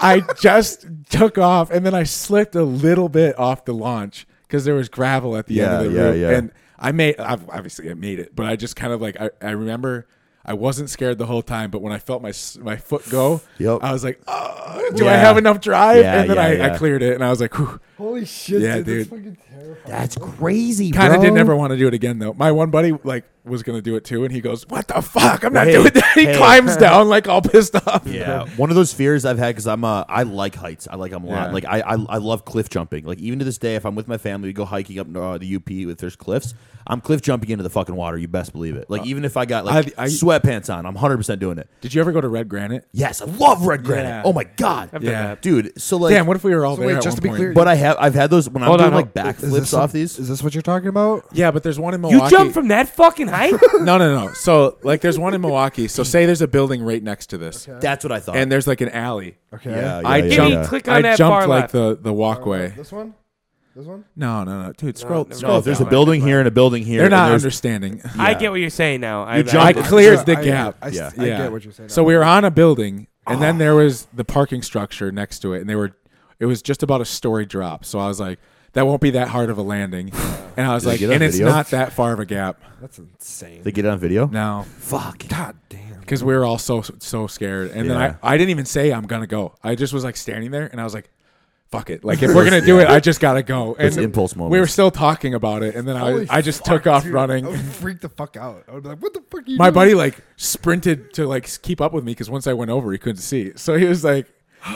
S1: I just took off and then I slipped a little bit off the launch because there was gravel at the
S3: Yeah,
S1: end of the
S3: yeah,
S1: route.
S3: yeah.
S1: And I made ob- obviously I made it, but I just kind of like I, I remember I wasn't scared the whole time, but when I felt my s- my foot go,
S3: Yep.
S1: I was like, oh, do I
S3: Yeah.
S1: have enough drive?
S3: Yeah,
S1: and then
S3: yeah,
S1: I, I
S3: yeah.
S1: cleared it, and I was like,
S2: Holy shit,
S1: Yeah,
S2: dude, that's
S1: dude.
S2: fucking terrifying.
S3: That's crazy,
S1: kind of
S3: bro.
S1: didn't ever want to do it again though. My one buddy like was gonna do it too, and he goes, what the fuck? I'm not
S3: Hey,
S1: doing that. He
S3: hey.
S1: climbs down like all pissed off.
S3: Yeah, one of those fears I've had because I'm uh, I like heights. I like them a lot.
S1: Yeah.
S3: Like I, I I love cliff jumping. Like even to this day, if I'm with my family, we go hiking up uh, the UP if there's cliffs. I'm cliff jumping into the fucking water. You best believe it. Like even if I got like
S1: I- I-
S3: sweatpants on, I'm 100 percent doing it.
S1: Did you ever go to Red Granite?
S3: Yes, I love red granite.
S1: Yeah.
S3: Oh my god,
S4: I've
S1: Yeah.
S4: done that.
S3: dude. So like,
S1: Damn, what if we were all
S2: So
S1: there
S2: wait,
S1: at one
S2: just to be
S1: point?
S2: clear-
S3: but I have I've had those when
S4: Hold
S3: I'm
S4: on,
S3: doing like
S2: Is this
S3: backflips
S2: some-
S3: off these.
S2: Is this what you're talking about?
S1: Yeah, but there's one in Milwaukee.
S4: You jump from that fucking height?
S1: No, no, no. So like, there's one in Milwaukee. So say there's a building right next to this,
S3: That's what I thought.
S1: and there's like an alley.
S2: Okay.
S3: yeah, yeah,
S1: I
S3: yeah,
S1: jumped.
S3: yeah.
S4: Click on
S1: I
S4: that
S1: jumped
S4: far
S1: like
S4: left.
S1: the the walkway.
S2: This one? This one?
S1: No, no, no, dude. Scroll,
S4: never
S1: scroll.
S3: No,
S1: down.
S4: mind.
S3: there's a building here and a building here.
S1: They're not
S3: and there's-
S1: understanding.
S4: I get what you're saying now. I,
S1: I
S3: jumped.
S4: I,
S1: cleared the
S2: I-
S1: gap.
S2: I,
S3: Yeah.
S2: yeah. I get what you're saying.
S1: So we were on a building, and then there was the parking structure next to it, and they were. It was just about a story drop. So I was like, that won't be that hard of a landing. And I was
S3: Did they
S1: like,
S3: get on
S1: and it's
S3: video?
S1: not that far of a gap.
S2: That's insane.
S3: They get it on video.
S1: No.
S3: Fuck.
S2: God damn.
S1: because we were all so so scared. And
S3: Yeah.
S1: then I, I didn't even say I'm gonna go. I just was like standing there, and I was like, "Fuck it! Like if we're gonna do it, I just gotta go." And
S3: Those impulse
S1: We were
S3: moments.
S1: still talking about it, and then I
S2: Holy
S1: I just
S2: fuck,
S1: took off
S2: dude. I would
S1: running.
S2: freak the fuck out. I would be like, what the fuck are you
S1: My
S2: doing?
S1: buddy like sprinted to like s- keep up with me because once I went over, he couldn't see. So he was like.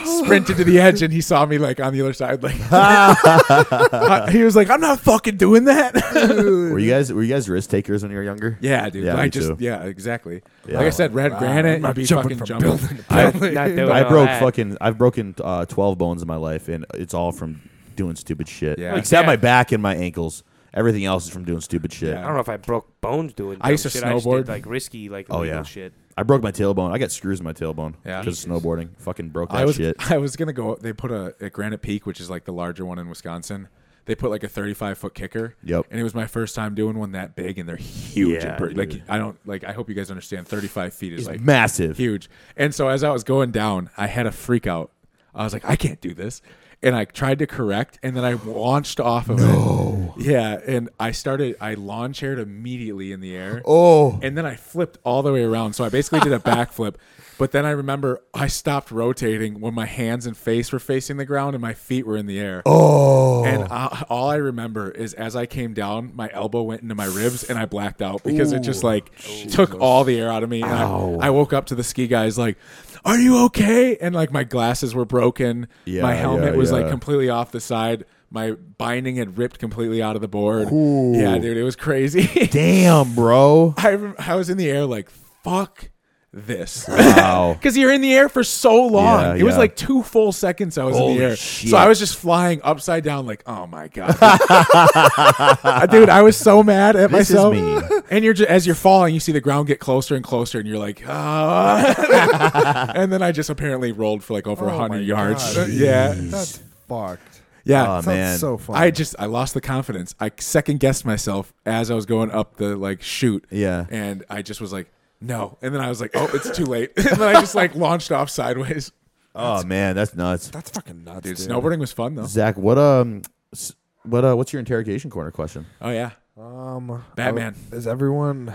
S1: Sprinted to the edge and he saw me like on the other side. Like Uh, he was like, "I'm not fucking doing that."
S3: Were you guys were you guys risk takers when you were younger?
S1: yeah, dude.
S3: Yeah,
S1: I
S3: me
S1: just
S3: too.
S1: yeah, exactly.
S3: Yeah.
S1: Like I said, red granite. I'd be
S2: jumping
S1: fucking
S2: from
S1: jumping.
S4: I, not doing
S3: I
S4: all
S3: broke
S4: that.
S3: fucking. I've broken uh, twelve bones in my life, and it's all from doing stupid shit.
S1: Yeah.
S3: Except
S4: Yeah.
S3: my back and my ankles. Everything else is from doing stupid shit.
S4: I don't know if I broke bones doing.
S1: I
S4: dumb
S1: used to
S4: shit. I just did,
S1: snowboard.
S4: like risky, like
S3: Oh,
S4: illegal
S3: yeah.
S4: shit.
S3: I broke my tailbone. I got screws in my tailbone.
S1: Yeah.
S3: Because of snowboarding. Fucking broke that
S1: I was
S3: Ah, shit.
S1: I was gonna go. They put a at Granite Peak, which is like the larger one in Wisconsin. They put like a 35 foot kicker.
S3: Yep.
S1: And it was my first time doing one that big, and they're huge.
S3: Yeah,
S1: and bur- like
S3: dude.
S1: I don't like. I hope you guys understand. 35 feet is
S3: It's
S1: like
S3: massive.
S1: huge. And so as I was going down, I had a freak out. I was like, I can't do this. And I tried to correct, and then I launched off of it. Yeah, and I started. I lawn chaired immediately in the air.
S3: Oh.
S1: And then I flipped all the way around. So I basically did a backflip. But then I remember I stopped rotating when my hands and face were facing the ground and my feet were in the air.
S3: Oh.
S1: And I, all I remember is as I came down, my elbow went into my ribs and I blacked out because it just like took all the air out of me. And I, I woke up to the ski guys like, "Are you okay?" And like my glasses were broken.
S3: Yeah,
S1: my helmet
S3: yeah,
S1: was like
S3: yeah.
S1: completely off the side. My binding had ripped completely out of the board. Yeah, dude, it was crazy.
S3: Damn, bro.
S1: I rem- I was in the air like fuck this
S3: Wow.
S1: because you're in the air for so long.
S3: Yeah,
S1: it was
S3: yeah.
S1: like two full seconds I was in
S3: Holy
S1: the air,
S3: shit.
S1: so I was just flying upside down like oh my god, dude! I was so mad at
S3: this is
S1: myself.
S3: me.
S1: And you're just, as you're falling, you see the ground get closer and closer, and you're like, ah. and then I just apparently rolled for like over a
S2: Oh
S1: 100
S2: my
S1: yards.
S2: God.
S1: yeah.
S2: That's fucked.
S1: Yeah.
S3: Oh,
S2: Sounds
S3: man.
S2: so funny.
S1: I just I lost the confidence. I second guessed myself as I was going up the like shoot.
S3: Yeah.
S1: And I just was like, no. And then I was like, oh, it's too late. and then I just like launched off sideways.
S3: Oh man, that's nuts.
S2: that's fucking nuts,
S1: Dude,
S2: dude.
S1: snowboarding was fun though.
S3: Zach, what um, s- what uh, what's your interrogation corner question?
S1: Oh yeah.
S2: Um,
S1: Batman.
S2: I- Is everyone?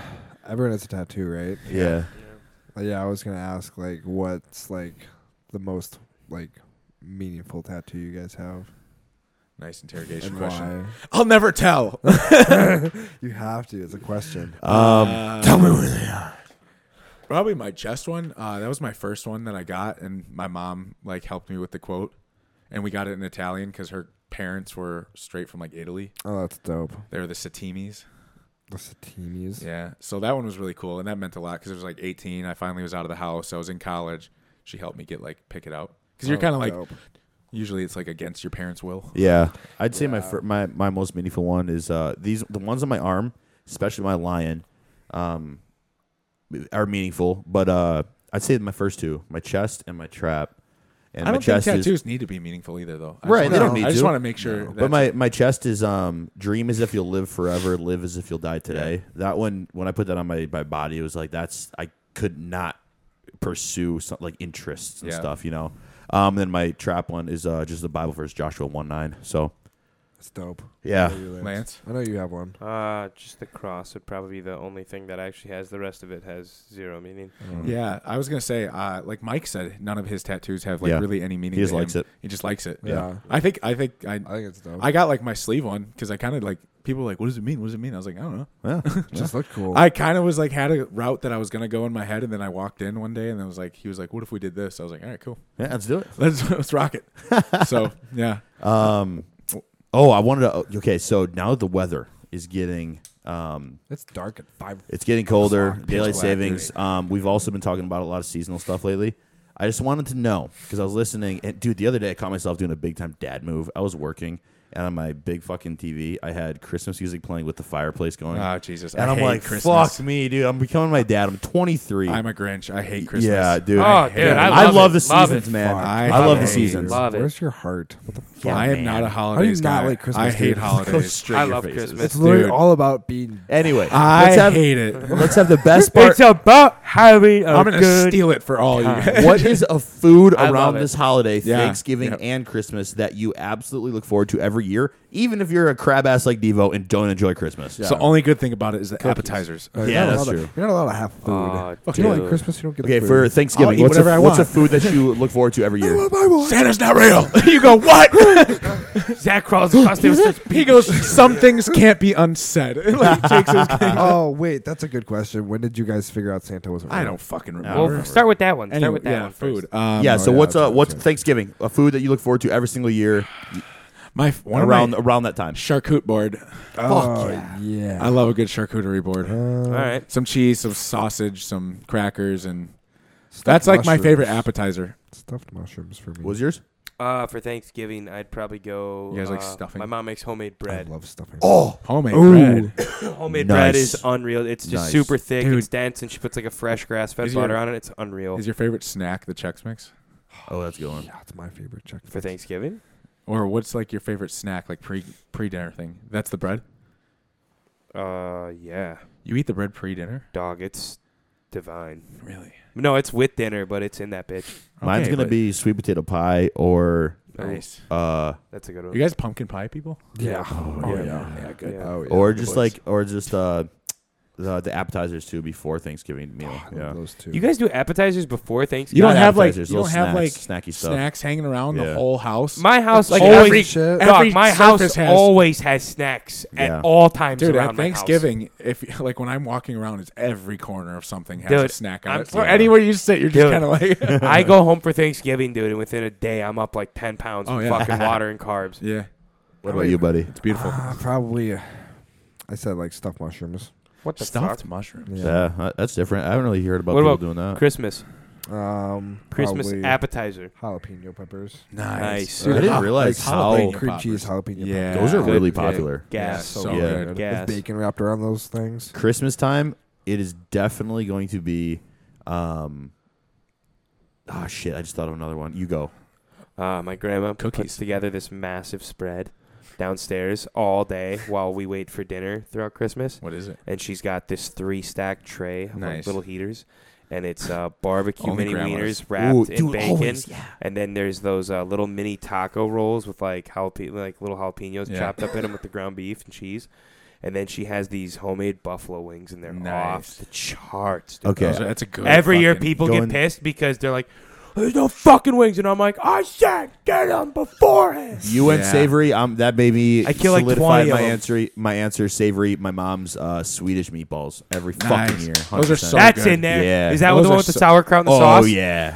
S2: Everyone has a tattoo, right?
S3: Yeah.
S2: Like, yeah, I was gonna ask like what's like the most like meaningful tattoo you guys have
S1: Nice interrogation
S2: and
S1: question.
S2: why?
S1: I'll never tell.
S2: You have to. It's a question.
S3: Um,
S1: tell me where they are. Probably my chest one. Uh, that was my first one that I got, and my mom like helped me with the quote, and we got it in Italian because her parents were straight from like Italy.
S2: Oh, that's dope.
S1: They were the Satimis.
S2: The Satimis.
S1: Yeah. So that one was really cool, and that meant a lot because it was like 18. I finally was out of the house. I was in college. She helped me get like pick it out because you're
S2: Oh,
S1: kind of like
S2: dope.
S1: usually it's like against your parents' will.
S3: yeah, I'd say my fir- my my most meaningful one is uh these the ones on my arm, especially my lion, um, are meaningful. But uh, I'd say my first two, my chest and my trap, and
S1: I
S3: my
S1: don't think
S3: chest
S1: tattoos
S3: is.
S1: need to be meaningful either, though. I just
S3: Right,
S1: wanna-
S3: they don't need
S1: I just
S3: to.
S1: want to make sure.
S3: But
S1: that's-
S3: my, my chest is um dream as if you'll live forever, live as if you'll die today. That one when I put that on my, my body, it was like that's I could not pursue some, like interests and
S1: Yeah.
S3: stuff, you know. Um, then my trap one is uh just the Bible verse Joshua one nine. So
S2: That's dope.
S3: Yeah.
S2: I know you, Lance.
S1: Lance.
S2: I know you have one.
S4: Uh, just the cross would probably be the only thing that actually has. The rest of it has zero meaning.
S3: Mm.
S1: Yeah, I was gonna say, uh, like Mike said, none of his tattoos have like
S3: Yeah.
S1: really any meaning.
S3: He just
S1: to him.
S3: likes it.
S1: He just likes it.
S2: Yeah. Yeah.
S1: I think. I think. I.
S2: I think it's dope.
S1: I got like my sleeve one because I kind of like people were like, what does it mean? What does it mean? I was like, I don't know.
S3: yeah.
S2: just look cool.
S1: I kind of was like had a route that I was gonna go in my head, and then I walked in one day, and it was like he was like, "What if we did this?" I was like, "All right, cool,
S3: yeah, let's do it.
S1: let's let's rock it." so yeah,
S3: Um oh I wanted to okay, so now the weather is getting um
S2: it's dark at five.
S3: It's getting colder.
S1: Fuck, pitch
S3: daylight
S1: black,
S3: savings. Um, we've also been talking about a lot of seasonal stuff lately. I just wanted to know because I was listening, and dude, the other day I caught myself doing a big time dad move. I was working, and on my big fucking TV, I had Christmas music playing with the fireplace going.
S4: Ah,
S1: oh Jesus,
S3: and
S1: I
S3: I'm
S1: hate
S3: like,
S1: Christmas.
S3: fuck me, dude. I'm becoming my dad. I'm 23.
S1: I'm a Grinch. I hate Christmas.
S3: Yeah, dude.
S4: Oh,
S3: I hate
S4: dude,
S3: it.
S4: I
S3: I
S4: love
S3: love
S4: it.
S3: the
S4: Love
S3: seasons,
S4: it.
S3: man.
S1: Fuck.
S3: I,
S1: I
S3: love the
S1: hate
S3: seasons.
S4: Love it.
S2: Where's your heart? What the fuck?
S1: I am not a holidays
S2: How do you not
S1: guy.
S2: like Christmas,
S1: I hate
S2: dude?
S1: holidays.
S3: Straight
S4: I
S3: in your
S4: love
S3: faces.
S4: Christmas.
S2: It's literally
S1: Dude.
S2: all about being. uh,
S3: Anyway,
S1: I
S3: let's have
S1: hate it.
S3: let's have the best part.
S4: about having a
S1: I'm gonna Oh, uh, steal it for all you guys.
S3: what is a food
S4: I love
S3: around
S4: it.
S3: this holiday,
S1: Yeah.
S3: Thanksgiving
S1: Yep.
S3: and Christmas, that you absolutely look forward to every year, even if you're a crab ass like Devo and don't enjoy Christmas?
S1: It's the only good thing about it is the appetizers. Uh,
S2: You're
S3: Yeah,
S2: not
S3: that's
S2: allowed to-
S3: true.
S2: You're not allowed to have food.
S4: Aw,
S2: If you don't like
S4: dude.
S2: Christmas, you don't get the
S3: Okay,
S2: food.
S3: for
S1: I'll
S3: Thanksgiving,
S1: eat
S3: what's,
S1: whatever I
S3: a, what's a
S1: want.
S3: food that you look forward to every year?
S1: Santa's not real. you go what?
S4: Zach crawls across the stairs.
S1: he goes. Some things can't be unsaid. like, takes his
S2: oh wait, that's a good question. When did you guys figure out Santa wasn't?
S1: I
S2: real?
S1: don't fucking
S3: I don't
S1: remember.
S4: Well, start with that one. Start
S1: Anyway,
S4: with that
S1: yeah,
S4: one first.
S1: food. Um,
S3: yeah,
S2: Oh,
S3: so
S2: yeah,
S3: what's
S2: that's
S3: uh,
S2: right,
S3: what's
S2: that's right.
S3: Thanksgiving? A food that you look forward to every single year
S1: my f- one
S3: around
S1: around
S3: around that time.
S1: charcuterie board.
S2: Oh, yeah.
S1: I love a good charcuterie board.
S2: Uh,
S4: All right.
S1: some cheese, some sausage, some crackers, and that's like my
S2: mushrooms.
S1: favorite appetizer.
S2: Stuffed mushrooms for me.
S3: Was yours?
S4: Uh, for Thanksgiving, I'd probably go.
S1: You guys like
S4: uh,
S1: stuffing?
S4: My mom makes homemade bread.
S2: I love stuffing.
S3: Oh,
S1: Homemade
S2: Ooh.
S1: bread.
S4: homemade
S3: Nice.
S4: bread is unreal. It's just
S3: Nice.
S4: super thick.
S1: Dude.
S4: It's dense, and she puts like a fresh grass-fed
S1: Is your-
S4: butter on it. It's unreal
S1: Is your favorite snack the Chex Mix?
S3: oh, that's a good one.
S2: yeah, it's my favorite check
S4: for Thanksgiving.
S1: Or what's like your favorite snack, like pre pre dinner thing? That's the bread.
S4: Uh, yeah,
S1: You eat the bread pre dinner?
S4: dog. It's divine.
S1: Really?
S4: No, it's with dinner, but it's in that bitch. Oh,
S3: Mine's
S1: Okay,
S3: gonna
S1: but-
S3: be sweet potato pie or
S1: Nice.
S3: uh
S4: That's a good one.
S1: You guys pumpkin pie people?
S2: Yeah. Oh,
S1: yeah.
S2: yeah.
S1: Yeah, good.
S4: Yeah.
S2: Oh, yeah.
S3: or
S2: the
S3: just
S2: boys.
S3: like or just uh the, the appetizers too before Thanksgiving meal.
S2: Oh, I love
S3: yeah.
S2: those two.
S4: You guys do appetizers before Thanksgiving.
S1: You don't
S3: Not
S1: have like you
S3: appetizers,
S1: don't
S3: little
S1: have like
S3: snacks, snacky stuff.
S1: snacks hanging around the
S3: Yeah.
S1: whole house.
S4: My house
S1: like
S4: always.
S1: every-
S2: shit.
S4: dog,
S1: every
S4: my house
S1: surface has-
S4: always has snacks
S3: Yeah.
S4: at all times
S1: Dude,
S4: around
S1: at
S4: my house.
S1: Thanksgiving, if like when I'm walking around, it's every corner of something has a
S4: Dude,
S1: snack on
S4: I'm
S1: it. So
S4: sorry.
S1: anywhere you sit, you're just
S4: Dude.
S1: kind of like,
S4: I go home for Thanksgiving, dude, and within a day, I'm up like ten pounds
S1: Oh,
S4: of
S1: yeah.
S4: fucking water and carbs.
S1: yeah,
S3: What about you, buddy?
S1: it's beautiful.
S2: Ah, probably. uh, I said like stuffed mushrooms.
S4: What the
S1: Stuffed
S4: fuck?
S1: mushrooms.
S3: Yeah, uh, that's different. I haven't really heard about
S4: What
S3: people
S4: about
S3: doing that.
S4: Christmas.
S2: Um,
S4: Christmas
S2: probably
S4: appetizer.
S2: jalapeno peppers.
S4: Nice.
S1: Dude,
S3: I didn't realize
S1: like
S3: how-
S1: jalapeno
S2: cream
S1: poppers.
S2: cheese jalapeno
S1: Yeah.
S2: peppers.
S3: Those are
S4: Good
S3: really
S4: pick.
S3: popular.
S4: Gas.
S2: Yeah, so
S3: Yeah.
S2: good. With
S4: Gas.
S2: bacon wrapped around those things.
S3: Christmas time, it is definitely going to be. Um, ah, shit! I just thought of another one. You go.
S4: Uh, my grandma
S1: Cookies.
S4: puts together this massive spread downstairs all day while we wait for dinner throughout Christmas.
S1: What is it?
S4: And she's got this three stack tray of like,
S1: Nice.
S4: little heaters. And it's uh, barbecue
S1: Only
S4: mini
S1: grandmas.
S4: wieners wrapped
S3: Ooh,
S4: in
S3: dude,
S4: bacon.
S3: always, yeah.
S4: And then there's those uh, little mini taco rolls with like jalapeno, like little jalapenos
S1: Yeah.
S4: chopped up in them with the ground beef and cheese. And then she has these homemade buffalo wings, and they're
S1: Nice.
S4: off the charts. dude.
S3: Okay.
S1: Those are- that's a good.
S4: Every year,
S1: fucking-
S4: people
S3: going-
S4: get pissed because they're like, "There's no fucking wings," and I'm like, "I said get them beforehand."
S3: You went
S1: Yeah.
S3: savory. Um, that made me
S4: I kill like
S3: solidify
S4: 20 of
S3: my
S4: them.
S3: answer. My answer savory. My mom's uh, Swedish meatballs every
S1: Nice.
S3: fucking year. 100%.
S1: Those are so-
S4: That's
S1: good.
S4: in there. Is
S3: Yeah.
S4: that
S1: Those
S4: the
S1: are
S4: one with the
S1: so-
S4: sauerkraut and the
S3: Oh
S4: sauce?
S3: yeah,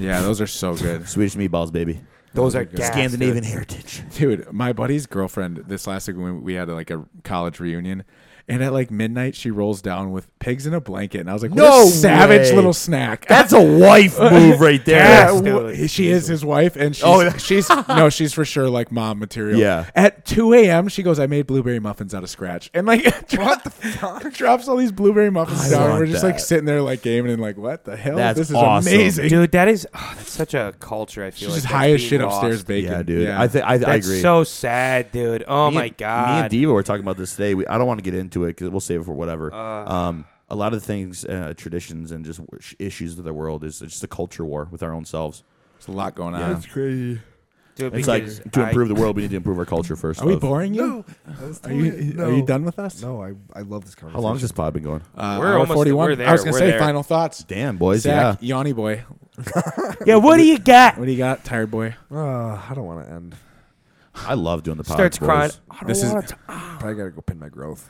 S1: Yeah, those are so good.
S3: Swedish meatballs, baby.
S4: Those are
S1: Those are good.
S4: gas,
S3: Scandinavian
S4: dude.
S3: heritage.
S1: Dude, my buddy's girlfriend this last week when we had like a college reunion, and at like midnight she rolls down with pigs in a blanket, and I was like,
S3: No
S1: "What a savage
S3: way.
S1: little snack."
S3: That's a wife move right there.
S1: Yeah,
S4: Yes,
S1: w-
S4: dude.
S1: she is his wife, and she's,
S3: Oh, yeah.
S1: she's no, she's for sure like mom material.
S3: Yeah.
S1: At 2 a.m., she goes, "I made blueberry muffins out of scratch," and like what the fuck? drops all these blueberry muffins
S3: I
S1: down. and We're
S3: want
S1: just like
S3: that.
S1: sitting there like gaming and like, what the hell?
S3: That's
S1: this is
S3: awesome.
S1: amazing.
S4: dude. That is oh, that's such a culture. I
S1: she's
S4: feel like
S1: just
S4: that's
S1: high as
S4: being
S1: shit
S4: lost.
S1: upstairs baking.
S3: Yeah, dude. I think I
S4: That's
S3: agree.
S4: so sad, dude. Oh
S3: Me
S4: my
S3: and-
S4: god.
S3: Me and Diva were talking about this today. We, I don't want to get into it because we'll save it for whatever.
S4: Uh.
S3: um, a lot of the things, uh, traditions, and just w- sh- issues of the world is it's just a culture war with our own selves.
S1: There's a lot going
S3: Yeah.
S1: on.
S2: crazy.
S4: Dude,
S3: It's like
S4: because
S3: to
S4: I-
S3: improve the world, we need to improve our culture first.
S1: Are we
S3: of-
S1: boring you?
S2: No, I was
S1: Are you
S2: telling you-
S1: are you
S2: no.
S1: done with us?
S2: No, I I love this conversation.
S3: How long has this pod been going?
S1: Uh,
S4: We're
S1: hour
S4: almost-
S1: 41.
S4: we're there,
S1: I was gonna
S4: we're
S1: say
S4: there.
S1: final thoughts.
S3: Damn, boys.
S1: Zach,
S3: yeah.
S1: Yanni boy,
S4: yeah, what do you got?
S1: what do you got? Tired boy.
S2: Uh, I don't want to end.
S3: I love doing the pod.
S4: Starts crying.
S3: boys.
S4: I don't
S1: This is-
S4: wanna t-
S1: ah.
S2: But I gotta go pin my growth.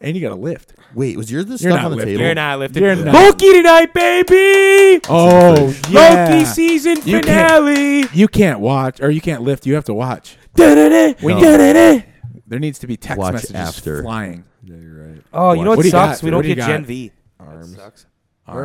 S1: And you got a lift.
S3: Wait, was your this
S1: You're
S3: stuff
S1: not
S3: on the
S1: lifting.
S3: table?
S4: You're not lifting.
S1: You're not.
S4: Loki tonight, baby.
S1: Oh,
S4: Loki season
S1: You can't-
S4: finale.
S1: You can't watch or you can't lift. You have to watch.
S4: Da-da-da,
S3: No.
S4: da-da-da.
S1: There needs to be text
S3: Watch
S1: messages
S3: after.
S1: flying.
S2: Yeah, you're right.
S4: Oh, you know what,
S1: What do you
S4: sucks?
S1: got,
S4: we
S1: dude?
S4: don't
S1: What do you
S4: get
S1: got?
S4: Gen V.
S2: Arms.
S4: That sucks.
S1: Arms.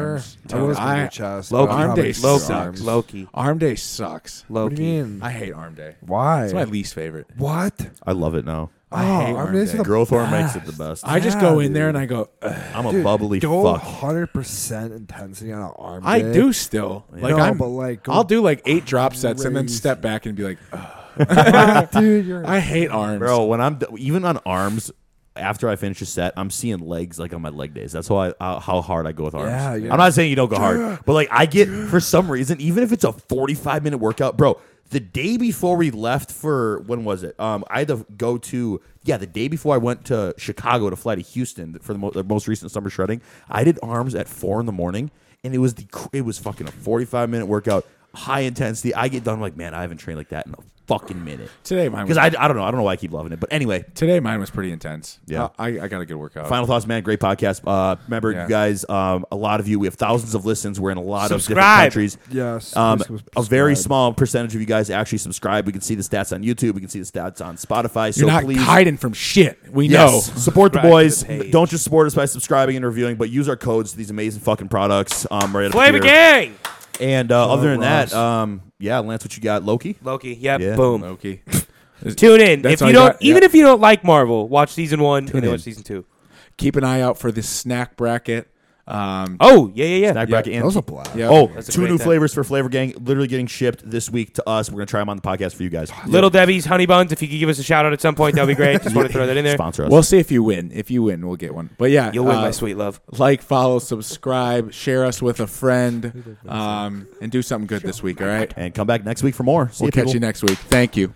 S2: I was gonna
S1: I,
S2: do chest.
S1: Loki.
S2: but I'll
S1: Arm
S2: probably
S1: day
S2: do
S1: Loki.
S4: Loki.
S1: sucks.
S2: arms.
S4: Loki.
S1: arm day sucks.
S2: What do you mean?
S1: I hate arm day.
S2: Why?
S1: It's my least favorite.
S2: What?
S3: I love it now.
S1: I
S2: Oh,
S1: hate
S2: arm
S1: arm
S2: days
S1: day.
S2: are the Ah.
S3: Growth horn makes it the best.
S1: I just
S2: Yeah,
S1: go in there
S2: dude.
S1: and I go. "Ugh."
S3: I'm a bubbly
S2: Go
S3: fuck.
S2: hundred percent intensity on an arm.
S1: I
S2: day.
S1: do still. Like
S2: No,
S1: I'm.
S2: but like, go
S1: I'll do like eight drop sets and then
S2: crazy.
S1: step back and be like, "Ugh."
S2: dude. You're
S1: I hate arms.
S3: Bro, when I'm d- even on arms, after I finish a set, I'm seeing legs like on my leg days. That's why I, uh, how hard I go with arms.
S2: Yeah, yeah.
S3: I'm not saying you don't go hard, but like I get for some reason, even if it's a 45 minute workout, bro. The day before we left for when was it? Um, I had to go to yeah. The day before I went to Chicago to fly to Houston for the, mo- the most recent summer shredding, I did arms at four in the morning, and it was the cr- it was fucking a 45 minute workout, high intensity. I get done I'm like man, I haven't trained like that in a fucking minute.
S1: Today mine was
S3: Because I, I don't know. I don't know why I keep loving it. But anyway,
S1: Today mine was pretty intense.
S3: Yeah.
S1: Uh, I, I got a good workout.
S3: final thoughts, man. Great podcast. Uh, remember,
S1: Yeah.
S3: you guys, um, a lot of you, we have thousands of listens. We're in a lot
S4: Subscribe.
S3: of different countries.
S2: Yes,
S3: Um,
S2: please
S3: a very
S2: subscribe.
S3: small percentage of you guys actually subscribe. We can see the stats on YouTube. We can see the stats on Spotify. So
S1: You're not
S3: please.
S1: hiding from shit. We
S3: Yes,
S1: know.
S3: support the
S4: Subscribe to
S3: boys.
S4: the page.
S3: Don't just support us by subscribing and reviewing, but use our codes to these amazing fucking products. Um, right up
S4: Flavor
S3: here.
S4: Gang.
S3: And uh, other than
S2: Ross.
S3: that, um, yeah, Lance, what you got? Loki.
S4: Loki. Yep.
S3: Yeah.
S4: Boom.
S1: Loki.
S4: Tune in.
S1: That's
S4: if
S1: all
S4: you
S1: I
S4: don't,
S1: got,
S4: even
S1: yeah.
S4: if you don't like Marvel, watch season one and then
S3: in.
S4: watch season two.
S1: Keep an eye out for this snack bracket. Um,
S4: Oh yeah, yeah, yeah.
S3: Snack bracket
S2: That
S3: and
S2: was a blast.
S1: yeah.
S3: Oh,
S4: That's a
S3: two
S4: great
S3: new
S4: time.
S3: flavors for Flavor Gang literally getting shipped this week to us. We're gonna try them on the podcast for you guys.
S4: Little Debbie's honey buns. If you could give us a shout out at some point, that'd be great. Just want to throw that in there.
S3: sponsor us.
S1: we'll see if you win. If you win, we'll get one. But yeah,
S4: You'll win,
S1: uh,
S4: my sweet love.
S1: like, follow, subscribe, share us with a friend, um, and do something good this week. All right.
S3: and come back next week for more. See
S1: We'll catch
S3: people.
S1: you next week. Thank you.